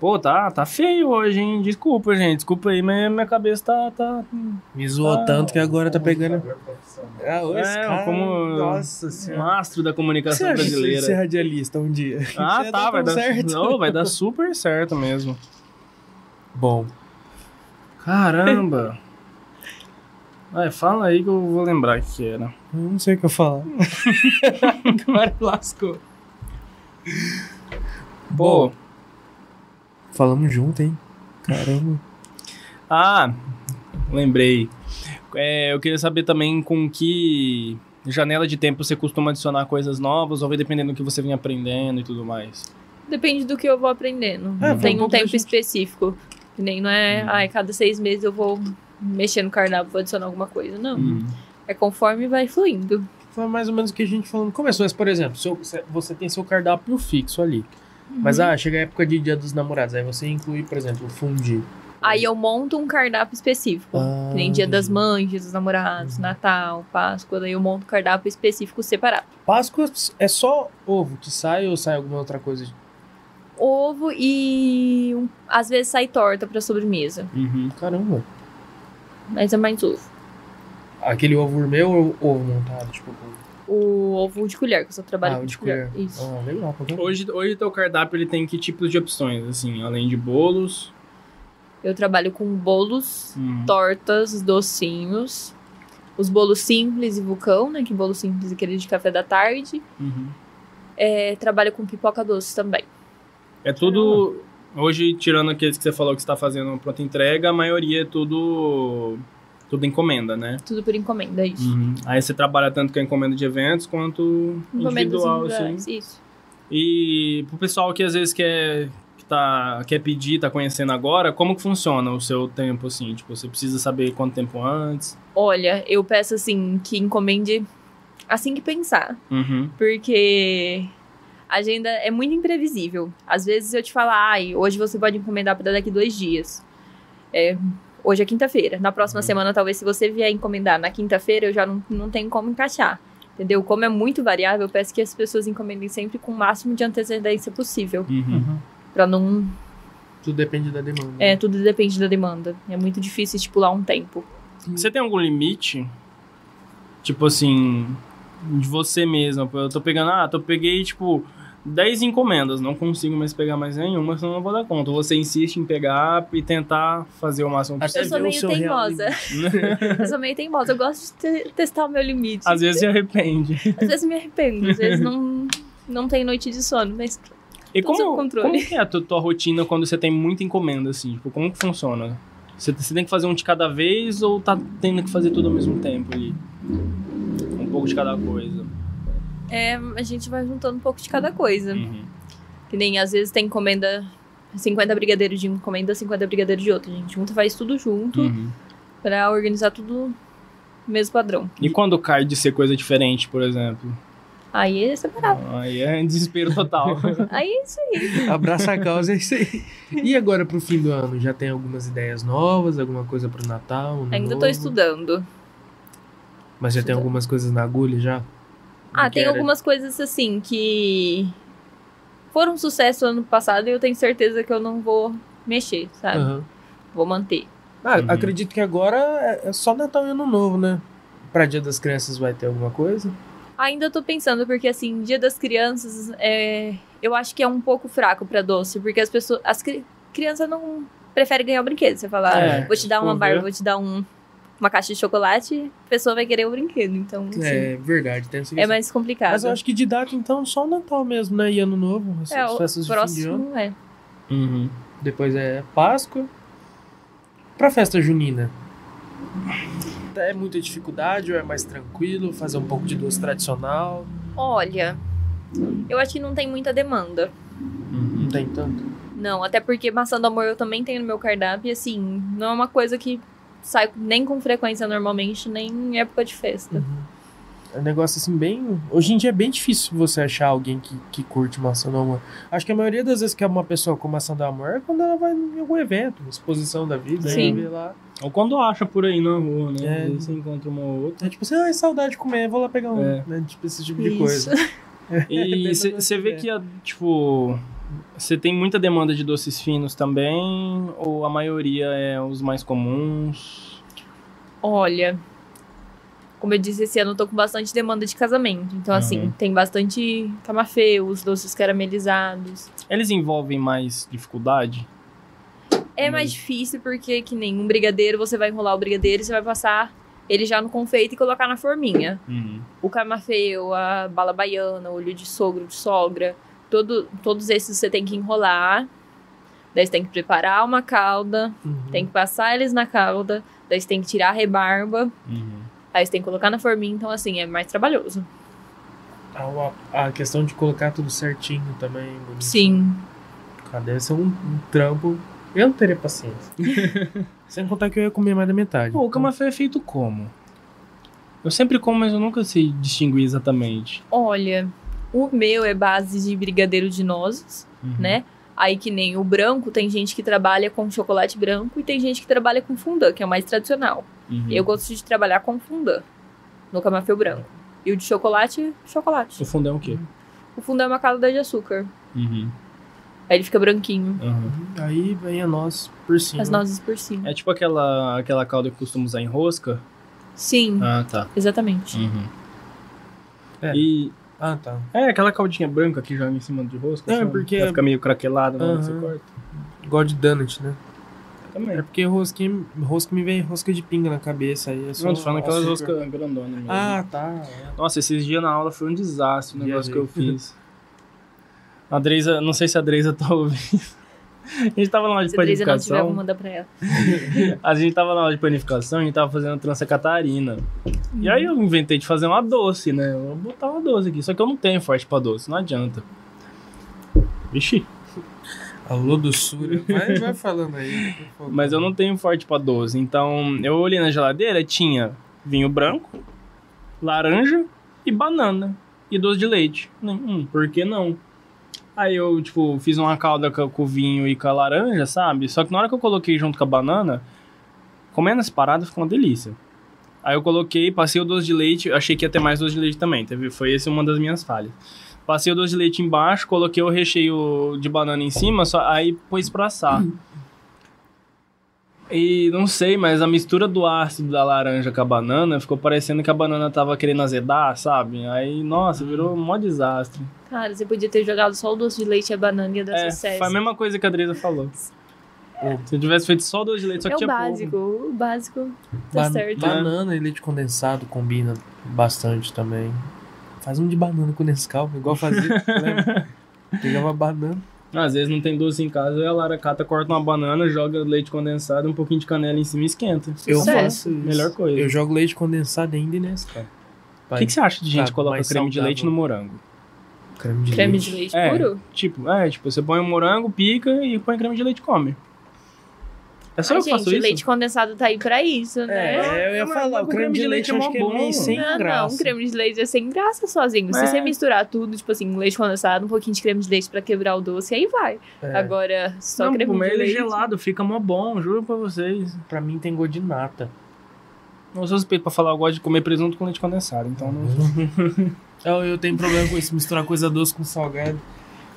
Speaker 2: Pô, tá, tá feio hoje, hein? Desculpa, gente. Desculpa aí, mas minha cabeça tá. tá...
Speaker 1: Me zoou
Speaker 2: Ah,
Speaker 1: tanto que agora tá pegando.
Speaker 5: né?
Speaker 1: Ah,
Speaker 2: É, como-
Speaker 1: Nossa
Speaker 2: Um
Speaker 1: senhora.
Speaker 2: astro da comunicação
Speaker 1: acha que É. você
Speaker 2: brasileira.
Speaker 1: ia ser radialista um dia?
Speaker 2: Ah,
Speaker 1: Você ia
Speaker 2: tá,
Speaker 1: dar
Speaker 2: vai
Speaker 1: tão
Speaker 2: dar.
Speaker 1: certo.
Speaker 2: Não, vai dar super certo mesmo.
Speaker 1: Bom,
Speaker 2: Caramba! Vai, fala aí que eu vou lembrar o que era.
Speaker 1: eu não sei o que eu falar. agora lascou.
Speaker 2: Pô,
Speaker 1: Bom, falamos junto, hein? Caramba.
Speaker 2: ah, lembrei. É, eu queria saber também com que janela de tempo você costuma adicionar coisas novas ou vai dependendo do que você vem aprendendo e tudo mais.
Speaker 3: Depende do que eu vou aprendendo.
Speaker 1: É, foi um
Speaker 3: Não tem
Speaker 1: pouco
Speaker 3: um
Speaker 1: da Uhum.
Speaker 3: tempo específico. Que Nem não é, ai, cada seis meses eu vou mexer no cardápio, vou adicionar alguma coisa. Não.
Speaker 1: Uhum.
Speaker 3: É conforme vai fluindo.
Speaker 1: Foi mais ou menos o que a gente falando. Começou, mas, por exemplo, seu- você tem seu cardápio fixo ali. Mas
Speaker 3: Uhum.
Speaker 1: ah, chega a época de Dia dos Namorados, aí você inclui, por exemplo, o fundi.
Speaker 3: Aí eu monto um cardápio específico.
Speaker 1: Ah,
Speaker 3: Que nem Dia das Mães, Dia dos Namorados, Natal, Páscoa. Daí eu monto um cardápio específico separado.
Speaker 1: Páscoa é só ovo que sai ou sai alguma outra coisa?
Speaker 3: Ovo e um- às vezes sai torta pra sobremesa.
Speaker 2: Uhum.
Speaker 1: Caramba.
Speaker 3: Mas é mais ovo.
Speaker 1: Aquele ovo gourmet ou ovo montado? Tipo, com-
Speaker 3: O ovo de colher, que eu só trabalho
Speaker 1: Ah,
Speaker 3: com
Speaker 1: o de
Speaker 3: de colher. Isso.
Speaker 1: ah, legal. pra caramba.
Speaker 2: Hoje, hoje teu cardápio ele tem que tipos de opções, assim, além de bolos.
Speaker 3: Eu trabalho com bolos,
Speaker 2: Hum.
Speaker 3: tortas, docinhos. Os bolos simples e vulcão, né? Que bolo simples é aquele de café da tarde.
Speaker 2: Uhum.
Speaker 3: É, trabalho com pipoca doce também.
Speaker 2: É tudo. Hoje, tirando aqueles que você falou que você tá fazendo pronta entrega, a maioria é tudo. Tudo encomenda, né?
Speaker 3: Tudo por encomenda, é isso.
Speaker 2: Uhum. Aí você trabalha tanto com a encomenda de eventos quanto
Speaker 1: Hum.
Speaker 3: Encomendas
Speaker 2: individual, assim.
Speaker 3: individuais, Isso.
Speaker 2: E pro pessoal que às vezes quer, que tá, quer pedir, tá conhecendo agora, como que funciona o seu tempo, assim? Tipo, você precisa saber quanto tempo antes.
Speaker 3: Olha, eu peço assim que encomende assim que pensar,
Speaker 2: Uhum.
Speaker 3: porque a agenda é muito imprevisível. Às vezes eu te falo, ai, hoje você pode encomendar para daqui dois dias. É, hoje é quinta-feira. Na próxima semana, talvez, se você vier encomendar na quinta-feira, eu já não, não tenho como encaixar. Entendeu? Como é muito variável, eu peço que as pessoas encomendem sempre com o máximo de antecedência possível.
Speaker 2: Uhum.
Speaker 1: Uhum.
Speaker 3: Pra não.
Speaker 1: Tudo depende da demanda.
Speaker 3: É, tudo depende da demanda. É muito difícil estipular um tempo.
Speaker 2: Uhum. Você tem algum limite? Tipo assim, de você mesma. Eu tô pegando, ah, eu peguei, tipo, 10 encomendas, não consigo mais pegar mais nenhuma, senão eu não vou dar conta. Você insiste em pegar e tentar fazer o máximo
Speaker 1: Até
Speaker 2: possível.
Speaker 3: Eu sou
Speaker 1: É ver o
Speaker 3: meio
Speaker 1: seu real
Speaker 3: teimosa. eu sou meio teimosa. Eu gosto de te- testar o meu limite.
Speaker 2: Às
Speaker 3: Às,
Speaker 2: vezes se arrepende.
Speaker 3: vezes me arrependo, às vezes não, não tenho noite de sono, mas
Speaker 2: E
Speaker 3: Tudo sob
Speaker 2: como,
Speaker 3: controle.
Speaker 2: como que é a tu- tua, rotina quando você tem muita encomenda, assim? Tipo, como que funciona? Você, você tem que fazer um de cada vez ou tá tendo que fazer tudo ao mesmo tempo ali? Um pouco de cada coisa.
Speaker 3: é, a gente vai juntando um pouco de cada coisa.
Speaker 2: Uhum.
Speaker 3: Que nem às vezes tem encomenda 50 brigadeiros de uma encomenda, 50 brigadeiros de outra. A gente junta, faz tudo junto
Speaker 2: Uhum.
Speaker 3: pra organizar tudo no mesmo padrão.
Speaker 2: E quando cai de ser coisa diferente, por exemplo?
Speaker 3: Aí é separado.
Speaker 2: Aí é desespero total.
Speaker 3: Aí é isso aí.
Speaker 1: Abraça a causa, é isso aí. E agora pro fim do ano? Já tem algumas ideias novas, alguma coisa pro Natal? um ano
Speaker 3: Ainda
Speaker 1: novo?
Speaker 3: tô estudando.
Speaker 1: Mas já tem
Speaker 3: estudando.
Speaker 1: algumas coisas na agulha já?
Speaker 3: Ah,
Speaker 1: Que
Speaker 3: tem
Speaker 1: era-
Speaker 3: algumas coisas assim que foram um sucesso ano passado e eu tenho certeza que eu não vou mexer, sabe?
Speaker 1: Aham.
Speaker 3: Vou manter.
Speaker 1: Ah,
Speaker 2: Uhum.
Speaker 1: acredito que agora é- é só Natal e Ano Novo, né? Pra Dia das Crianças vai ter alguma coisa?
Speaker 3: Ainda tô pensando, porque assim, Dia das Crianças, é, eu acho que é um pouco fraco pra doce, porque as pessoas. As cri- crianças não preferem ganhar o brinquedo. Você fala, "Ah,
Speaker 1: É,
Speaker 3: vou te dar uma
Speaker 1: for
Speaker 3: barba,
Speaker 1: ver.
Speaker 3: vou te dar um- uma caixa de chocolate, a pessoa vai querer o brinquedo. Então, assim, é,
Speaker 1: É verdade, tem essa
Speaker 3: mais complicado.
Speaker 1: Mas eu acho que de data, então, só o Natal mesmo, né? E Ano Novo, as
Speaker 3: é,
Speaker 1: as festas
Speaker 3: o
Speaker 1: de fim de ano.
Speaker 3: próximo é.
Speaker 2: Uhum.
Speaker 1: Depois é Páscoa. Pra festa junina. É muita dificuldade ou é mais tranquilo? Fazer um pouco de doce tradicional?
Speaker 3: Olha, eu acho que não tem muita demanda.
Speaker 1: Não tem tanto.
Speaker 3: Não, até porque maçã do amor eu também tenho no meu cardápio, e assim, não é uma coisa que sai nem com frequência normalmente, nem em época de festa.
Speaker 1: É um negócio assim bem. Hoje em dia é bem difícil você achar alguém que, que curte maçã do amor. Acho que a maioria das vezes que uma pessoa com maçã do amor é quando ela vai em algum evento, uma exposição da vida, aí
Speaker 3: Sim.
Speaker 1: vê lá.
Speaker 2: Ou quando acha por aí na rua, né?
Speaker 1: É.
Speaker 2: Às vezes você encontra uma ou outra.
Speaker 1: É tipo assim, ah, é saudade de comer, vou lá pegar um.
Speaker 2: É.
Speaker 1: Né? Tipo esse tipo de
Speaker 3: Isso.
Speaker 1: coisa.
Speaker 2: E
Speaker 1: Depende do
Speaker 2: você
Speaker 1: que
Speaker 2: vê
Speaker 1: é.
Speaker 2: que, a- tipo, você tem muita demanda de doces finos também? Ou a maioria é os mais comuns?
Speaker 3: Olha, como eu disse, esse ano eu tô com bastante demanda de casamento. Então, assim,
Speaker 2: Uhum.
Speaker 3: tem bastante camafeus, doces caramelizados.
Speaker 2: Eles envolvem mais dificuldade?
Speaker 3: É mais difícil porque, que nem um brigadeiro, você vai enrolar o brigadeiro e você vai passar ele já no confeito e colocar na forminha. O camafeu, a bala baiana, o olho de sogro, de sogra, todo, todos esses você tem que enrolar. Daí você tem que preparar uma calda,
Speaker 1: Uhum.
Speaker 3: tem que passar eles na calda, daí você tem que tirar a rebarba, aí você tem que colocar na forminha. Então, assim, é mais trabalhoso.
Speaker 1: A, a- a questão de colocar tudo certinho também. bonito.
Speaker 3: Sim.
Speaker 1: Cara, deve ser um, um trampo. Eu não teria paciência. Sem contar que eu ia comer mais da metade.
Speaker 2: Pô, o camafé é feito como? Eu sempre como, mas eu nunca sei distinguir exatamente.
Speaker 3: Olha, O meu é base de brigadeiro de nozes,
Speaker 1: Uhum,
Speaker 3: né? Aí que nem o branco, tem gente que trabalha com chocolate branco e tem gente que trabalha com fondant, que é o mais tradicional.
Speaker 2: Hum.
Speaker 5: Uhum.
Speaker 3: Eu gosto de trabalhar com fondant no camafeu branco. E o de chocolate, chocolate.
Speaker 2: O fundo é o quê?
Speaker 3: O fondant é uma calda de açúcar.
Speaker 2: Uhum.
Speaker 3: Aí ele fica branquinho,
Speaker 1: uhum. Aí vem a nós por cima.
Speaker 3: as nozes por cima.
Speaker 2: É tipo aquela, aquela calda que costuma usar em rosca?
Speaker 3: Sim,
Speaker 2: Ah, tá.
Speaker 3: exatamente.
Speaker 2: Uhum.
Speaker 1: É.
Speaker 2: E
Speaker 1: Ah, tá.
Speaker 2: é aquela caldinha branca que joga em cima de rosca.
Speaker 1: É,
Speaker 2: sabe?
Speaker 1: porque-
Speaker 2: Ela fica meio craquelada né? na hora que
Speaker 1: Aham.
Speaker 2: você corta.
Speaker 1: God Donut, né?
Speaker 2: é. Também.
Speaker 1: É porque rosca, rosca me vem rosca de pinga na cabeça. Aí é só
Speaker 2: Não, tô falando aquelas
Speaker 1: açúcar.
Speaker 2: roscas grandonas mesmo.
Speaker 1: Ah, tá. é.
Speaker 2: Nossa, esses dias na aula foi um desastre o negócio que eu
Speaker 1: Viajei.
Speaker 2: fiz. A Dreisa, não sei se a Dreisa tá ouvindo. A gente tava na aula de
Speaker 3: Se a Teresa não tiver, eu vou
Speaker 2: panificação.
Speaker 3: mandar pra ela.
Speaker 2: A gente tava na aula de panificação, a gente tava fazendo trança catarina. E aí eu inventei de fazer uma doce, né? Eu vou botar uma doce aqui. Só que eu não tenho forte pra doce, não adianta. Vixe.
Speaker 1: Alô, doçura. Vai, vai falando aí. por favor.
Speaker 2: Mas eu não tenho forte pra doce. Então eu olhei na geladeira, tinha vinho branco, laranja e banana. E doce de leite. Falei, Hum, por que não? Aí eu, tipo, fiz uma calda co- com o vinho e com a laranja, sabe? Só que na hora que eu coloquei junto com a banana, comendo essa parada ficou uma delícia. Aí eu coloquei, passei o doce de leite, eu achei que ia ter mais doce de leite também, teve, foi essa uma das minhas falhas. Passei o doce de leite embaixo, coloquei o recheio de banana em cima, só, aí pôs pra assar. E não sei, mas a mistura do ácido da laranja com a banana ficou parecendo que a banana tava querendo azedar, sabe? Aí, nossa, virou um mó desastre.
Speaker 3: Cara, você podia ter jogado só o doce de leite e a banana ia dar
Speaker 2: É,
Speaker 3: sucesso.
Speaker 2: foi a mesma coisa que a Dresa falou. Se eu tivesse feito só doce de leite, só que
Speaker 3: é o
Speaker 2: tinha
Speaker 3: básico,
Speaker 2: polvo.
Speaker 3: o básico tá
Speaker 1: Ba-
Speaker 3: certo.
Speaker 1: Banana e leite condensado combina bastante também. Faz um de banana com Nescau, igual fazia, lembra? Pegava banana.
Speaker 2: Às vezes não tem doce em casa, aí a Lara cata, corta uma banana, joga leite condensado, um pouquinho de canela em cima e esquenta.
Speaker 1: Eu
Speaker 3: Sério?
Speaker 1: faço isso.
Speaker 2: Melhor coisa.
Speaker 1: Eu jogo leite condensado ainda e Nescau.
Speaker 2: O que, que você acha de gente
Speaker 1: Tá,
Speaker 2: que coloca creme
Speaker 1: mais
Speaker 2: de
Speaker 1: saudável.
Speaker 2: leite no morango?
Speaker 1: Creme de
Speaker 3: Creme
Speaker 1: leite.
Speaker 3: de leite
Speaker 2: É.
Speaker 3: puro?
Speaker 2: Tipo, é, tipo, você põe um morango, pica e põe creme de leite e come. É só
Speaker 3: Ai,
Speaker 2: eu que
Speaker 3: gente,
Speaker 2: faço isso?
Speaker 3: leite condensado tá aí pra isso, né?
Speaker 1: É, eu ia
Speaker 2: Mas-
Speaker 1: falar,
Speaker 2: mas
Speaker 1: o creme de leite é
Speaker 2: mó
Speaker 1: mó
Speaker 2: bom.
Speaker 1: bom. Sem
Speaker 3: não, não,
Speaker 1: graça.
Speaker 3: um creme de leite é sem graça sozinho.
Speaker 2: É.
Speaker 3: Se você misturar tudo, tipo assim, leite condensado, um pouquinho de creme de leite pra quebrar o doce, aí vai.
Speaker 1: É,
Speaker 3: Agora, só
Speaker 2: não,
Speaker 3: creme
Speaker 2: comer
Speaker 3: de
Speaker 2: ele
Speaker 3: leite.
Speaker 2: gelado, fica mó bom, juro pra vocês.
Speaker 1: pra mim tem gosto de nata.
Speaker 2: Não sou suspeito pra falar, eu gosto de comer presunto com leite condensado, então não...
Speaker 1: Eu, eu tenho problema com isso, misturar coisa doce com salgado.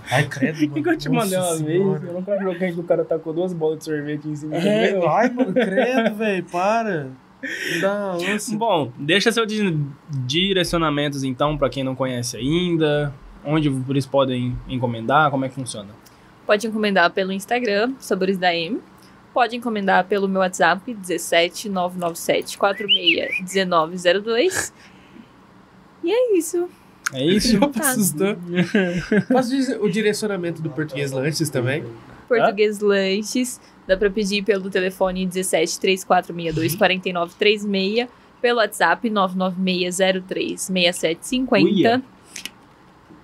Speaker 1: Ai, credo, mano.
Speaker 2: O que eu te
Speaker 1: Nossa
Speaker 2: mandei uma
Speaker 1: Senhora.
Speaker 2: vez? Eu nunca joguei que o cara tacou duas bolas de sorvete em cima de
Speaker 1: É,
Speaker 2: mim.
Speaker 1: ai, mano, credo, velho, para. Dá um ânsia.
Speaker 2: Bom, deixa seus di- direcionamentos então pra quem não conhece ainda. Onde eles podem encomendar, como é que funciona?
Speaker 3: Pode encomendar pelo Instagram, Sabores da M. Pode encomendar pelo meu WhatsApp, 17997461902. E é isso.
Speaker 2: É isso?
Speaker 1: Eu assustou. Posso dizer o direcionamento do português lanches também?
Speaker 3: Português Lanches. Dá pra pedir pelo telefone 17 3462 4936. Pelo WhatsApp 996036750.
Speaker 2: Uia.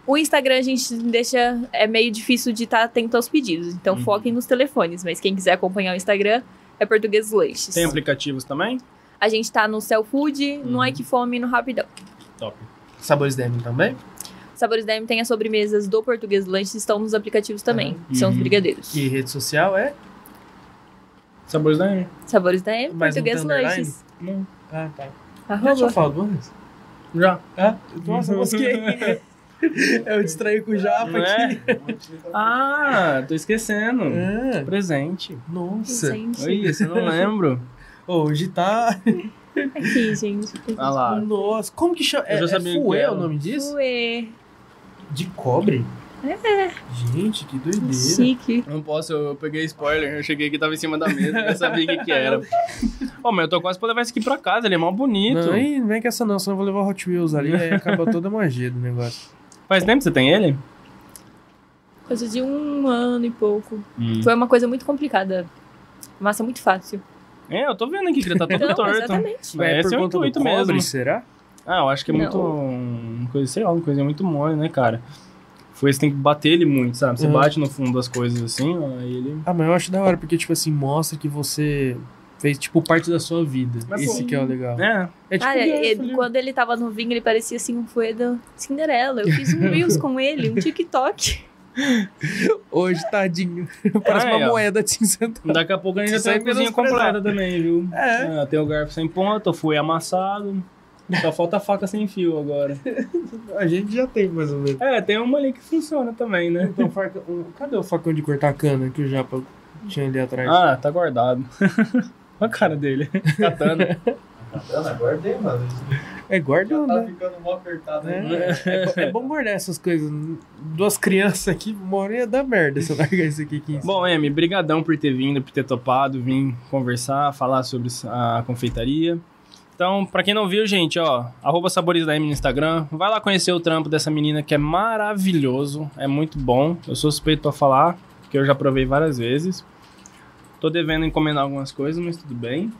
Speaker 3: O Instagram a gente deixa. É meio difícil de estar atento aos pedidos. Então
Speaker 2: Uhum.
Speaker 3: foquem nos telefones. Mas quem quiser acompanhar o Instagram é Português Lanches.
Speaker 2: Tem um- Uhum. aplicativos também?
Speaker 3: A gente tá no Cell Food, no Ai Que Fome e no Rapidão.
Speaker 2: Top.
Speaker 1: Sabores Demi também?
Speaker 3: Sabores da M tem as sobremesas do Português Lanches, estão nos aplicativos também. que São os
Speaker 2: Uhum.
Speaker 3: brigadeiros.
Speaker 1: E rede social é?
Speaker 2: Sabores da M?
Speaker 3: Sabores da M,
Speaker 2: um
Speaker 1: Mas não
Speaker 3: Português
Speaker 1: tem underline?
Speaker 3: Lanches.
Speaker 2: Não.
Speaker 1: Ah, tá. Deixa eu
Speaker 3: Arroba.
Speaker 1: falar duas.
Speaker 2: Já.
Speaker 1: Ah, nossa, mosquei. Eu distraí com o Japa
Speaker 2: Não é?
Speaker 1: aqui.
Speaker 2: Ah, tô esquecendo.
Speaker 1: Ah,
Speaker 2: Presente.
Speaker 1: nossa.
Speaker 3: Gente,
Speaker 2: Oi, isso eu não lembro.
Speaker 1: Hoje tá.
Speaker 3: aqui, gente.
Speaker 2: Ah lá.
Speaker 1: Nossa, como que chama?
Speaker 2: Eu
Speaker 1: É,
Speaker 2: já
Speaker 1: é
Speaker 2: sabia que
Speaker 1: fuê
Speaker 2: era.
Speaker 1: o nome disso?
Speaker 3: Ué,
Speaker 1: De cobre? É. Gente, que doideira.
Speaker 3: chique.
Speaker 2: Não posso, eu peguei spoiler, eu cheguei aqui tava em cima da mesa, eu sabia o que, que era. Ô, mas eu tô quase pra levar esse aqui pra casa, ele é mó bonito.
Speaker 1: Não, aí não vem com essa não, senão eu vou levar o Hot Wheels ali, aí acaba toda a magia do negócio.
Speaker 2: Faz tempo que você tem ele?
Speaker 3: Coisa de um ano e pouco.
Speaker 1: Hum.
Speaker 3: Foi uma coisa muito complicada. Massa muito fácil.
Speaker 2: É, eu tô vendo aqui que ele tá todo
Speaker 3: Então,
Speaker 2: torto.
Speaker 3: exatamente.
Speaker 2: É, esse é o intuito mesmo.
Speaker 1: será?
Speaker 2: Ah, eu acho que é
Speaker 3: Não.
Speaker 2: muito. um, Coisa, sei lá, uma coisa muito mole, né, cara? Foi, você tem que bater ele muito, sabe? Você
Speaker 1: Uhum.
Speaker 2: bate no fundo das coisas assim, ó, aí ele.
Speaker 1: Ah, mas eu acho da hora, porque, tipo assim, mostra que você Fez, tipo, parte da sua vida.
Speaker 2: Mas,
Speaker 1: Esse
Speaker 2: pô,
Speaker 1: que é o legal.
Speaker 2: É.
Speaker 1: É tipo
Speaker 3: Cara,
Speaker 1: isso,
Speaker 3: ele-
Speaker 1: né?
Speaker 3: quando ele tava novinho, ele parecia assim um fã da Cinderela. Eu fiz um Reels com ele, um TikTok.
Speaker 1: Hoje, tadinho. Parece
Speaker 2: Aí,
Speaker 1: uma
Speaker 2: ó.
Speaker 1: moeda de 100 centavos.
Speaker 2: Daqui a pouco a gente
Speaker 1: Você
Speaker 2: já tem a
Speaker 1: sai
Speaker 2: cozinha
Speaker 1: menosprezado.
Speaker 2: completa também, viu? Ah,
Speaker 1: É.
Speaker 2: tem o garfo sem ponta, o fui amassado. Só falta a faca sem fio agora.
Speaker 1: A gente já tem mais ou menos.
Speaker 2: É, tem uma ali que funciona também, né?
Speaker 1: Então, faca- o- cadê o facão de cortar cana que o Japa tinha ali atrás?
Speaker 2: Ah, tá guardado. Olha a cara dele. Catana.
Speaker 5: Ana, guardei, mano.
Speaker 1: é
Speaker 5: Já
Speaker 1: guardão,
Speaker 5: tá
Speaker 1: né?
Speaker 5: ficando mó apertado, né?
Speaker 1: É, é bo- é bom guardar essas coisas. Duas crianças aqui, uma hora ia dar merda se eu largar isso aqui. aqui.
Speaker 2: Bom, Emi, brigadão por ter vindo, por ter topado, vir conversar, falar sobre a confeitaria. Então, pra quem não viu, gente, ó, arroba sabores da M no Instagram. Vai lá conhecer o trampo dessa menina que é maravilhoso, é muito bom. Eu sou suspeito pra falar, porque eu já provei várias vezes. Tô devendo encomendar algumas coisas, mas tudo bem.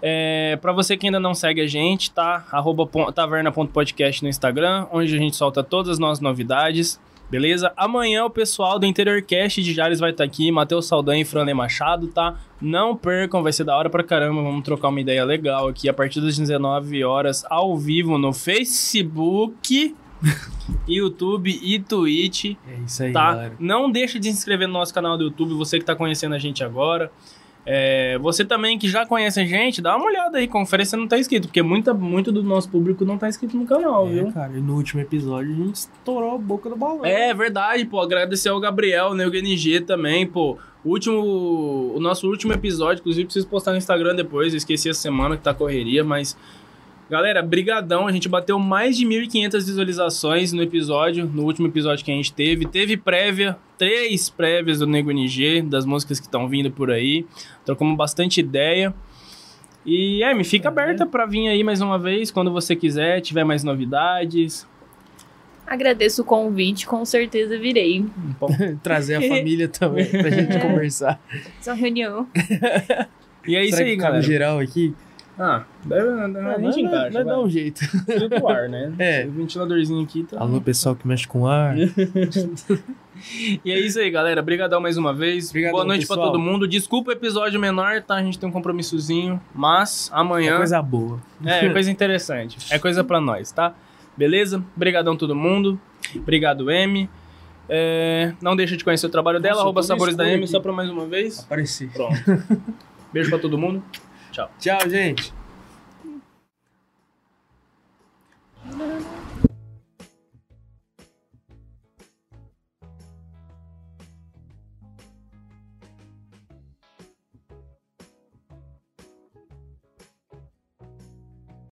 Speaker 2: É, para você que ainda não segue a gente, tá? Arroba pon- taverna.podcast no Instagram, onde a gente solta todas as nossas novidades, beleza? Amanhã o pessoal do InteriorCast de Jales vai estar aqui, Matheus Saldanha e Franley Machado, tá? Não percam, vai ser da hora pra caramba, vamos trocar uma ideia legal aqui a partir das 19 horas ao vivo no Facebook, YouTube e Twitch
Speaker 1: É isso aí,
Speaker 2: tá?
Speaker 1: galera.
Speaker 2: Não deixa de se inscrever no nosso canal do YouTube, você que está conhecendo a gente agora. É, você também que já conhece a gente, dá uma olhada aí, confere se não tá inscrito, porque muita, muito do nosso público não tá inscrito no canal,
Speaker 1: É,
Speaker 2: viu?
Speaker 1: cara, e no último episódio a gente estourou a boca do balão.
Speaker 2: É verdade, pô. Agradecer ao Gabriel, né? O GNG também, pô. O último. O nosso último episódio, inclusive, preciso postar no Instagram depois. Eu esqueci essa semana que tá correria, mas. Galera, brigadão. A gente bateu mais de 1.500 visualizações no episódio, no último episódio que a gente teve. Teve prévia, três prévias do Nego NG, das músicas que estão vindo por aí. Trocamos bastante ideia. E, é, me
Speaker 1: Uhum.
Speaker 2: fica aberta pra vir aí mais uma vez, quando você quiser, tiver mais novidades.
Speaker 3: Agradeço o convite, com certeza virei.
Speaker 2: Bom,
Speaker 1: Trazer a família também pra gente
Speaker 3: É.
Speaker 1: conversar.
Speaker 3: Essa reunião.
Speaker 2: e é isso
Speaker 1: Será que cabe
Speaker 2: aí, galera.
Speaker 1: geral aqui?
Speaker 2: Ah, deve, deve, a
Speaker 1: vai,
Speaker 2: gente encaixa.
Speaker 1: vai dar um jeito.
Speaker 2: vai. o ar, né?
Speaker 1: É.
Speaker 2: O ventiladorzinho aqui tá.
Speaker 1: Alô, pessoal que mexe com ar. É
Speaker 2: E é isso aí, galera. Obrigadão mais uma vez.
Speaker 1: Obrigadão,
Speaker 2: Boa noite pra
Speaker 1: pessoal.
Speaker 2: todo mundo. Desculpa o episódio menor, tá? A gente tem um compromissozinho. Mas
Speaker 1: É
Speaker 2: amanhã.
Speaker 1: coisa boa.
Speaker 2: É, é coisa interessante. É coisa pra nós, tá? Beleza? Obrigadão todo mundo. Obrigado, M. É, não deixa de conhecer o trabalho dela,
Speaker 1: Nossa,
Speaker 2: arroba
Speaker 1: tudo
Speaker 2: sabores da
Speaker 1: escuro
Speaker 2: M,
Speaker 1: aqui.
Speaker 2: só pra mais uma vez.
Speaker 1: Apareci.
Speaker 2: Pronto. Beijo pra todo mundo.
Speaker 1: Tchau, gente.